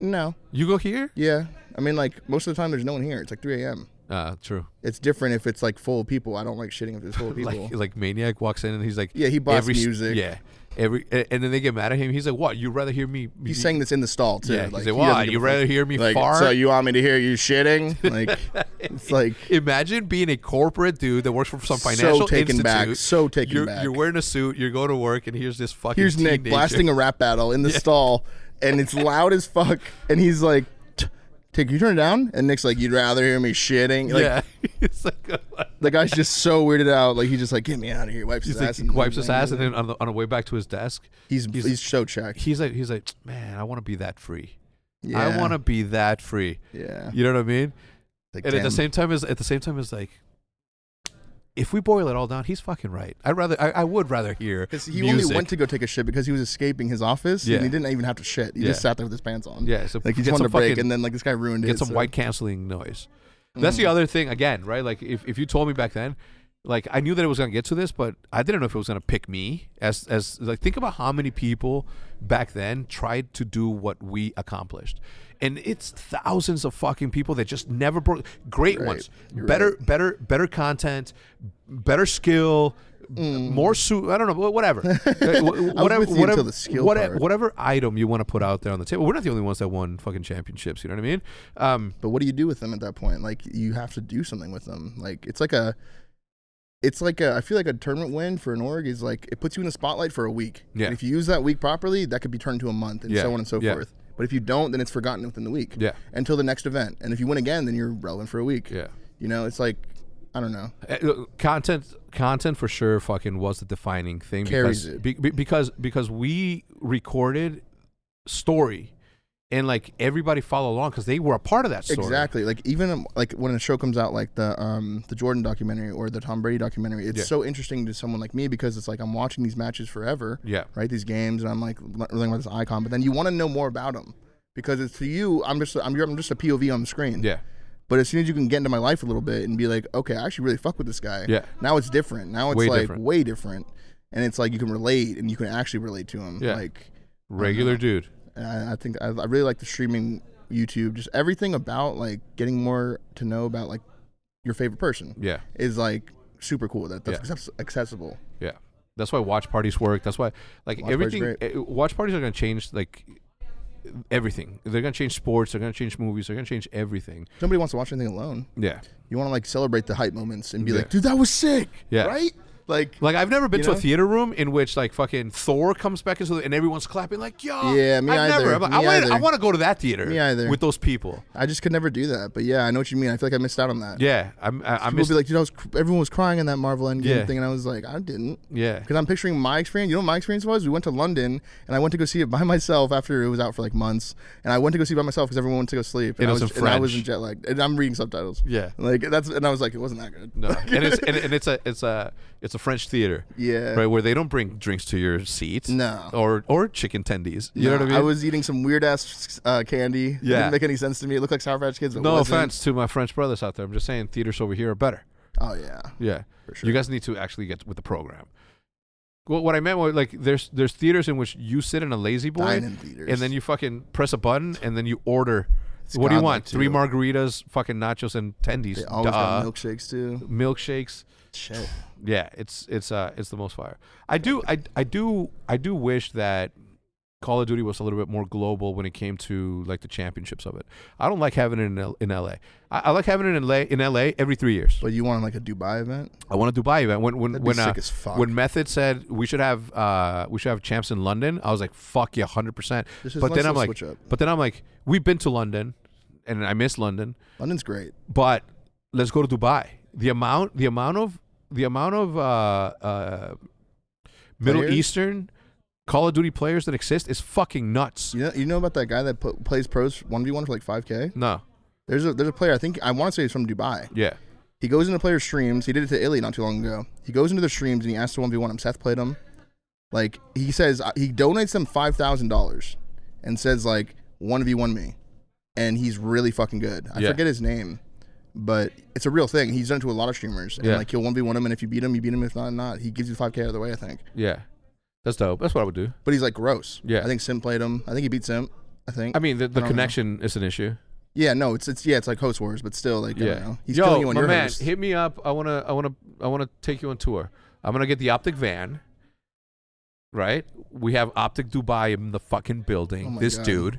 Speaker 2: No.
Speaker 1: You go here?
Speaker 2: Yeah. I mean, like most of the time, there's no one here. It's like three a.m.
Speaker 1: Uh, true.
Speaker 2: It's different if it's like full of people. I don't like shitting if it's full of people.
Speaker 1: Like like maniac walks in and he's like,
Speaker 2: yeah, he bought
Speaker 1: every s-
Speaker 2: music.
Speaker 1: Yeah, every a- and then they get mad at him. He's like, what? You'd rather hear me?
Speaker 2: He sang this in the stall too.
Speaker 1: Yeah,
Speaker 2: like,
Speaker 1: he's like,
Speaker 2: he
Speaker 1: why?
Speaker 2: doesn't give
Speaker 1: You'd
Speaker 2: a fuck.
Speaker 1: rather hear me
Speaker 2: Like,
Speaker 1: fart?
Speaker 2: so you want me to hear you shitting? Like, it's like
Speaker 1: Imagine being a corporate dude that works for some financial
Speaker 2: so taken
Speaker 1: institute.
Speaker 2: back. So taken
Speaker 1: you're,
Speaker 2: back.
Speaker 1: you're wearing a suit. You're going to work, and here's this fucking.
Speaker 2: here's Nick
Speaker 1: teenager.
Speaker 2: blasting a rap battle in the stall, and it's loud as fuck. And he's like, "T- "Take, you turn it down." And Nick's like, "You'd rather hear me shitting." Like,
Speaker 1: yeah, it's like a-
Speaker 2: the guy's just so weirded out. Like he's just like, "Get me out of here!" Wipes his
Speaker 1: he's like,
Speaker 2: ass.
Speaker 1: he
Speaker 2: and
Speaker 1: wipes his ass, and then on the, on the way back to his desk,
Speaker 2: He's
Speaker 1: he's-
Speaker 2: he's, so checked.
Speaker 1: he's like, he's like, man, I want to be that free.
Speaker 2: Yeah,
Speaker 1: I want to be that free.
Speaker 2: Yeah.
Speaker 1: You know what I mean?
Speaker 2: Like,
Speaker 1: and at the
Speaker 2: damn.
Speaker 1: same time, is at the same time, is like, if we boil it all down, he's fucking right. I'd rather, I, I would rather hear
Speaker 2: 'Cause he
Speaker 1: music.
Speaker 2: only went to go take a shit because he was escaping his office,
Speaker 1: Yeah.
Speaker 2: and he didn't even have to shit. He
Speaker 1: Yeah.
Speaker 2: just sat there with his pants on.
Speaker 1: yeah, so
Speaker 2: Like he
Speaker 1: get
Speaker 2: just wanted
Speaker 1: some
Speaker 2: to break,
Speaker 1: fucking-
Speaker 2: and then like this guy ruined
Speaker 1: get
Speaker 2: it.
Speaker 1: some
Speaker 2: so-
Speaker 1: white canceling noise. That's
Speaker 2: Mm.
Speaker 1: the other thing again, right? Like if, if you told me back then, like I knew that it was gonna get to this, but I didn't know if it was gonna pick me as as like think about how many people back then tried to do what we accomplished. And it's thousands of fucking people that just never broke great
Speaker 2: Right.
Speaker 1: ones.
Speaker 2: You're
Speaker 1: better better better content, better skill,
Speaker 2: Mm.
Speaker 1: more suit I don't know, whatever. Uh, wh-
Speaker 2: with you until the skill
Speaker 1: whate-
Speaker 2: part.
Speaker 1: whatever item you want to put out there on the table. We're not the only ones that won fucking championships, you know what I mean? Um
Speaker 2: But what do you do with them at that point? Like you have to do something with them. Like it's like a, it's like a. I feel like a tournament win for an org is like it puts you in the spotlight for a week.
Speaker 1: Yeah.
Speaker 2: And if you use that week properly, that could be turned to a month and
Speaker 1: Yeah.
Speaker 2: so on and so
Speaker 1: Yeah.
Speaker 2: forth. But if you don't, then it's forgotten within the week.
Speaker 1: Yeah.
Speaker 2: Until the next event, and if you win again, then you're relevant for a week.
Speaker 1: Yeah.
Speaker 2: You know, it's like, I don't know.
Speaker 1: Uh, look, content content for sure fucking was the defining thing
Speaker 2: Carries
Speaker 1: because
Speaker 2: it.
Speaker 1: be- be- because because we recorded story and like everybody followed along because they were a part of that story
Speaker 2: Exactly. Like even um, like when a show comes out, like the um the Jordan documentary or the Tom Brady documentary, it's
Speaker 1: Yeah.
Speaker 2: so interesting to someone like me because it's like I'm watching these matches forever.
Speaker 1: yeah
Speaker 2: right? These games, and I'm like le- learning about this icon, but then you want to know more about them because it's to you. I'm just I'm, I'm just a POV on the screen.
Speaker 1: yeah
Speaker 2: But as soon as you can get into my life a little bit and be like, okay, I actually really fuck with this guy.
Speaker 1: Yeah.
Speaker 2: Now it's different. Now it's
Speaker 1: Way
Speaker 2: like
Speaker 1: different.
Speaker 2: way different, and it's like you can relate and you can actually relate to him.
Speaker 1: Yeah.
Speaker 2: Like,
Speaker 1: regular dude
Speaker 2: and I, I think I, I really like the streaming, YouTube, just everything about like getting more to know about like your favorite person
Speaker 1: yeah
Speaker 2: is like super cool. That that's
Speaker 1: Yeah.
Speaker 2: access- accessible.
Speaker 1: yeah that's why watch parties work that's why like
Speaker 2: Watch parties
Speaker 1: everything
Speaker 2: great.
Speaker 1: eh, watch parties are gonna change like everything they're gonna change sports they're gonna change movies they're gonna change everything
Speaker 2: Nobody wants to watch anything alone.
Speaker 1: yeah
Speaker 2: You want to like celebrate the hype moments and be
Speaker 1: Yeah.
Speaker 2: like, dude, that was sick.
Speaker 1: Yeah.
Speaker 2: Right? Like,
Speaker 1: Like I've never been
Speaker 2: You
Speaker 1: to
Speaker 2: know?
Speaker 1: a theater room in which like fucking Thor comes back into the, and everyone's clapping like yo.
Speaker 2: Yeah, me
Speaker 1: I've
Speaker 2: either,
Speaker 1: Never. I'm like,
Speaker 2: me
Speaker 1: I want
Speaker 2: either.
Speaker 1: I want to go to that theater.
Speaker 2: Me either.
Speaker 1: With those people.
Speaker 2: I just could never do that. But yeah, I know what you mean. I feel like I missed out on that.
Speaker 1: Yeah, I'm. I, I
Speaker 2: People
Speaker 1: miss.
Speaker 2: be like, dude, I was, cr- everyone was crying in that Marvel Endgame
Speaker 1: Yeah.
Speaker 2: thing. And I was like, I didn't.
Speaker 1: yeah,
Speaker 2: Because I'm picturing my experience. You know what my experience was? We went to London and I went to go see it by myself after it was out for like months. And I went to go see it by myself because everyone went to go sleep. And
Speaker 1: It
Speaker 2: I
Speaker 1: was in
Speaker 2: And I was
Speaker 1: French.
Speaker 2: in jet lag. And I'm reading subtitles.
Speaker 1: Yeah.
Speaker 2: Like, that's, and I was like, it wasn't that good.
Speaker 1: no, and it's and, and it's a it's a it's a French theater.
Speaker 2: Yeah.
Speaker 1: Right, where they don't bring drinks to your seat.
Speaker 2: No.
Speaker 1: Or or chicken tendies. You know what I
Speaker 2: Nah,
Speaker 1: mean?
Speaker 2: I was eating some weird ass uh, candy. It
Speaker 1: Yeah.
Speaker 2: didn't make any sense to me. It looked like Sour Patch Kids. But
Speaker 1: no
Speaker 2: wasn't.
Speaker 1: offense to my French brothers out there. I'm just saying theaters over here are better.
Speaker 2: Oh, yeah.
Speaker 1: Yeah.
Speaker 2: For sure.
Speaker 1: You guys need to actually get with the program. Well, what I meant was like there's there's theaters in which you sit in a lazy boy
Speaker 2: Dine in theaters.
Speaker 1: and then you fucking press a button and then you order what do you
Speaker 2: godlike,
Speaker 1: want? Three
Speaker 2: too.
Speaker 1: margaritas, fucking nachos, and tendies.
Speaker 2: They always
Speaker 1: Duh.
Speaker 2: got milkshakes too.
Speaker 1: milkshakes.
Speaker 2: Shit.
Speaker 1: Yeah, it's it's uh it's the most fire. I do I I do I do wish that Call of Duty was a little bit more global when it came to like the championships of it. I don't like having it in L- in LA. I, I like having it in LA in LA every three years.
Speaker 2: But you want like a Dubai event?
Speaker 1: I want a Dubai event. When when
Speaker 2: That'd be
Speaker 1: when uh,
Speaker 2: sick as fuck.
Speaker 1: when Method said we should have uh we should have champs in London, I was like fuck yeah, hundred percent.
Speaker 2: This is
Speaker 1: But
Speaker 2: nice
Speaker 1: then I'm
Speaker 2: little
Speaker 1: like,
Speaker 2: switch up.
Speaker 1: but then I'm like, we've been to London, and I miss London.
Speaker 2: London's great.
Speaker 1: But let's go to Dubai. The amount, the amount of, the amount of uh, uh, Middle
Speaker 2: Players?
Speaker 1: Eastern Call of Duty players that exist is fucking nuts.
Speaker 2: You know, you know about that guy that put, plays pros one v one for like five k.
Speaker 1: No,
Speaker 2: There's a there's a player I think I want to say he's from Dubai.
Speaker 1: yeah,
Speaker 2: He goes into player streams. He did it to Illy not too long ago. He goes into the streams and he asks to one v one him. Seth played him. Like he says, uh, he donates them five thousand dollars and says like one v one me, and he's really fucking good. I
Speaker 1: Yeah.
Speaker 2: forget his name, but it's a real thing. He's done it to a lot of streamers. And
Speaker 1: Yeah.
Speaker 2: like he'll one v one him, and if you beat him, you beat him. If not, not. He gives you five k out of the way, I think.
Speaker 1: yeah. That's dope. That's what I would do.
Speaker 2: But he's like gross.
Speaker 1: Yeah.
Speaker 2: I think Sim played him. I think he beat Sim. I think.
Speaker 1: I mean, the, the
Speaker 2: don't know.
Speaker 1: connection is an issue.
Speaker 2: yeah, no, it's it's yeah, it's like host wars, but still, like I
Speaker 1: Yeah,
Speaker 2: don't know. He's
Speaker 1: Yo,
Speaker 2: killing you on
Speaker 1: my
Speaker 2: your
Speaker 1: man,
Speaker 2: host.
Speaker 1: hit me up. I wanna, I wanna, I wanna take you on tour. I'm gonna get the Optic van. Right, we have Optic Dubai in the fucking
Speaker 2: Oh
Speaker 1: building.
Speaker 2: my
Speaker 1: this
Speaker 2: God.
Speaker 1: dude,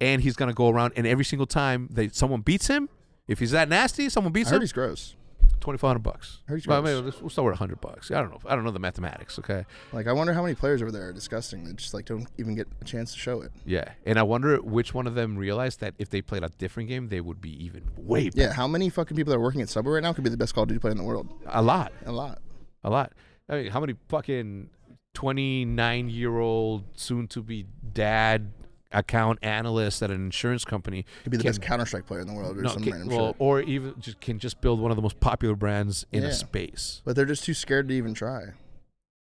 Speaker 1: and he's gonna go around, and every single time that someone beats him, if he's that nasty, someone
Speaker 2: I
Speaker 1: beats
Speaker 2: heard
Speaker 1: him,
Speaker 2: he's gross.
Speaker 1: twenty five hundred bucks.
Speaker 2: I heard he's
Speaker 1: Well,
Speaker 2: gross.
Speaker 1: maybe let's- we'll start with hundred bucks. I don't know. I don't know the mathematics. Okay.
Speaker 2: Like I wonder how many players over there are disgusting that just like don't even get a chance to show it.
Speaker 1: Yeah, and I wonder which one of them realized that if they played a different game, they would be even way. better.
Speaker 2: Yeah, how many fucking people that are working at Subway right now could be the best Call of Duty player in the world?
Speaker 1: A lot.
Speaker 2: A lot.
Speaker 1: A lot. I mean, how many fucking 29 year old soon to be dad account analyst at an insurance company
Speaker 2: Could be the
Speaker 1: can-
Speaker 2: best Counter Strike player in the world or
Speaker 1: no,
Speaker 2: some
Speaker 1: can-
Speaker 2: random
Speaker 1: well,
Speaker 2: shit.
Speaker 1: or even just can just build one of the most popular brands in
Speaker 2: Yeah.
Speaker 1: a space.
Speaker 2: But they're just too scared to even try.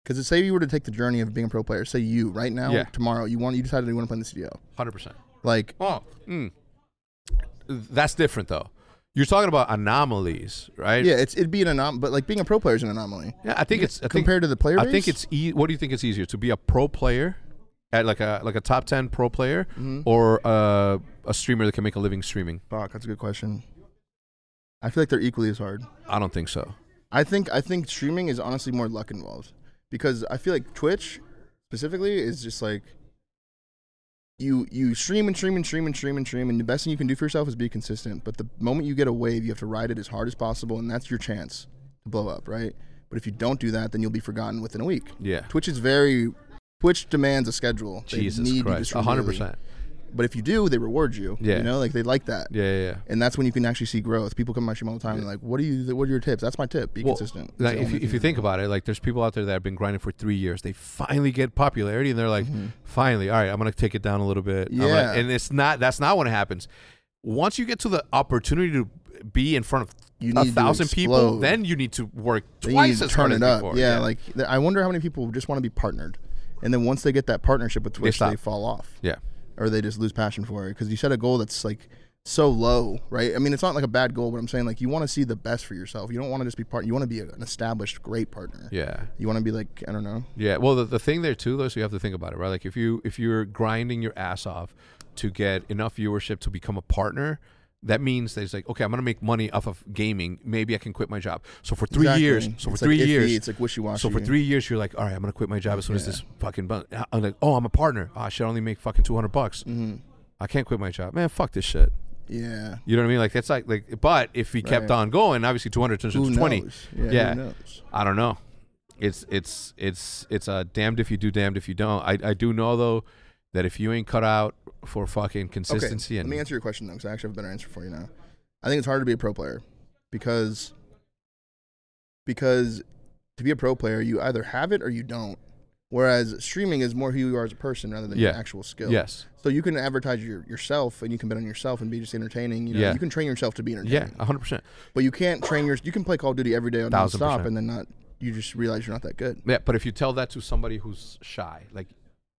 Speaker 2: Because say you were to take the journey of being a pro player, say you right now,
Speaker 1: Yeah.
Speaker 2: tomorrow, you want you decided you want to play in the CDL.
Speaker 1: 100%.
Speaker 2: Like
Speaker 1: Oh, mm. that's different though. You're talking about anomalies, right?
Speaker 2: yeah, it's it'd be an anomaly, but like being a pro player is an anomaly
Speaker 1: Yeah, I think it's I think,
Speaker 2: compared to the player.
Speaker 1: I think
Speaker 2: base?
Speaker 1: it's e- what do you think it's easier to be a pro player at like a like a top 10 pro player
Speaker 2: Mm-hmm.
Speaker 1: or uh, a streamer that can make a living streaming?
Speaker 2: fuck. That's a good question. I feel like they're equally as hard.
Speaker 1: I don't think so.
Speaker 2: I think I think streaming is honestly more luck involved because I feel like Twitch specifically is just like you you stream and stream and stream and stream and stream and the best thing you can do for yourself is be consistent. But the moment you get a wave, you have to ride it as hard as possible, and that's your chance to blow up, right? But if you don't do that, then you'll be forgotten within a week.
Speaker 1: Yeah.
Speaker 2: Twitch is very Twitch demands a schedule. They
Speaker 1: Jesus
Speaker 2: need you to
Speaker 1: Christ,
Speaker 2: stream
Speaker 1: a hundred
Speaker 2: daily.
Speaker 1: percent.
Speaker 2: But if you do, they reward you.
Speaker 1: Yeah.
Speaker 2: you know, like they like that.
Speaker 1: Yeah, yeah. yeah.
Speaker 2: And that's when you can actually see growth. People come to my stream all the time and like, "What are you? What are your tips?" That's my tip. Be
Speaker 1: Well,
Speaker 2: consistent. It's
Speaker 1: Like,
Speaker 2: the
Speaker 1: if
Speaker 2: only
Speaker 1: you, if
Speaker 2: thing.
Speaker 1: you think about it, like there's people out there that have been grinding for three years. They finally get popularity, and they're like, finally, all right, I'm gonna take it down a little bit. I'm gonna-
Speaker 2: Mm-hmm. Yeah.
Speaker 1: and it's not that's not what happens. Once you get to the opportunity to be in front of
Speaker 2: You
Speaker 1: a
Speaker 2: need to
Speaker 1: thousand people,
Speaker 2: explode.
Speaker 1: then you need to work
Speaker 2: They
Speaker 1: twice
Speaker 2: need to
Speaker 1: as hard
Speaker 2: turn
Speaker 1: as
Speaker 2: it up.
Speaker 1: before.
Speaker 2: Yeah, like th- I wonder how many people just want to be partnered, and then once they get that partnership with Twitch, they,
Speaker 1: stop.
Speaker 2: fall off,
Speaker 1: yeah,
Speaker 2: or they just lose passion for it because you set a goal that's like so low, right? I mean, it's not like a bad goal, but I'm saying like you want to see the best for yourself. You don't want to just be part. You want to be an established great partner.
Speaker 1: yeah.
Speaker 2: You want to be like I don't know.
Speaker 1: Yeah. Well, the, the thing there too, though, so you have to think about it, right? Like if you if you're grinding your ass off to get enough viewership to become a partner, that means that it's like, okay, I'm gonna make money off of gaming. Maybe I can quit my job. So for three
Speaker 2: Exactly.
Speaker 1: years, so
Speaker 2: It's
Speaker 1: for
Speaker 2: like
Speaker 1: three
Speaker 2: iffy,
Speaker 1: years,
Speaker 2: it's like wishy washy.
Speaker 1: so for three years, you're like, all right, I'm gonna quit my job as soon as this fucking. Bun- I'm like, oh, I'm a partner. Oh, I should only make fucking 200 bucks.
Speaker 2: Mm-hmm.
Speaker 1: I can't quit my job, man. Fuck this shit.
Speaker 2: yeah.
Speaker 1: You know what I mean? Like that's like like. But if he kept
Speaker 2: Right.
Speaker 1: on going, obviously 200 turns
Speaker 2: Who
Speaker 1: into 20.
Speaker 2: knows? Yeah.
Speaker 1: Yeah.
Speaker 2: Who knows?
Speaker 1: I don't know. It's it's it's it's uh, damned if you do, damned if you don't. I I do know though that if you ain't cut out for fucking consistency
Speaker 2: Okay,
Speaker 1: and
Speaker 2: let me answer your question though, because I actually have a better answer for you now. I think it's hard to be a pro player because because to be a pro player, you either have it or you don't. Whereas streaming is more who you are as a person rather than your
Speaker 1: Yeah.
Speaker 2: actual skill.
Speaker 1: yes,
Speaker 2: So you can advertise your, yourself and you can bet on yourself and be just entertaining. You know,
Speaker 1: Yeah.
Speaker 2: you can train yourself to be entertaining.
Speaker 1: yeah, hundred percent.
Speaker 2: But you can't train your. You can play Call of Duty every day on
Speaker 1: Thousand
Speaker 2: stop
Speaker 1: percent.
Speaker 2: and then not. You just realize you're not that good.
Speaker 1: Yeah, but if you tell that to somebody who's shy, like,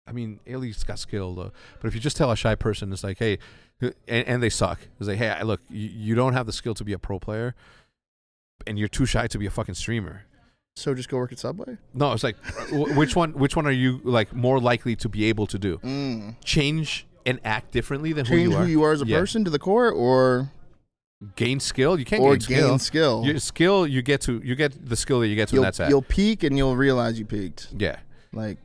Speaker 1: I mean, Ailey's got skill though. But if you just tell a shy person, it's like, hey, and, and they suck. It's like, hey, I- look, you, you don't have the skill to be a pro player, and you're too shy to be a fucking streamer.
Speaker 2: So just go work at Subway.
Speaker 1: No, it's like, wh- which one? Which one are you like more likely to be able to do?
Speaker 2: Mm.
Speaker 1: change and act differently than
Speaker 2: change
Speaker 1: who you are.
Speaker 2: as a
Speaker 1: Yeah.
Speaker 2: person to the core, or
Speaker 1: Gain skill. You can't
Speaker 2: or
Speaker 1: gain skill.
Speaker 2: gain skill.
Speaker 1: Your skill, you get to you get the skill that you get to,
Speaker 2: You'll,
Speaker 1: and that's
Speaker 2: you'll
Speaker 1: it.
Speaker 2: peak and you'll realize you peaked.
Speaker 1: Yeah,
Speaker 2: Like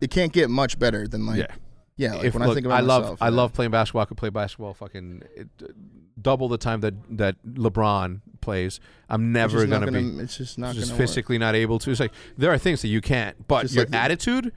Speaker 2: it can't get much better than like
Speaker 1: yeah.
Speaker 2: yeah. like
Speaker 1: if
Speaker 2: when
Speaker 1: look,
Speaker 2: I think about
Speaker 1: love
Speaker 2: myself,
Speaker 1: I
Speaker 2: yeah.
Speaker 1: love playing basketball. I could play basketball fucking it, double the time that that LeBron plays. I'm
Speaker 2: It's
Speaker 1: never
Speaker 2: just not
Speaker 1: gonna, be
Speaker 2: It's just not
Speaker 1: just
Speaker 2: gonna work.
Speaker 1: physically not able to. It's like there are things that you can't, but
Speaker 2: Just
Speaker 1: your
Speaker 2: like the-
Speaker 1: attitude,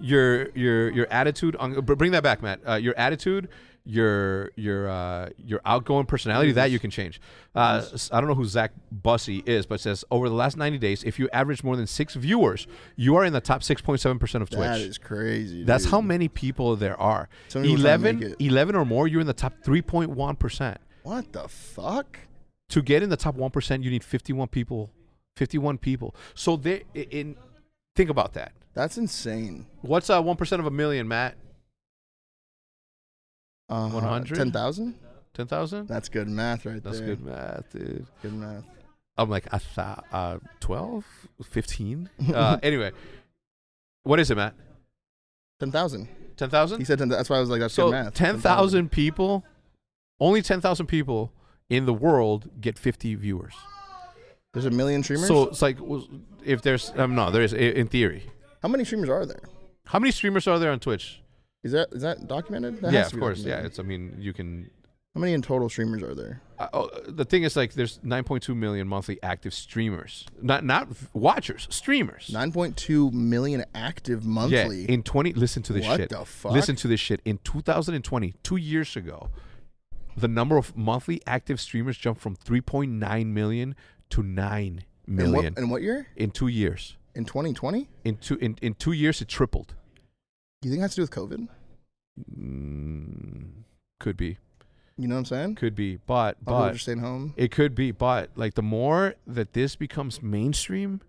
Speaker 1: your your your attitude on. But bring that back, Matt. Uh, your attitude, your your uh, your outgoing personality that you can change. Uh, s- I don't know who Zach Bussey is, but it says over the last 90 days, if you average more than six viewers, you are in the top 6.7 percent of Twitch.
Speaker 2: That is crazy.
Speaker 1: That's
Speaker 2: dude.
Speaker 1: how many e people there are.
Speaker 2: So many people trying to make
Speaker 1: 11,
Speaker 2: it.
Speaker 1: 11 or more, you're in the top 3.1%.
Speaker 2: What the fuck?
Speaker 1: To get in the top 1%, you need 51 people. 51 people. So they i- in think about that.
Speaker 2: That's insane.
Speaker 1: What's uh, 1% of a million, Matt?
Speaker 2: Uh,
Speaker 1: 100?
Speaker 2: 10,000?
Speaker 1: 10,000?
Speaker 2: That's good math right
Speaker 1: That's
Speaker 2: there.
Speaker 1: good math, dude.
Speaker 2: Good math.
Speaker 1: I'm like, I thought uh, 12, 15. Uh, anyway, what is it, Matt?
Speaker 2: 10,000. He
Speaker 1: 10,000?
Speaker 2: said 10, that's why I was like that's
Speaker 1: So
Speaker 2: good math.
Speaker 1: 10,000 people, only 10,000 people in the world get 50 viewers.
Speaker 2: There's a million streamers?
Speaker 1: So it's like was- if there's um, no, there is i- in theory.
Speaker 2: how many streamers are there?
Speaker 1: How many streamers are there on Twitch?
Speaker 2: Is that is that documented? That
Speaker 1: yeah,
Speaker 2: has
Speaker 1: of
Speaker 2: to be
Speaker 1: course. Yeah,
Speaker 2: documented.
Speaker 1: it's. I mean, you can.
Speaker 2: How many in total streamers are there?
Speaker 1: Uh, oh, the thing is, like, there's 9.2 million monthly active streamers, not not v- watchers, streamers.
Speaker 2: 9.2 million active
Speaker 1: yeah,
Speaker 2: monthly.
Speaker 1: in 20. Listen to this
Speaker 2: What
Speaker 1: shit.
Speaker 2: the fuck?
Speaker 1: Listen to this shit. In 2020, two years ago, the number of monthly active streamers jumped from 3.9 million to 9
Speaker 2: In
Speaker 1: million
Speaker 2: what, in what year?
Speaker 1: in two years.
Speaker 2: In 2020?
Speaker 1: In two in, in two years, it tripled.
Speaker 2: You think it has to do with COVID?
Speaker 1: Mm, could be.
Speaker 2: You know what I'm saying?
Speaker 1: Could be, but
Speaker 2: All people
Speaker 1: but
Speaker 2: just staying home.
Speaker 1: it could be, but like the more that this becomes mainstream,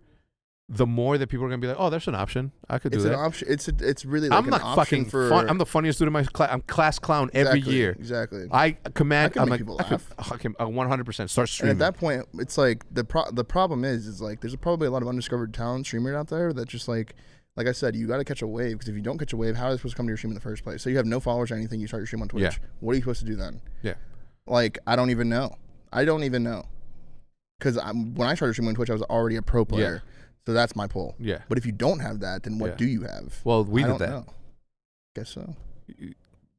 Speaker 1: the more that people are gonna be like, oh, there's an option. I could do
Speaker 2: It's an
Speaker 1: that.
Speaker 2: option. It's a, it's really like
Speaker 1: I'm
Speaker 2: an
Speaker 1: not
Speaker 2: option
Speaker 1: fucking.
Speaker 2: for.
Speaker 1: fun. I'm the funniest dude in my class. I'm class clown every
Speaker 2: Exactly,
Speaker 1: year.
Speaker 2: Exactly.
Speaker 1: I command.
Speaker 2: I can
Speaker 1: I'm
Speaker 2: make
Speaker 1: like,
Speaker 2: people
Speaker 1: I could, I can 100 percent start
Speaker 2: and
Speaker 1: streaming.
Speaker 2: at that point, it's like the pro- the problem is is like there's probably a lot of undiscovered talent streamer out there that just like like I said, you got to catch a wave because if you don't catch a wave, how are they supposed to come to your stream in the first place? So you have no followers or anything. You start your stream on Twitch.
Speaker 1: Yeah.
Speaker 2: What are you supposed to do then?
Speaker 1: yeah,
Speaker 2: Like I don't even know. I don't even know because when I started streaming on Twitch, I was already a pro player. So that's my pull.
Speaker 1: yeah.
Speaker 2: But if you don't have that, then what
Speaker 1: Yeah.
Speaker 2: do you have?
Speaker 1: Well, we
Speaker 2: I
Speaker 1: did
Speaker 2: don't
Speaker 1: that.
Speaker 2: know. Guess so.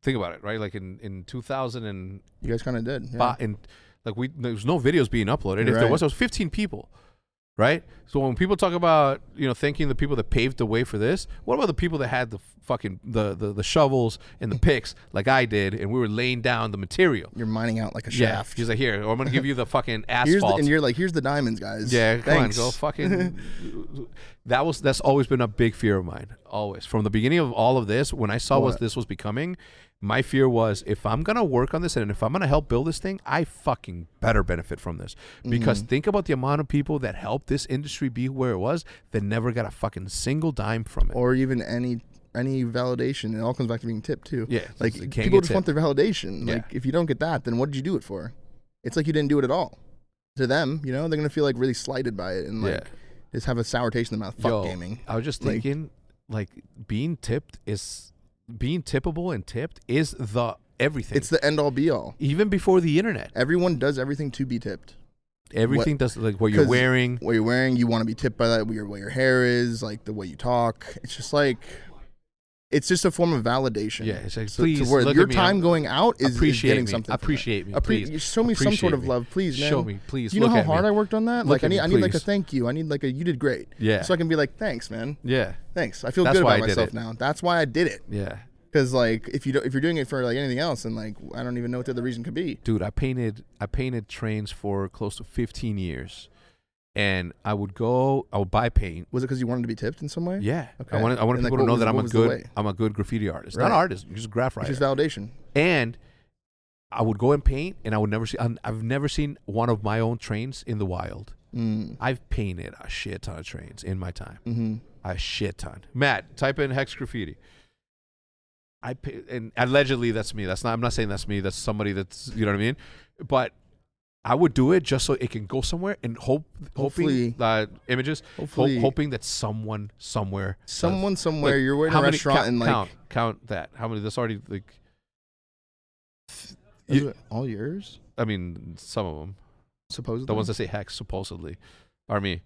Speaker 1: Think about it, right? Like in in 2000 and
Speaker 2: You guys kind of did. Yeah.
Speaker 1: But and like we there was no videos being uploaded. If there
Speaker 2: Right.
Speaker 1: was, it was 15 people, right? So when people talk about you know thanking the people that paved the way for this, what about the people that had the fucking the the, the shovels and the picks like I did, and we were laying down the material?
Speaker 2: You're mining out like a
Speaker 1: Yeah,
Speaker 2: shaft.
Speaker 1: he's like here, or I'm gonna give you the fucking
Speaker 2: Here's the,
Speaker 1: asphalt.
Speaker 2: and you're like, here's the diamonds, guys.
Speaker 1: yeah, come
Speaker 2: Thanks.
Speaker 1: on, go fucking. that was that's always been a big fear of mine. Always from the beginning of all of this, when I saw what,
Speaker 2: What?
Speaker 1: this was becoming, my fear was if I'm gonna work on this and if I'm gonna help build this thing, I fucking better benefit from this because
Speaker 2: Mm-hmm.
Speaker 1: think about the amount of people that helped this industry be where it was that never got a fucking single dime from it.
Speaker 2: or even any any validation. It all comes back to being tipped too.
Speaker 1: Yeah,
Speaker 2: like
Speaker 1: it's- it can't
Speaker 2: people
Speaker 1: get
Speaker 2: just want their validation.
Speaker 1: Yeah.
Speaker 2: Like if you don't get that, then what did you do it for? It's like you didn't do it at all. To them, you know, they're gonna feel like really slighted by it and like
Speaker 1: Yeah.
Speaker 2: just have a sour taste in their mouth. Fuck
Speaker 1: Yo,
Speaker 2: gaming.
Speaker 1: I was just
Speaker 2: Like-
Speaker 1: thinking, like, being tipped is being tippable and tipped is the everything.
Speaker 2: It's the end all be all.
Speaker 1: even before the internet,
Speaker 2: Everyone does everything to be tipped.
Speaker 1: everything does like what you're
Speaker 2: 'Cause-
Speaker 1: wearing.
Speaker 2: What you're wearing, you want to be tipped by that. What your, what your hair is, like the way you talk. It's just like, it's just a form of validation.
Speaker 1: Yeah, it's like,
Speaker 2: So- to
Speaker 1: please
Speaker 2: where
Speaker 1: look
Speaker 2: your
Speaker 1: at me,
Speaker 2: time
Speaker 1: I'm-
Speaker 2: going out is, is
Speaker 1: appreciate
Speaker 2: getting
Speaker 1: me,
Speaker 2: something. from
Speaker 1: appreciate
Speaker 2: it.
Speaker 1: me,
Speaker 2: Appre-
Speaker 1: please,
Speaker 2: you Show me some
Speaker 1: appreciate
Speaker 2: sort of
Speaker 1: me.
Speaker 2: love, please. Man.
Speaker 1: Show me, please,
Speaker 2: Do you know
Speaker 1: look
Speaker 2: how
Speaker 1: at
Speaker 2: hard
Speaker 1: me.
Speaker 2: I worked on that?
Speaker 1: Look
Speaker 2: like I
Speaker 1: at
Speaker 2: need,
Speaker 1: me,
Speaker 2: I need like a
Speaker 1: please.
Speaker 2: thank you. I need like a you did great.
Speaker 1: Yeah.
Speaker 2: So I can be like, thanks, man.
Speaker 1: Yeah,
Speaker 2: Thanks. I feel
Speaker 1: That's
Speaker 2: good
Speaker 1: why
Speaker 2: about
Speaker 1: I did
Speaker 2: myself
Speaker 1: it.
Speaker 2: now. That's why I did it.
Speaker 1: yeah,
Speaker 2: Because like, if you don't, if you're doing it for like anything else, then like, I don't even know what the other reason could be.
Speaker 1: dude. I painted I painted trains for close to 15 years, and I would go. I would buy paint.
Speaker 2: Was it because you wanted to be tipped in some way?
Speaker 1: Yeah,
Speaker 2: Okay.
Speaker 1: I wanted I wanted
Speaker 2: And, like,
Speaker 1: people
Speaker 2: what
Speaker 1: to know
Speaker 2: was-
Speaker 1: that I'm
Speaker 2: what
Speaker 1: a
Speaker 2: was the way?
Speaker 1: good I'm a good graffiti artist, not
Speaker 2: Right.
Speaker 1: artist, just graph
Speaker 2: It's
Speaker 1: writer.
Speaker 2: just validation.
Speaker 1: and I would go and paint, and I would never see. I'm- I've never seen one of my own trains in the wild.
Speaker 2: Mm.
Speaker 1: I've painted a shit ton of trains in my time.
Speaker 2: hmm
Speaker 1: a shit ton. Matt, type in hex graffiti. I pa- and allegedly that's me. That's not. I'm not saying that's me. That's somebody that's you know what I mean. But I would do it just so it can go somewhere and hope, hoping
Speaker 2: Hopefully-
Speaker 1: uh, images, ho-
Speaker 2: hopefully-
Speaker 1: hoping that someone somewhere, does-
Speaker 2: Someone somewhere,
Speaker 1: Look,
Speaker 2: you're in
Speaker 1: how
Speaker 2: a
Speaker 1: many-
Speaker 2: restaurant
Speaker 1: count,
Speaker 2: and like
Speaker 1: count count that. How many? That's already like
Speaker 2: Those
Speaker 1: You-
Speaker 2: are all yours,
Speaker 1: I mean, some of them.
Speaker 2: supposedly.
Speaker 1: The ones that say hex supposedly are me.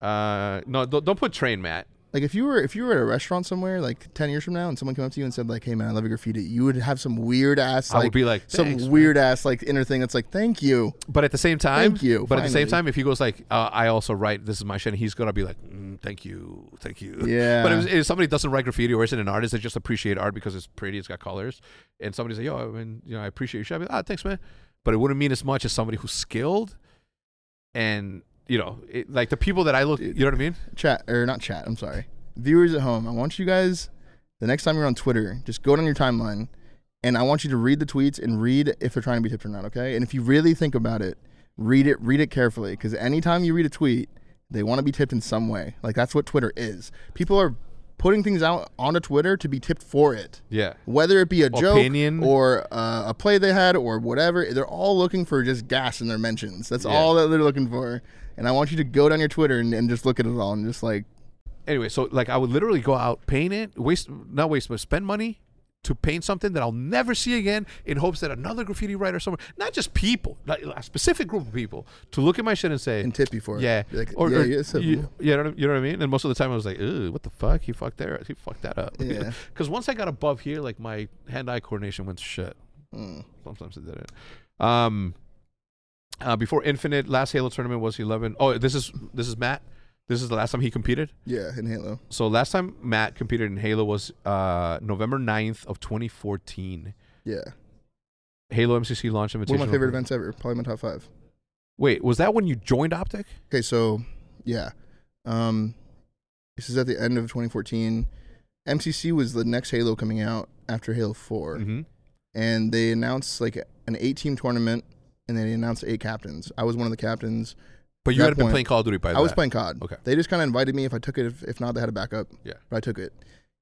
Speaker 1: Uh, no, don't, don't put train, Matt.
Speaker 2: like if you were if you were at a restaurant somewhere like ten years from now, and someone came up to you and said like, "Hey man, I love your graffiti," you would have some weird ass
Speaker 1: I
Speaker 2: like
Speaker 1: would be like
Speaker 2: some
Speaker 1: "Thanks, man."
Speaker 2: weird ass like inner thing that's like, "Thank you."
Speaker 1: But at the same time,
Speaker 2: Thank you,
Speaker 1: But at the same
Speaker 2: finally.
Speaker 1: time, if he goes like, uh, I also write. This is my shit. And he's gonna be like, mm, thank you, thank you.
Speaker 2: Yeah.
Speaker 1: But if, if somebody doesn't write graffiti or isn't an artist, they just appreciate art because it's pretty, it's got colors. And somebody say, yo, I mean, you know, I appreciate your shit. I'd be like, ah, thanks, man. But it wouldn't mean as much as somebody who's skilled, and you know, it, like the people that I look, you know what I mean?
Speaker 2: chat or not chat. I'm sorry, viewers at home. I want you guys the next time you're on Twitter, just go down your timeline, and I want you to read the tweets and read if they're trying to be tipped or not. Okay, and if you really think about it, read it, read it carefully, because anytime you read a tweet, they want to be tipped in some way. Like that's what Twitter is. People are putting things out onto Twitter to be tipped for it.
Speaker 1: Yeah.
Speaker 2: Whether it be a joke
Speaker 1: Opinion.
Speaker 2: or uh, a play they had or whatever, they're all looking for just gas in their mentions. That's all that they're looking for. And I want you to go down your Twitter and, and just look at it all and just like,
Speaker 1: anyway, so like I would literally go out, paint it, waste not waste, but spend money to paint something that I'll never see again in hopes that another graffiti writer somewhere, not just people, like a specific group of people, to look at my shit and say,
Speaker 2: and tip you for it.
Speaker 1: yeah,
Speaker 2: Be Like, yeah, yeah, so-
Speaker 1: you, you know, what I- you know what I mean. And most of the time, I was like, "Ooh, what the fuck? He fucked there. He fucked that up."
Speaker 2: Yeah.
Speaker 1: Because once I got above here, like my hand-eye coordination went to shit.
Speaker 2: Mm.
Speaker 1: Sometimes it didn't. Um, uh, before Infinite, last Halo tournament was 11. Oh, this is this is Matt. This is the last time he competed.
Speaker 2: yeah, in Halo.
Speaker 1: So last time Matt competed in Halo was uh, November 9th of 2014.
Speaker 2: Yeah.
Speaker 1: Halo MCC launch invitation.
Speaker 2: One of my favorite events ever. Probably my top five.
Speaker 1: Wait, was that when you joined Optic?
Speaker 2: Okay, so yeah, um, this is at the end of 2014. MCC was the next Halo coming out after Halo 4,
Speaker 1: Mm-hmm.
Speaker 2: and they announced like an eight-team tournament, and they announced eight captains. I was one of the captains.
Speaker 1: But you
Speaker 2: That
Speaker 1: had been
Speaker 2: point-
Speaker 1: playing Call of Duty by
Speaker 2: I
Speaker 1: then.
Speaker 2: was playing COD.
Speaker 1: Okay.
Speaker 2: They just kind of invited me if I took it. If, if not, they had a backup.
Speaker 1: Yeah.
Speaker 2: But I took it,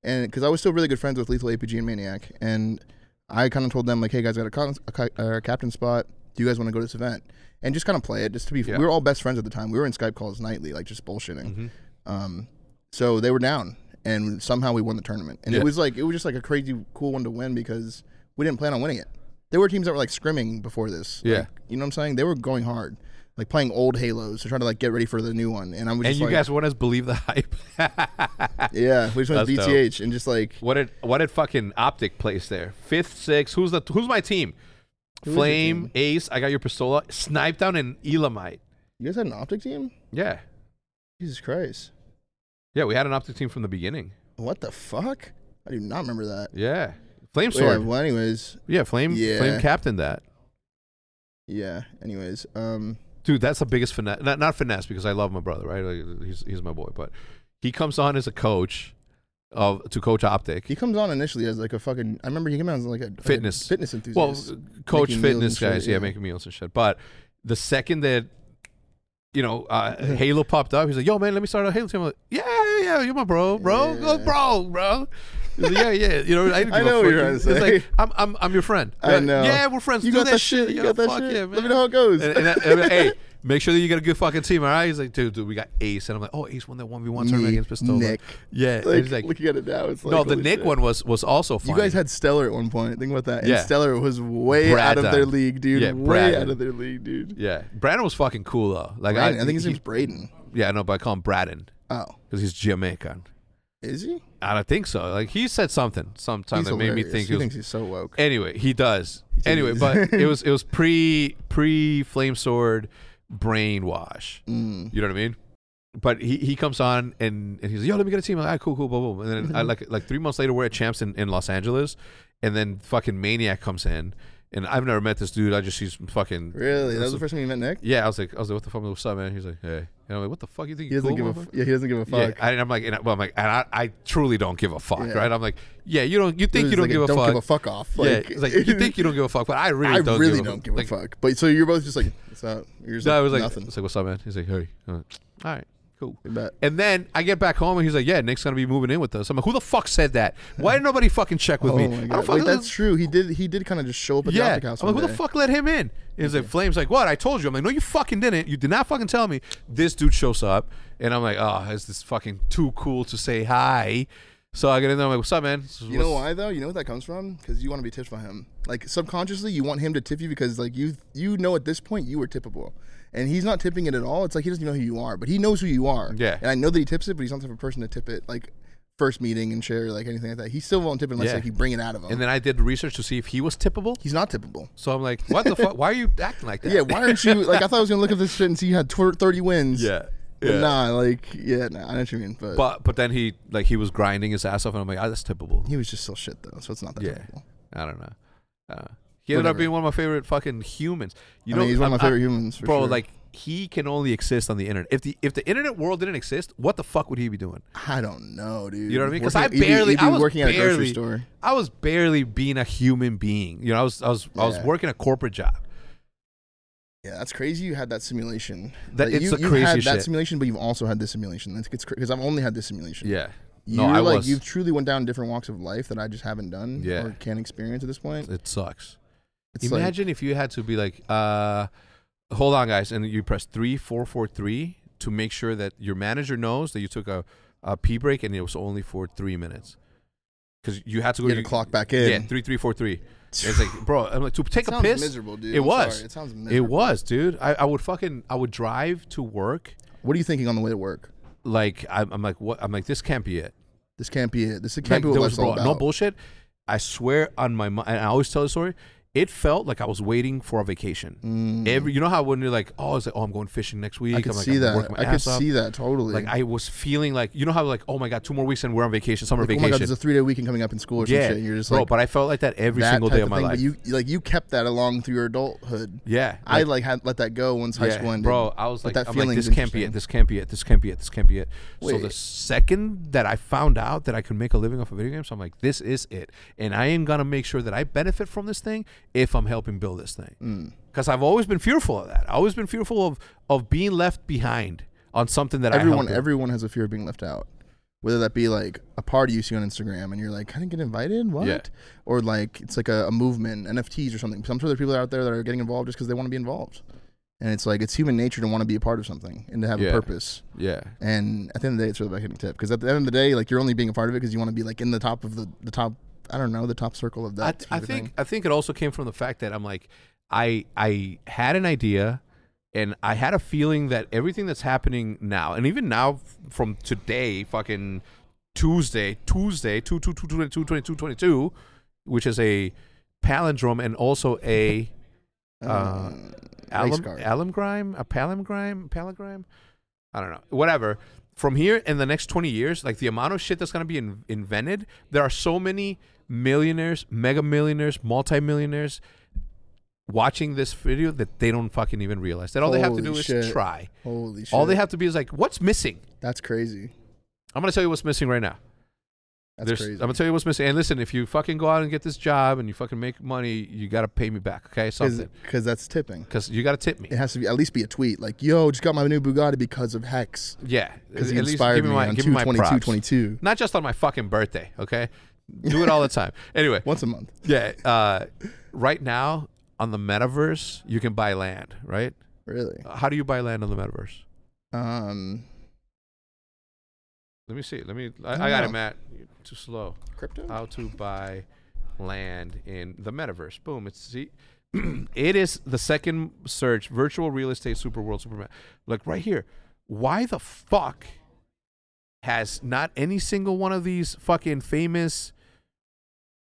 Speaker 2: and because I was still really good friends with Lethal APG and Maniac, and I kind of told them like, "Hey guys, I got a, con- a, ca- uh captain spot. Do you guys want to go to this event?" And just kind of play it, just to be.
Speaker 1: Yeah.
Speaker 2: We were all best friends at the time. We were in Skype calls nightly, like just bullshitting.
Speaker 1: Mhm.
Speaker 2: Um, so they were down, and somehow we won the tournament. And
Speaker 1: Yeah.
Speaker 2: it was like it was just like a crazy cool one to win because we didn't plan on winning it. There were teams that were like scrimming before this.
Speaker 1: Yeah.
Speaker 2: like, you know what I'm saying? They were going hard, like playing old Halos to try to like get ready for the new one. And I was
Speaker 1: And
Speaker 2: just
Speaker 1: you
Speaker 2: like,
Speaker 1: guys want us believe the hype.
Speaker 2: yeah, we just went
Speaker 1: That's dope.
Speaker 2: BTH and just like
Speaker 1: what did what did fucking Optic place there? Fifth, sixth. Who's the who's my team?
Speaker 2: Who is your
Speaker 1: Flame, Ace. I got your Pistola, Snipe Down, and Elamite.
Speaker 2: you guys had an optic team.
Speaker 1: Yeah,
Speaker 2: Jesus Christ,
Speaker 1: yeah. We had an Optic team from the beginning.
Speaker 2: what the fuck? I do not remember that.
Speaker 1: Yeah, Flame
Speaker 2: Yeah,
Speaker 1: Sword.
Speaker 2: well, anyways,
Speaker 1: Yeah, Flame.
Speaker 2: Yeah.
Speaker 1: Flame captained that.
Speaker 2: yeah, anyways, um,
Speaker 1: dude that's the biggest finesse not, not finesse because i love my brother right Like, he's, he's my boy but he comes on as a coach of to coach optic
Speaker 2: he comes on initially as like a fucking. I remember he came out as like a like a
Speaker 1: Fitness.
Speaker 2: fitness
Speaker 1: well
Speaker 2: enthusiast.
Speaker 1: coach
Speaker 2: making meals
Speaker 1: fitness
Speaker 2: and shit,
Speaker 1: guys yeah,
Speaker 2: yeah.
Speaker 1: making meals and shit but the second that you know uh, halo popped up he's like yo man let me start a halo team I'm like, yeah yeah yeah you're my bro bro
Speaker 2: Yeah.
Speaker 1: go bro bro He's like, yeah, yeah, you know, I, didn't
Speaker 2: I
Speaker 1: give a
Speaker 2: know what
Speaker 1: fuck.
Speaker 2: you're trying to
Speaker 1: It's
Speaker 2: say.
Speaker 1: like, I'm, I'm, I'm your friend.
Speaker 2: I know.
Speaker 1: Yeah, we're friends.
Speaker 2: You
Speaker 1: Do
Speaker 2: got
Speaker 1: that
Speaker 2: that shit. You got that
Speaker 1: fuck
Speaker 2: shit.
Speaker 1: Yeah,
Speaker 2: Let me
Speaker 1: man.
Speaker 2: know how it goes.
Speaker 1: And, and, I- and I'm like, hey, make sure that you get a good fucking team, all right? He's like, dude, dude, we got Ace, and I'm like, oh, Ace won that one v one tournament
Speaker 2: Me,
Speaker 1: against Pistola.
Speaker 2: Nick.
Speaker 1: Yeah, and
Speaker 2: like,
Speaker 1: he's like,
Speaker 2: looking at it now, it's like
Speaker 1: no, the
Speaker 2: holy
Speaker 1: Nick
Speaker 2: shit.
Speaker 1: one was was also fun.
Speaker 2: You guys had Stellar at one point. Think about that. And
Speaker 1: Yeah.
Speaker 2: Stellar was way out of
Speaker 1: Braddon.
Speaker 2: their league, dude.
Speaker 1: Yeah,
Speaker 2: way
Speaker 1: Braddon.
Speaker 2: out of their league, dude.
Speaker 1: yeah, Brandon was fucking cool though. Like,
Speaker 2: Braden, I, think his
Speaker 1: he-
Speaker 2: name's Braden.
Speaker 1: yeah, I know, but I call him Braden
Speaker 2: Oh,
Speaker 1: because he's Jamaican.
Speaker 2: is he?
Speaker 1: I don't think so. Like he said something sometime
Speaker 2: He's
Speaker 1: that made me
Speaker 2: hilarious.
Speaker 1: think
Speaker 2: he
Speaker 1: he was
Speaker 2: thinks he's so woke.
Speaker 1: Anyway, he does. Anyway,
Speaker 2: does.
Speaker 1: but it was it was pre pre flame sword brainwash.
Speaker 2: Mm.
Speaker 1: You know what I mean? But he, he comes on and, and he's like, yo, let me get a team. I'm like, "All right, cool, cool, boom, boom. And then
Speaker 2: Mm-hmm.
Speaker 1: I, like like three months later, we're at champs in, in Los Angeles, and then fucking maniac comes in, and I've never met this dude. I just he's fucking
Speaker 2: Really? That was the first time you met Nick.
Speaker 1: yeah. I was like, I was like, what the fuck, what's up, man? He's like, hey, and I'm like, what the fuck you think?
Speaker 2: He
Speaker 1: you
Speaker 2: doesn't
Speaker 1: cool,
Speaker 2: give a.
Speaker 1: motherfucker?"
Speaker 2: F- yeah, he doesn't give a fuck.
Speaker 1: Yeah, and I'm like, and I, well, I'm like, and I, I truly don't give a fuck,
Speaker 2: Yeah.
Speaker 1: right? I'm like, yeah, you don't, you
Speaker 2: It
Speaker 1: think
Speaker 2: was
Speaker 1: you don't
Speaker 2: like a
Speaker 1: give a
Speaker 2: don't
Speaker 1: fuck?
Speaker 2: give a fuck off.
Speaker 1: yeah,
Speaker 2: Like,
Speaker 1: it's like you think you don't give a fuck, but I really
Speaker 2: I
Speaker 1: don't.
Speaker 2: really
Speaker 1: give a
Speaker 2: don't give
Speaker 1: Like,
Speaker 2: a fuck. But so you're both just like, what's up? You're just
Speaker 1: No, I was like,
Speaker 2: nothing.
Speaker 1: it's like, what's up, man? He's like, hey, I'm like, all right, cool.
Speaker 2: I bet.
Speaker 1: And then I get back home and he's like, yeah, Nick's gonna be moving in with us. I'm like, who the fuck said that? Why did nobody fucking check with
Speaker 2: Oh
Speaker 1: me?
Speaker 2: my
Speaker 1: I
Speaker 2: god!
Speaker 1: don't
Speaker 2: Wait,
Speaker 1: fucking-
Speaker 2: that's true. He did. He did kind of just show up at the
Speaker 1: yeah.
Speaker 2: optic house.
Speaker 1: I'm like,
Speaker 2: one
Speaker 1: who the
Speaker 2: day.
Speaker 1: fuck let him in? And he's like, Flames like, what? I told you. I'm like, no, you fucking didn't. You did not fucking tell me. This dude shows up, and I'm like, oh, is this fucking too cool to say hi? So I get in there. I'm like, "What's up, man?" This is
Speaker 2: You know
Speaker 1: what's-
Speaker 2: why though? You know what that comes from? Because you want to be tipped by him. Like subconsciously, you want him to tip you because like you you know at this point you were tippable, and he's not tipping it at all. It's like he doesn't know who you are, but he knows who you are.
Speaker 1: Yeah.
Speaker 2: And I know that he tips it, but he's not the type of person to tip it like first meeting and share like anything like that. He still won't tip unless
Speaker 1: Yeah.
Speaker 2: like you bring it out of him.
Speaker 1: And then I did research to see if he was tippable.
Speaker 2: he's not tippable.
Speaker 1: So I'm like, "What the fuck? Why are you acting like that?"
Speaker 2: Yeah. Why aren't you like? I thought I was gonna look at this shit and see you had tw- thirty wins.
Speaker 1: yeah,
Speaker 2: But
Speaker 1: yeah.
Speaker 2: Nah. Like yeah. Nah. I know what you mean, but,
Speaker 1: But but then he like he was grinding his ass off, and I'm like, "Ah, that's tippable."
Speaker 2: he was just still shit though, so it's not that
Speaker 1: Yeah.
Speaker 2: tippable.
Speaker 1: I don't know. Uh, he ended up
Speaker 2: Whatever.
Speaker 1: being one of my favorite fucking humans. You
Speaker 2: I
Speaker 1: know,
Speaker 2: mean, he's one of my
Speaker 1: I'm- I-
Speaker 2: favorite humans. For
Speaker 1: bro.
Speaker 2: sure.
Speaker 1: Like he can only exist on the internet. If the if the internet world didn't exist, what the fuck would he be doing?
Speaker 2: I don't know, dude.
Speaker 1: You know what I mean? Because
Speaker 2: Working
Speaker 1: I
Speaker 2: at- he'd be-
Speaker 1: barely,
Speaker 2: he'd be
Speaker 1: I was
Speaker 2: working at a grocery
Speaker 1: barely,
Speaker 2: store.
Speaker 1: I was barely being a human being. You know, I was, I was, I was
Speaker 2: Yeah.
Speaker 1: working a corporate job.
Speaker 2: Yeah, that's crazy. You had that simulation.
Speaker 1: That-
Speaker 2: Like,
Speaker 1: it's
Speaker 2: you,
Speaker 1: the
Speaker 2: you
Speaker 1: craziest
Speaker 2: had that
Speaker 1: shit.
Speaker 2: simulation, but you've also had this simulation. That's it's because I've only had this simulation.
Speaker 1: Yeah.
Speaker 2: You're
Speaker 1: No, I
Speaker 2: like
Speaker 1: was.
Speaker 2: you've truly went down different walks of life that I just haven't done
Speaker 1: Yeah.
Speaker 2: or can't experience at this point.
Speaker 1: It sucks.
Speaker 2: It's like,
Speaker 1: Imagine if you had to be like, uh, hold on, guys, and you press three four four three to make sure that your manager knows that you took a, a pee break and it was only for three minutes. Because you had to go
Speaker 2: get a clock back in.
Speaker 1: Yeah, three three four three. It's like, bro, I'm like to take
Speaker 2: it
Speaker 1: a
Speaker 2: sounds
Speaker 1: piss.
Speaker 2: miserable, dude.
Speaker 1: It
Speaker 2: I'm
Speaker 1: was.
Speaker 2: sorry. It sounds
Speaker 1: It
Speaker 2: miserable.
Speaker 1: was, dude. I, I would fucking I would drive to work.
Speaker 2: What are you thinking on the way to work?
Speaker 1: Like I'm, I'm like what I'm like this can't be it.
Speaker 2: This can't be it. This can't
Speaker 1: Like,
Speaker 2: be what
Speaker 1: there
Speaker 2: life's
Speaker 1: was
Speaker 2: all
Speaker 1: bro-
Speaker 2: about.
Speaker 1: no bullshit. I swear on my mind, and I always tell the story. It felt like I was waiting for a vacation. Every, you know how when you're like, oh, it's like, oh, I'm going fishing next week.
Speaker 2: Mm. I could
Speaker 1: am like,
Speaker 2: see
Speaker 1: I'm
Speaker 2: that.
Speaker 1: working my
Speaker 2: I could
Speaker 1: ass off.
Speaker 2: see that totally.
Speaker 1: Like I was feeling like, you know how like, oh my god, two more weeks and we're on vacation, summer
Speaker 2: Like, oh my
Speaker 1: vacation.
Speaker 2: god, there's a three day weekend coming up in school or some
Speaker 1: yeah,
Speaker 2: shit. And you're just
Speaker 1: bro.
Speaker 2: like
Speaker 1: but I felt like that every
Speaker 2: that
Speaker 1: single
Speaker 2: type
Speaker 1: day
Speaker 2: of
Speaker 1: of my
Speaker 2: thing.
Speaker 1: life.
Speaker 2: But you like you kept that along through your adulthood.
Speaker 1: yeah,
Speaker 2: I like had let that go once high
Speaker 1: yeah,
Speaker 2: school ended.
Speaker 1: bro. I was like,
Speaker 2: But that
Speaker 1: I'm like,
Speaker 2: feeling's
Speaker 1: this can't be
Speaker 2: interesting.
Speaker 1: it. This can't be it. This can't be it. This can't be it. So the
Speaker 2: Wait.
Speaker 1: second that I found out that I could make a living off of video games, I'm like, this is it, and I am gonna make sure that I benefit from this thing if I'm helping build this
Speaker 2: Mm.
Speaker 1: thing. Because I've always been fearful of that. I've always been fearful of of being left behind on something that I
Speaker 2: everyone
Speaker 1: helped build.
Speaker 2: everyone has a fear of being left out. Whether that be like a party you see on Instagram and you're like, I didn't get invited, what?
Speaker 1: Yeah.
Speaker 2: Or like it's like a, a movement, NFTs or something. I'm sure there are people out there that are getting involved just because they want to be involved. And it's like it's human nature to want to be a part of something and to have a
Speaker 1: Yeah.
Speaker 2: purpose.
Speaker 1: yeah,
Speaker 2: And at the end of the day, it's really about hitting tip because at the end of the day, like you're only being a part of it because you want to be like in the top of the the top. I don't know the top circle of that.
Speaker 1: I, th- I
Speaker 2: sort of thing.
Speaker 1: think I think it also came from the fact that I'm like I I had an idea and I had a feeling that everything that's happening now and even now f- from today fucking Tuesday Tuesday 2 2 2 2 22 22 22 which is a palindrome and also a uh,
Speaker 2: Um, race
Speaker 1: alum,
Speaker 2: card.
Speaker 1: alum grime a palum grime palum grime I don't know whatever from here in the next 20 years like the amount of shit that's going to be in, invented there are so many millionaires mega millionaires multimillionaires watching this video that they don't fucking even realize that all they have to
Speaker 2: Holy
Speaker 1: do is
Speaker 2: shit.
Speaker 1: try
Speaker 2: Holy shit!
Speaker 1: all they have to be is like what's missing
Speaker 2: That's crazy.
Speaker 1: I'm going to tell you what's missing right now
Speaker 2: That's
Speaker 1: There's-
Speaker 2: crazy.
Speaker 1: I'm going to tell you what's missing and listen if you fucking go out and get this job and you fucking make money you got to pay me back okay something
Speaker 2: because that's tipping.
Speaker 1: because you got to tip me
Speaker 2: It has to be at least be a tweet like, "Yo, just got my new Bugatti because of Hex."
Speaker 1: Yeah,
Speaker 2: Because
Speaker 1: at
Speaker 2: he
Speaker 1: least
Speaker 2: inspired
Speaker 1: give me
Speaker 2: me
Speaker 1: my
Speaker 2: on
Speaker 1: give me my
Speaker 2: 222,
Speaker 1: props.
Speaker 2: 22.
Speaker 1: Not just on my fucking birthday, okay? Do it all the time. Anyway,
Speaker 2: Once a month.
Speaker 1: yeah. Uh, right now on the metaverse, you can buy land, right?
Speaker 2: Really?
Speaker 1: How do you buy land on the metaverse?
Speaker 2: Um,
Speaker 1: Let me see. Let me. I,
Speaker 2: I don't
Speaker 1: I got it,
Speaker 2: know.
Speaker 1: Matt. You're too slow.
Speaker 2: crypto.
Speaker 1: How to buy land in the metaverse? Boom. It's see. it is the second search. Virtual real estate super world superman. Like right here. Why the fuck has not any single one of these fucking famous?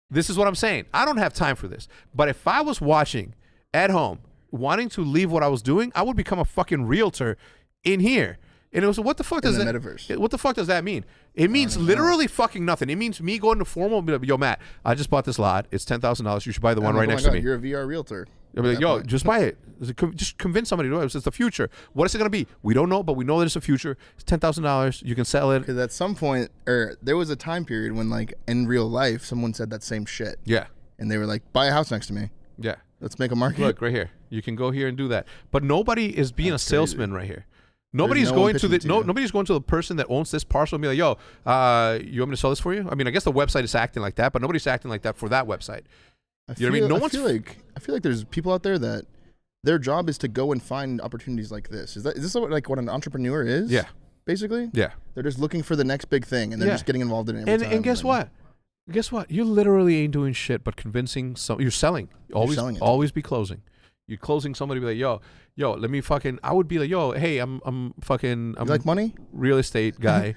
Speaker 1: This is what I'm saying. I don't have time for this. But if I was watching at home, wanting to leave what I was doing, I would become a fucking realtor in here. And it was what the fuck
Speaker 2: In
Speaker 1: does
Speaker 2: the
Speaker 1: that?
Speaker 2: metaverse.
Speaker 1: What the fuck does that mean? It means literally fucking nothing. It means me going to formal. and be like, Yo, Matt, I just bought this lot. It's ten thousand dollars. You should buy the one right next to me.
Speaker 2: Oh You're a VR realtor.
Speaker 1: I'll be like, yo, just buy it. It's a con- Just convince somebody to do it. It's just the future. What is it going to be? We don't know, but we know that it's the future. It's ten thousand dollars. You can sell it.
Speaker 2: Because at some point, or there was a time period when, like, in real life, someone said that same shit,
Speaker 1: Yeah,
Speaker 2: and they were like, "Buy a house next to me.
Speaker 1: yeah.
Speaker 2: Let's make a market."
Speaker 1: Look right here. You can go here and do that. But nobody is being a salesman right here. Nobody's
Speaker 2: no one
Speaker 1: going to
Speaker 2: pitching
Speaker 1: the
Speaker 2: to
Speaker 1: no,
Speaker 2: you.
Speaker 1: nobody's going to the person that owns this parcel and be like, yo, uh, you want me to sell this for you? I mean, I guess the website is acting like that, but nobody's acting like that for that website.
Speaker 2: I
Speaker 1: You know what I mean?
Speaker 2: feel-
Speaker 1: No one's-
Speaker 2: feel like I feel like there's people out there that their job is to go and find opportunities like this. Is that is this what, like what an entrepreneur is?
Speaker 1: Yeah.
Speaker 2: basically.
Speaker 1: Yeah.
Speaker 2: They're just looking for the next big thing, and they're
Speaker 1: Yeah.
Speaker 2: just getting involved in it. Every
Speaker 1: And
Speaker 2: time
Speaker 1: and guess what? Guess what? You literally ain't doing shit but convincing some. You're selling. Always
Speaker 2: selling it.
Speaker 1: always be closing. You're closing somebody. Be like, yo, yo, let me fucking. I would be like, yo, hey, I'm I'm fucking.
Speaker 2: You
Speaker 1: I'm
Speaker 2: like money?
Speaker 1: real estate guy,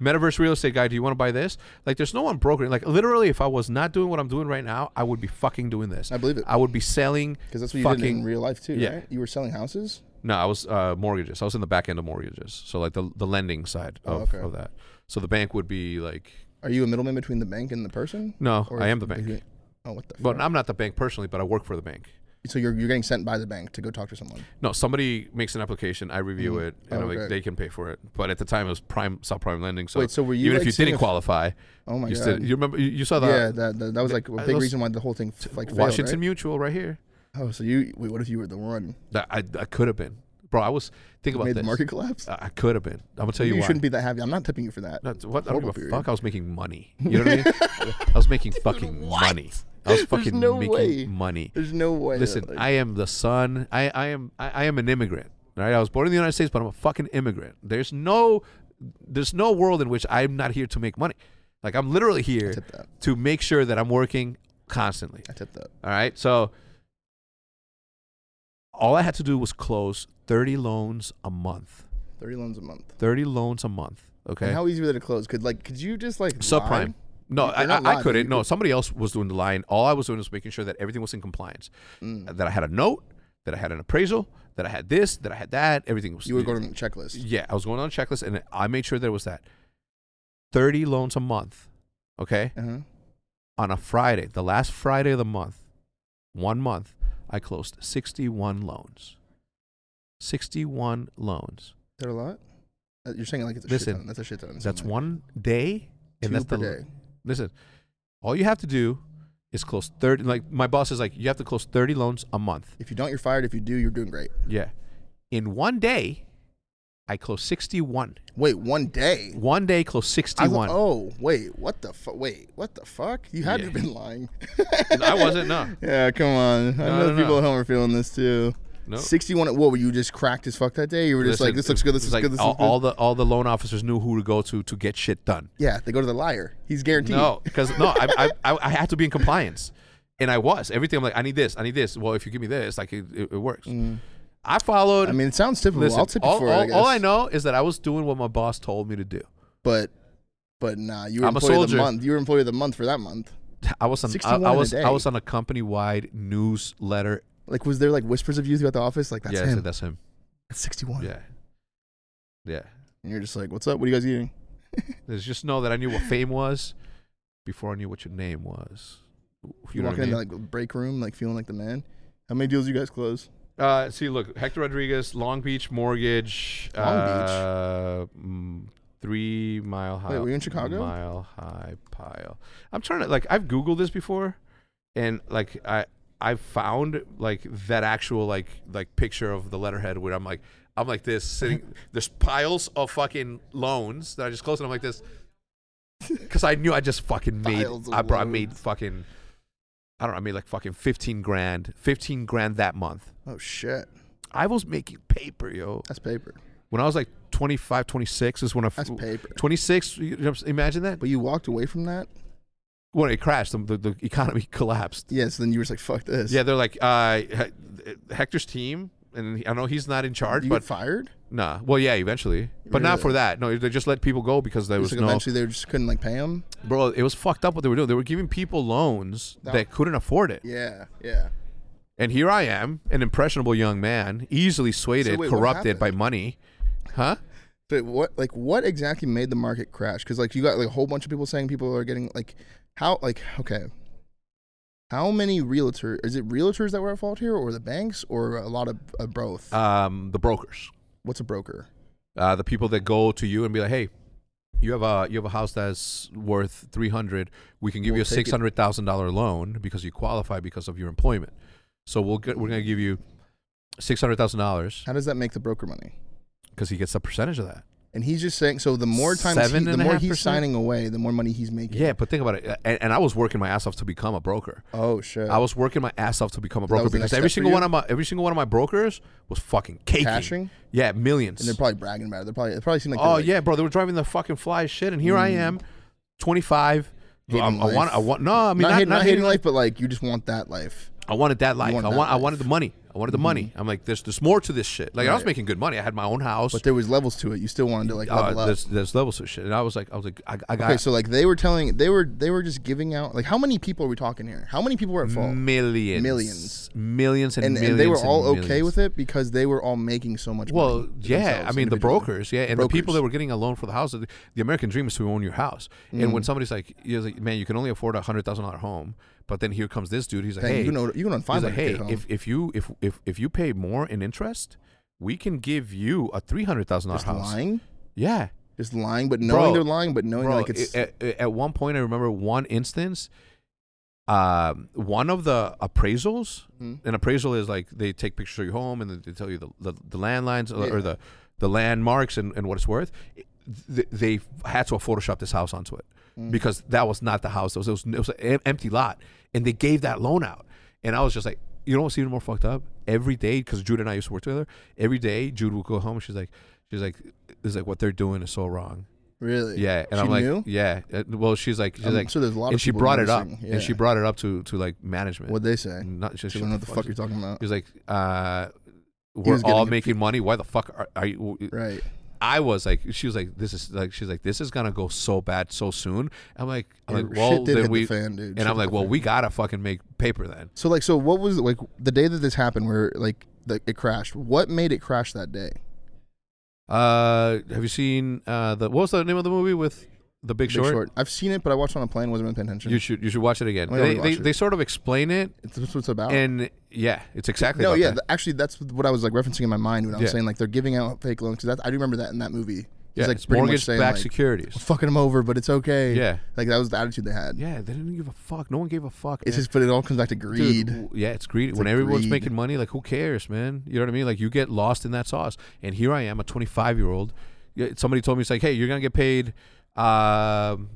Speaker 1: metaverse real estate guy, do you want to buy this? Like, there's no one brokering. Like, literally, if I was not doing what I'm doing right now, I would be fucking doing this.
Speaker 2: I believe it.
Speaker 1: I would be selling.
Speaker 2: Because that's what you
Speaker 1: fucking,
Speaker 2: did in real life too,
Speaker 1: yeah.
Speaker 2: right? You were selling houses.
Speaker 1: No, I was uh, mortgages. I was in the back end of mortgages. So, like, the, the lending side
Speaker 2: Oh,
Speaker 1: of,
Speaker 2: okay.
Speaker 1: of that. So, the bank would be like,
Speaker 2: Are you a middleman between the bank and the person?
Speaker 1: no, I
Speaker 2: is-
Speaker 1: am the bank.
Speaker 2: is it- Oh, what the?
Speaker 1: But
Speaker 2: fuck?
Speaker 1: I'm not the bank personally, but I work for the bank.
Speaker 2: so you're you're getting sent by the bank to go talk to someone.
Speaker 1: No, somebody makes an application, I review it, and
Speaker 2: Oh,
Speaker 1: I'm like,
Speaker 2: okay.
Speaker 1: they can pay for it. But at the time, it was prime subprime lending. So
Speaker 2: Wait, so were you,
Speaker 1: even
Speaker 2: like,
Speaker 1: if you
Speaker 2: seeing
Speaker 1: didn't
Speaker 2: if-
Speaker 1: qualify,
Speaker 2: Oh my
Speaker 1: you
Speaker 2: god.
Speaker 1: still you remember you, you saw the
Speaker 2: yeah, that, that that was like a
Speaker 1: I
Speaker 2: big
Speaker 1: was-
Speaker 2: reason why the whole thing f- like failed,
Speaker 1: Washington
Speaker 2: right?
Speaker 1: Mutual right here.
Speaker 2: Oh, so you wait? What if you were the one
Speaker 1: That I, I could have been, bro. I was think
Speaker 2: who
Speaker 1: about
Speaker 2: made
Speaker 1: this.
Speaker 2: the market collapse?
Speaker 1: I I could have been. I'm gonna tell you,
Speaker 2: you
Speaker 1: why.
Speaker 2: shouldn't be that happy. I'm not tipping you for that.
Speaker 1: No, it's- what? I don't
Speaker 2: Horrible
Speaker 1: give a
Speaker 2: period.
Speaker 1: fuck. I was making money. You know what I mean? I was making fucking money. I was fucking
Speaker 2: no
Speaker 1: making
Speaker 2: way.
Speaker 1: money.
Speaker 2: There's no way.
Speaker 1: Listen,
Speaker 2: like-
Speaker 1: I am the son. I, I am I, I am an immigrant. Right? I was born in the United States, but I'm a fucking immigrant. There's no there's no world in which I'm not here to make money. Like I'm literally here
Speaker 2: tip that.
Speaker 1: to make sure that I'm working constantly.
Speaker 2: I tipped that.
Speaker 1: All right. So all I had to do was close 30 loans a month.
Speaker 2: Thirty loans a month.
Speaker 1: 30 loans a month. Okay.
Speaker 2: And how easy were they to close? Could like could you just like
Speaker 1: Subprime.
Speaker 2: lie?
Speaker 1: No,
Speaker 2: You're
Speaker 1: I,
Speaker 2: not
Speaker 1: I- I
Speaker 2: lying,
Speaker 1: couldn't.
Speaker 2: you
Speaker 1: No,
Speaker 2: could-
Speaker 1: somebody else was doing the line. All I was doing was making sure that everything was in compliance,
Speaker 2: Mm.
Speaker 1: that I had a note, that I had an appraisal, that I had this, that I had that. Everything was.
Speaker 2: You were going on a checklist.
Speaker 1: Yeah, I was going on a checklist, and I made sure there was that. 30 loans a month. Okay.
Speaker 2: Uh-huh.
Speaker 1: On a Friday, the last Friday of the month, one month, I closed 61 loans. 61 loans.
Speaker 2: Is that a lot? Uh, You're saying like it's a
Speaker 1: Listen,
Speaker 2: shit ton. That's a shit ton. It
Speaker 1: That's
Speaker 2: sounds like.
Speaker 1: one day, and
Speaker 2: Two
Speaker 1: that's
Speaker 2: per
Speaker 1: the
Speaker 2: day.
Speaker 1: listen. All you have to do is close thirty. Like my boss is like, you have to close thirty loans a month.
Speaker 2: If you don't, you're fired. If you do, you're doing great.
Speaker 1: Yeah, in one day, I closed sixty-one.
Speaker 2: Wait, one day.
Speaker 1: One day, closed
Speaker 2: I was
Speaker 1: sixty-one.
Speaker 2: like, oh wait, what the fuck? Wait, what the fuck? You had to
Speaker 1: Yeah.
Speaker 2: have been lying.
Speaker 1: I wasn't. No,
Speaker 2: Yeah, come on. I
Speaker 1: No,
Speaker 2: know
Speaker 1: no,
Speaker 2: people
Speaker 1: no.
Speaker 2: at home are feeling this too.
Speaker 1: no.
Speaker 2: 61. What were you just cracked as fuck that day? You were just like,
Speaker 1: Listen,
Speaker 2: this looks good. This
Speaker 1: it's
Speaker 2: is
Speaker 1: like
Speaker 2: good. This
Speaker 1: all,
Speaker 2: is good.
Speaker 1: all the all the loan officers knew who to go to to get shit done.
Speaker 2: yeah, they go to the liar. He's guaranteed.
Speaker 1: No, because no, I, I- I I had to be in compliance, and I was everything. I'm like, I need this, I need this. Well, if you give me this, like it, it, it works. I followed.
Speaker 2: Mm. I mean, it sounds typical.
Speaker 1: Listen,
Speaker 2: I'll tip you
Speaker 1: all,
Speaker 2: for
Speaker 1: all,
Speaker 2: it.
Speaker 1: all I
Speaker 2: guess.
Speaker 1: know is that I was doing what my boss told me to do.
Speaker 2: but but nah, you were
Speaker 1: I'm a
Speaker 2: employee of the
Speaker 1: soldier.
Speaker 2: month. You were employee of the month for that month.
Speaker 1: I was on I,
Speaker 2: 61
Speaker 1: I
Speaker 2: in a
Speaker 1: was
Speaker 2: day.
Speaker 1: I was on a company wide newsletter.
Speaker 2: Like, was there like whispers of you throughout the office? Like that's
Speaker 1: yeah, I
Speaker 2: him.
Speaker 1: said that's him.
Speaker 2: That's 61.
Speaker 1: Yeah, yeah.
Speaker 2: And you're just like, what's up? What are you guys eating?
Speaker 1: There's just know that I knew what fame was before I knew what your name was. You,
Speaker 2: You
Speaker 1: know what
Speaker 2: walking
Speaker 1: I
Speaker 2: in
Speaker 1: mean?
Speaker 2: the like break room, like feeling like the man. How many deals you guys close?
Speaker 1: uh, see, look, Hector Rodriguez, Long Beach Mortgage,
Speaker 2: Long Beach?
Speaker 1: uh, mm, Three Mile High.
Speaker 2: Wait, were you in Chicago?
Speaker 1: Mile High Pile. I'm trying to like I've Googled this before, and like I I found like that actual like like picture of the letterhead where I'm like I'm like this sitting. there's piles of fucking loans that I just closed, and I'm like this because I knew I just fucking made.
Speaker 2: Piles of
Speaker 1: I, bro, I
Speaker 2: loans.
Speaker 1: made fucking. I don't know. I made like fucking fifteen grand, fifteen grand that month.
Speaker 2: Oh shit,
Speaker 1: I was making paper, yo.
Speaker 2: that's paper.
Speaker 1: When I was like 25, 26 is when I. f-
Speaker 2: That's paper.
Speaker 1: 26, you know, imagine that.
Speaker 2: But you walked away from that.
Speaker 1: When it crashed, the, the, the economy collapsed.
Speaker 2: Yes. then you were just like, fuck this.
Speaker 1: Yeah, they're like, uh, H- Hector's team, and he- I know he's not in charge,
Speaker 2: You
Speaker 1: but
Speaker 2: get fired.
Speaker 1: nah. Well, yeah, eventually, but not
Speaker 2: Really?
Speaker 1: for that. No, they just let people go because there
Speaker 2: Just
Speaker 1: was
Speaker 2: like
Speaker 1: no
Speaker 2: eventually they just couldn't like pay him.
Speaker 1: bro. It was fucked up what they were doing. They were giving people loans
Speaker 2: That-
Speaker 1: that couldn't afford it.
Speaker 2: Yeah. Yeah.
Speaker 1: And here I am, an impressionable young man, easily swayed,
Speaker 2: wait, what
Speaker 1: corrupted by money. Huh?
Speaker 2: But what like what exactly made the market crash? Because like you got like a whole bunch of people saying people are getting like how like okay. How many realtor is it realtors that were at fault here, or the banks, or a lot of uh, both?
Speaker 1: Um, the brokers.
Speaker 2: What's a broker?
Speaker 1: uh, the people that go to you and be like, "Hey, you have a you have a house that's worth three hundred. We can give
Speaker 2: We'll
Speaker 1: you a
Speaker 2: take it."
Speaker 1: six hundred thousand dollar loan because you qualify because of your employment. So we'll get, we're going to give you six hundred thousand dollars
Speaker 2: How does that make the broker money?
Speaker 1: because he gets a percentage of that.
Speaker 2: And he's just saying so. The more times,
Speaker 1: Seven
Speaker 2: he, the
Speaker 1: and a
Speaker 2: more
Speaker 1: half
Speaker 2: he's
Speaker 1: percent?
Speaker 2: signing away, the more money he's making.
Speaker 1: Yeah, but think about it. And, and I was working my ass off to become a broker.
Speaker 2: Oh shit.
Speaker 1: I was working my ass off to become a broker
Speaker 2: was the
Speaker 1: because
Speaker 2: next step
Speaker 1: every
Speaker 2: for
Speaker 1: single
Speaker 2: you?
Speaker 1: one of my every single one of my brokers was fucking caking.
Speaker 2: Cashing?
Speaker 1: Yeah, millions.
Speaker 2: and they're probably bragging about it. They're probably they probably seem like. they're,
Speaker 1: oh
Speaker 2: like, Mm.
Speaker 1: yeah, bro, they were driving the fucking fly as shit, and here I am, twenty five. I,
Speaker 2: Hating
Speaker 1: I
Speaker 2: life.
Speaker 1: want, I want. No, I mean,
Speaker 2: not,
Speaker 1: not,
Speaker 2: hating,
Speaker 1: not
Speaker 2: not hating
Speaker 1: hating
Speaker 2: life, but like you just want that life.
Speaker 1: I wanted that life.
Speaker 2: want
Speaker 1: I
Speaker 2: that
Speaker 1: want. I
Speaker 2: life. Mm-hmm.
Speaker 1: wanted the money. I wanted the money. I'm like, there's there's more to this shit. Like I was
Speaker 2: Right.
Speaker 1: making good money. I had my own house.
Speaker 2: But there was levels to it. You still wanted to like
Speaker 1: uh,
Speaker 2: level up.
Speaker 1: there's there's levels to shit. And I was like, I was like, I, I got
Speaker 2: Okay, so like they were telling, they were they were just giving out like how many people are we talking here? How many people were at fault?
Speaker 1: millions,
Speaker 2: Millions.
Speaker 1: millions, and
Speaker 2: and,
Speaker 1: millions
Speaker 2: and they were all
Speaker 1: and
Speaker 2: okay
Speaker 1: millions.
Speaker 2: with it because they were all making so much
Speaker 1: Well,
Speaker 2: money.
Speaker 1: yeah, I
Speaker 2: themselves
Speaker 1: mean the
Speaker 2: individually.
Speaker 1: brokers, yeah, and the people
Speaker 2: Brokers.
Speaker 1: that were getting a loan for the house. The the American dream is to own your house. And
Speaker 2: Mm.
Speaker 1: when somebody's like, you're like, man, you can only afford a hundred thousand dollar home, but then here comes this dude. He's like,
Speaker 2: Dang,
Speaker 1: hey,
Speaker 2: you know, you can
Speaker 1: he's
Speaker 2: find
Speaker 1: like,
Speaker 2: like,
Speaker 1: hey, if, if you if if if you pay more in interest, we can give you a three hundred thousand dollar
Speaker 2: just
Speaker 1: house.
Speaker 2: lying,
Speaker 1: Yeah,
Speaker 2: just lying, but knowing
Speaker 1: Bro,
Speaker 2: they're lying, but knowing
Speaker 1: bro.
Speaker 2: like it's
Speaker 1: i- at, at one point, I remember one instance. Um, one of the appraisals,
Speaker 2: Mhm.
Speaker 1: an appraisal is like they take pictures of your home and then they tell you the the, the landlines or, or
Speaker 2: Yeah.
Speaker 1: the the landmarks and, and what it's worth. Th- They had to have photoshopped this house onto it
Speaker 2: Mm.
Speaker 1: because that was not the house. It was, it was it was an em- empty lot, and they gave that loan out. And I was just like, you know what's even more fucked up? Every day, because Jude and I used to work together. Every day, Jude would go home. And she's like, she's like, is like what they're doing is so wrong.
Speaker 2: really
Speaker 1: Yeah, and
Speaker 2: she
Speaker 1: I'm like,
Speaker 2: knew?
Speaker 1: yeah. Uh, Well, she's like, she's
Speaker 2: I'm
Speaker 1: like,
Speaker 2: sure there's a lot of
Speaker 1: and she
Speaker 2: people
Speaker 1: brought it up,
Speaker 2: noticing,
Speaker 1: and she
Speaker 2: yeah.
Speaker 1: brought it up to to like management.
Speaker 2: What'd they say?
Speaker 1: Not she,
Speaker 2: She
Speaker 1: she
Speaker 2: don't know what the fuck you're talking about,
Speaker 1: He's like, uh,
Speaker 2: He
Speaker 1: we're
Speaker 2: was
Speaker 1: all
Speaker 2: getting a
Speaker 1: making money. Why the fuck are, are you?
Speaker 2: right?
Speaker 1: I was like, she was like, this is like, she's like, this is gonna go so bad so soon. I'm like, I'm
Speaker 2: Yeah,
Speaker 1: like, well,
Speaker 2: shit did
Speaker 1: then
Speaker 2: hit the
Speaker 1: we,
Speaker 2: fan, dude.
Speaker 1: and
Speaker 2: Shit
Speaker 1: I'm
Speaker 2: hit
Speaker 1: like,
Speaker 2: the
Speaker 1: well,
Speaker 2: fan.
Speaker 1: we gotta fucking make paper then.
Speaker 2: So like, so what was like the day that this happened, where like the, it crashed? What made it crash that day?
Speaker 1: Uh, have you seen uh the what was the name of the movie with the Big,
Speaker 2: Big Short. I've seen it, but I watched it on a plane. wasn't really paying attention.
Speaker 1: You should you should watch it again.
Speaker 2: Oh, yeah, we
Speaker 1: They, they,
Speaker 2: watched it.
Speaker 1: they sort of explain it,
Speaker 2: it's that's what it's about.
Speaker 1: and yeah, it's exactly
Speaker 2: no,
Speaker 1: about
Speaker 2: yeah,
Speaker 1: that.
Speaker 2: th- actually, that's what I was like referencing in my mind when I was
Speaker 1: Yeah.
Speaker 2: saying like they're giving out fake loans because I do remember that in that movie. He's
Speaker 1: Yeah,
Speaker 2: like
Speaker 1: it's
Speaker 2: pretty much
Speaker 1: mortgage-backed
Speaker 2: saying, like,
Speaker 1: securities.
Speaker 2: fucking them over, but it's okay.
Speaker 1: Yeah.
Speaker 2: like that was the attitude they had.
Speaker 1: Yeah, they didn't give a fuck. No one gave a fuck.
Speaker 2: It's
Speaker 1: man.
Speaker 2: just, but it all comes back to greed.
Speaker 1: Dude, w- yeah, it's greedy. when
Speaker 2: like
Speaker 1: everyone's
Speaker 2: greed.
Speaker 1: making money, like who cares, man? You know what I mean? Like you get lost in that sauce. And here I am, a 25 year old. Yeah, Somebody told me it's like, hey, you're gonna get paid. Um,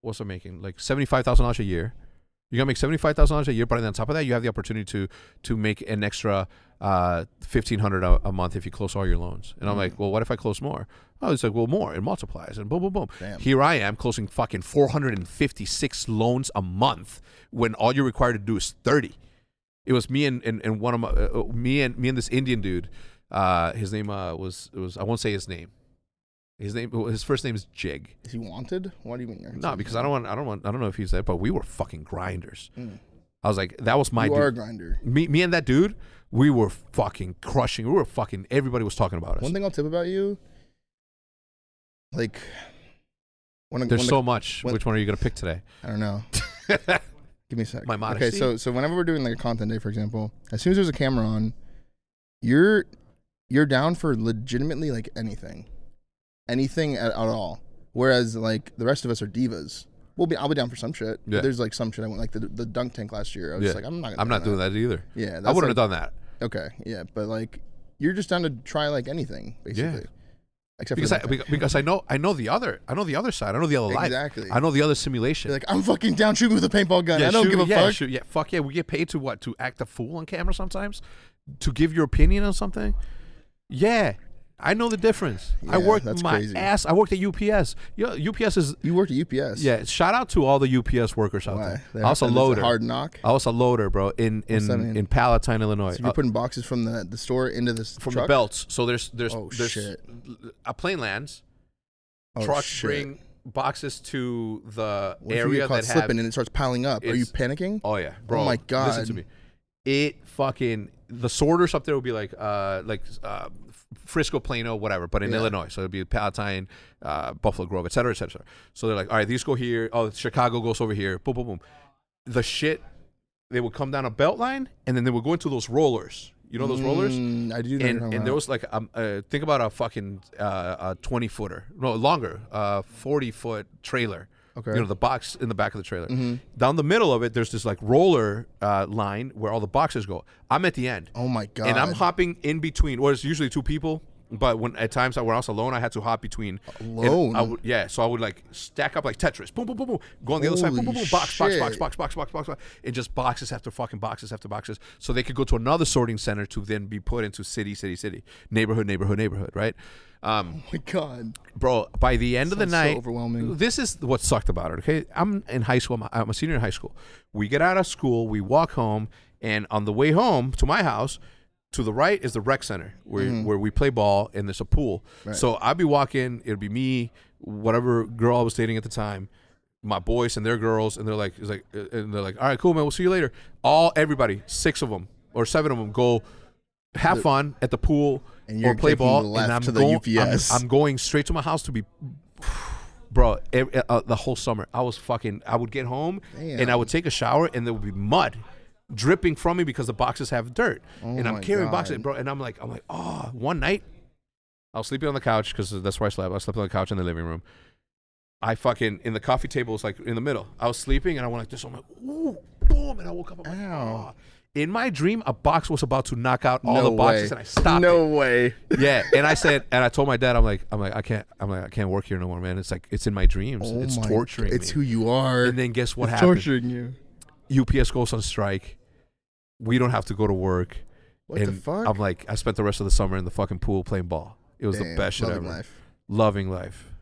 Speaker 1: what's I making? Like seventy five thousand dollars a year. You're gonna make seventy five thousand dollars a year, but on top of that, you have the opportunity to to make an extra uh, fifteen hundred a a month if you close all your loans. And I'm like, well, what if I close more? Oh, it's like, well, more. It multiplies, and boom, boom, boom.
Speaker 2: Damn.
Speaker 1: Here I am closing fucking four hundred and fifty six loans a month when all you're required to do is thirty. It was me and, and, and one of my uh, uh, me and me and this Indian dude. Uh, his name uh, was was I won't say his name. His name his first name is Jig.
Speaker 2: Is he wanted? What do you mean? you're-
Speaker 1: No, because I don't want, I don't want, I don't know if he's that, but we were fucking grinders.
Speaker 2: Mm.
Speaker 1: I was like, that was my
Speaker 2: you
Speaker 1: dude.
Speaker 2: are a grinder.
Speaker 1: me, me and that dude, we were fucking crushing. We were fucking. Everybody was talking about us.
Speaker 2: One thing I'll tip about you, like, when,
Speaker 1: There's
Speaker 2: when
Speaker 1: so much.
Speaker 2: when-
Speaker 1: Which one are you gonna pick today?
Speaker 2: I don't know. Give me a sec.
Speaker 1: My
Speaker 2: Okay,
Speaker 1: modesty.
Speaker 2: so so whenever we're doing like a content day, for example, as soon as there's a camera on, you're you're down for legitimately like anything, anything at, at all. Whereas like the rest of us are divas. We'll be I'll be down for some shit. but
Speaker 1: Yeah.
Speaker 2: There's like some shit I went like the the dunk tank last year. I was
Speaker 1: Yeah.
Speaker 2: just like I'm not. Gonna
Speaker 1: I'm not doing that either.
Speaker 2: Yeah,
Speaker 1: I
Speaker 2: that's,
Speaker 1: wouldn't
Speaker 2: like-
Speaker 1: have done that
Speaker 2: Okay, yeah, but like you're just down to try like anything basically. Except
Speaker 1: because
Speaker 2: for
Speaker 1: I
Speaker 2: the dunk
Speaker 1: beca- because I know I know the other I know the other side. I know the other
Speaker 2: tank.
Speaker 1: life.
Speaker 2: exactly.
Speaker 1: I know the other simulation.
Speaker 2: you're like I'm fucking down. Shoot me with a paintball gun. I don't
Speaker 1: shoot-
Speaker 2: give a
Speaker 1: yeah,
Speaker 2: fuck.
Speaker 1: shoot- yeah, fuck yeah. We get paid to what? To act a fool on camera sometimes, to give your opinion on something. Yeah, I know the difference. I
Speaker 2: Yeah,
Speaker 1: worked
Speaker 2: that's
Speaker 1: my
Speaker 2: crazy.
Speaker 1: ass. I worked at UPS. Yeah, UPS is
Speaker 2: You worked at UPS.
Speaker 1: yeah. Shout out to all the UPS workers out
Speaker 2: Why?
Speaker 1: there.
Speaker 2: They
Speaker 1: I was a
Speaker 2: have to- it's
Speaker 1: loader.
Speaker 2: Hard knock.
Speaker 1: I was a loader, bro. In in
Speaker 2: that mean?
Speaker 1: in Palatine, Illinois.
Speaker 2: So you're
Speaker 1: Uh,
Speaker 2: putting boxes from the, the store into this
Speaker 1: from
Speaker 2: truck?
Speaker 1: the belts. So there's there's
Speaker 2: Oh,
Speaker 1: there's
Speaker 2: shit.
Speaker 1: a plane lands.
Speaker 2: Oh,
Speaker 1: trucks
Speaker 2: shit.
Speaker 1: bring boxes to the
Speaker 2: What if you
Speaker 1: area
Speaker 2: get caught
Speaker 1: that have
Speaker 2: slipping and it starts piling up? Are you
Speaker 1: It's-
Speaker 2: panicking?
Speaker 1: Oh yeah, bro.
Speaker 2: my
Speaker 1: Listen
Speaker 2: God.
Speaker 1: to me. It fucking the sorters up there would be like uh like uh Frisco, Plano, whatever, but in
Speaker 2: Yeah.
Speaker 1: Illinois, so it'd be Palatine, uh, Buffalo Grove, et cetera, et cetera. So they're like, all right, these go here. Oh, Chicago goes over here. Boom, boom, boom. The shit. They would come down a belt line, and then they would go into those rollers. You know those rollers
Speaker 2: Mm, I do know.
Speaker 1: and, and there was like um, uh, think about a fucking uh, a 20 footer no longer uh 40 foot trailer
Speaker 2: Okay. Mm-hmm.
Speaker 1: you know the box in the back of the trailer down the middle of it there's this like roller uh, line where all the boxes go i'm at the end
Speaker 2: oh my god.
Speaker 1: and i'm hopping in between or it's usually two people But when at times I when I was alone, I had to hop between. and
Speaker 2: Alone?
Speaker 1: I would, yeah. So I would like stack up like Tetris. Boom, boom, boom, boom. Go on the other side. Boom, boom,
Speaker 2: Holy
Speaker 1: boom. Box, box, box,
Speaker 2: shit.
Speaker 1: box, box, box, box, box. And just boxes after fucking boxes after boxes. So they could go to another sorting center to then be put into city, city, city, neighborhood, neighborhood, neighborhood. Right. Um,
Speaker 2: my god.
Speaker 1: bro. By the end of the
Speaker 2: Sounds so
Speaker 1: night,
Speaker 2: overwhelming.
Speaker 1: This is what sucked about it. Okay, I'm in high school. I'm- I'm a senior in high school. We get out of school. We walk home, and on the way home to my house, to the right is the rec center where
Speaker 2: Mm-hmm.
Speaker 1: where we play ball, and there's a pool. So I'd be walking. It'd be me, whatever girl I was dating at the time. My boys and their girls, and they're like, it's like, uh, and they're like, all right, cool, man, we'll see you later. All everybody, six of them or seven of them, go have fun at the pool
Speaker 2: And
Speaker 1: or
Speaker 2: you're
Speaker 1: play
Speaker 2: taking
Speaker 1: ball.
Speaker 2: the left
Speaker 1: and I'm
Speaker 2: to the
Speaker 1: going,
Speaker 2: UPS.
Speaker 1: I'm, I'm going straight to my house to be, bro. ev uh, the whole summer, I was fucking. I would get home and I would take a shower, and there would be mud dripping from me because the boxes have dirt, and I'm
Speaker 2: Oh my
Speaker 1: carrying boxes,
Speaker 2: God.
Speaker 1: bro. And I'm like, I'm like, oh, one night, I was sleeping on the couch because that's where I slept. I slept on the couch in the living room. I fucking in the coffee table was like in the middle. I was sleeping and I went like this. I'm like, ooh, boom, and I woke up. I'm like,
Speaker 2: Ow.
Speaker 1: "Ah." In my dream, a box was about to knock out all
Speaker 2: no
Speaker 1: the boxes,
Speaker 2: way.
Speaker 1: and I stopped. it.
Speaker 2: No way.
Speaker 1: Yeah, and I said, and I told my dad, I'm like, I'm like, I can't, I'm like, I can't work here no more, man. It's like, it's in my dreams.
Speaker 2: Oh
Speaker 1: it's
Speaker 2: my-
Speaker 1: torturing
Speaker 2: It's who
Speaker 1: me.
Speaker 2: you are.
Speaker 1: and then guess what
Speaker 2: it's
Speaker 1: happens?
Speaker 2: torturing you.
Speaker 1: UPS goes on strike. We don't have to go to work.
Speaker 2: What
Speaker 1: and
Speaker 2: the fuck?
Speaker 1: I'm like, I spent the rest of the summer in the fucking pool playing ball. It was the
Speaker 2: Damn,
Speaker 1: best shit
Speaker 2: loving
Speaker 1: ever.
Speaker 2: life.
Speaker 1: Loving life.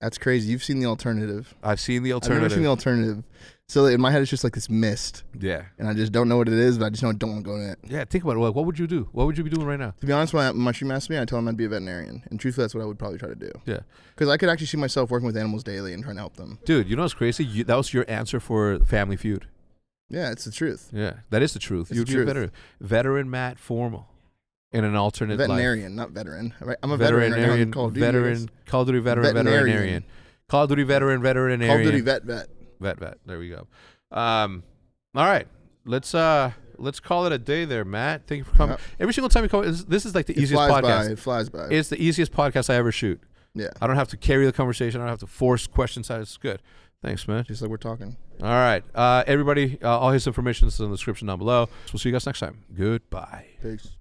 Speaker 2: That's crazy. You've seen the alternative.
Speaker 1: I've seen the
Speaker 2: I've never
Speaker 1: alternative.
Speaker 2: seen the alternative. So in my head, it's just like this mist,
Speaker 1: yeah,
Speaker 2: and I just don't know what it is, but I just know I don't want to go in it.
Speaker 1: yeah. Think about it. Like, what would you do? What would you be doing right now?
Speaker 2: To be honest, when my stream asked me, I told him I'd be a veterinarian, and truthfully, that's what I would probably try to do.
Speaker 1: Yeah,
Speaker 2: Because I could actually see myself working with animals daily and trying to help them.
Speaker 1: dude. You know what's crazy? You, that was your answer for Family Feud.
Speaker 2: Yeah, it's the truth.
Speaker 1: Yeah, that is the truth.
Speaker 2: It's
Speaker 1: You'd be
Speaker 2: the
Speaker 1: a
Speaker 2: truth.
Speaker 1: veteran, veteran Matt Formal, in an alternate life.
Speaker 2: veterinarian, not veteran. Right? I'm a veteran right now in Call of Duty.
Speaker 1: veteran, Call of Duty veteran,
Speaker 2: Veterinarian.
Speaker 1: veterinarian, Call of Duty veteran,
Speaker 2: I guess.
Speaker 1: veterinarian,
Speaker 2: Call of Duty vet vet.
Speaker 1: vet, vet. There we go. Um, all right, let's uh, let's call it a day there, Matt. Thank you for coming.
Speaker 2: Yeah.
Speaker 1: Every single time you come, this, this is like the
Speaker 2: It
Speaker 1: easiest
Speaker 2: flies
Speaker 1: podcast.
Speaker 2: by. It flies by.
Speaker 1: It's the easiest podcast I ever shoot.
Speaker 2: yeah,
Speaker 1: I don't have to carry the conversation. I don't have to force questions. out. It's good. Thanks, man.
Speaker 2: just like we're talking.
Speaker 1: All right, uh, everybody. Uh, all his information is in the description down below. So we'll see you guys next time. Goodbye.
Speaker 2: Peace.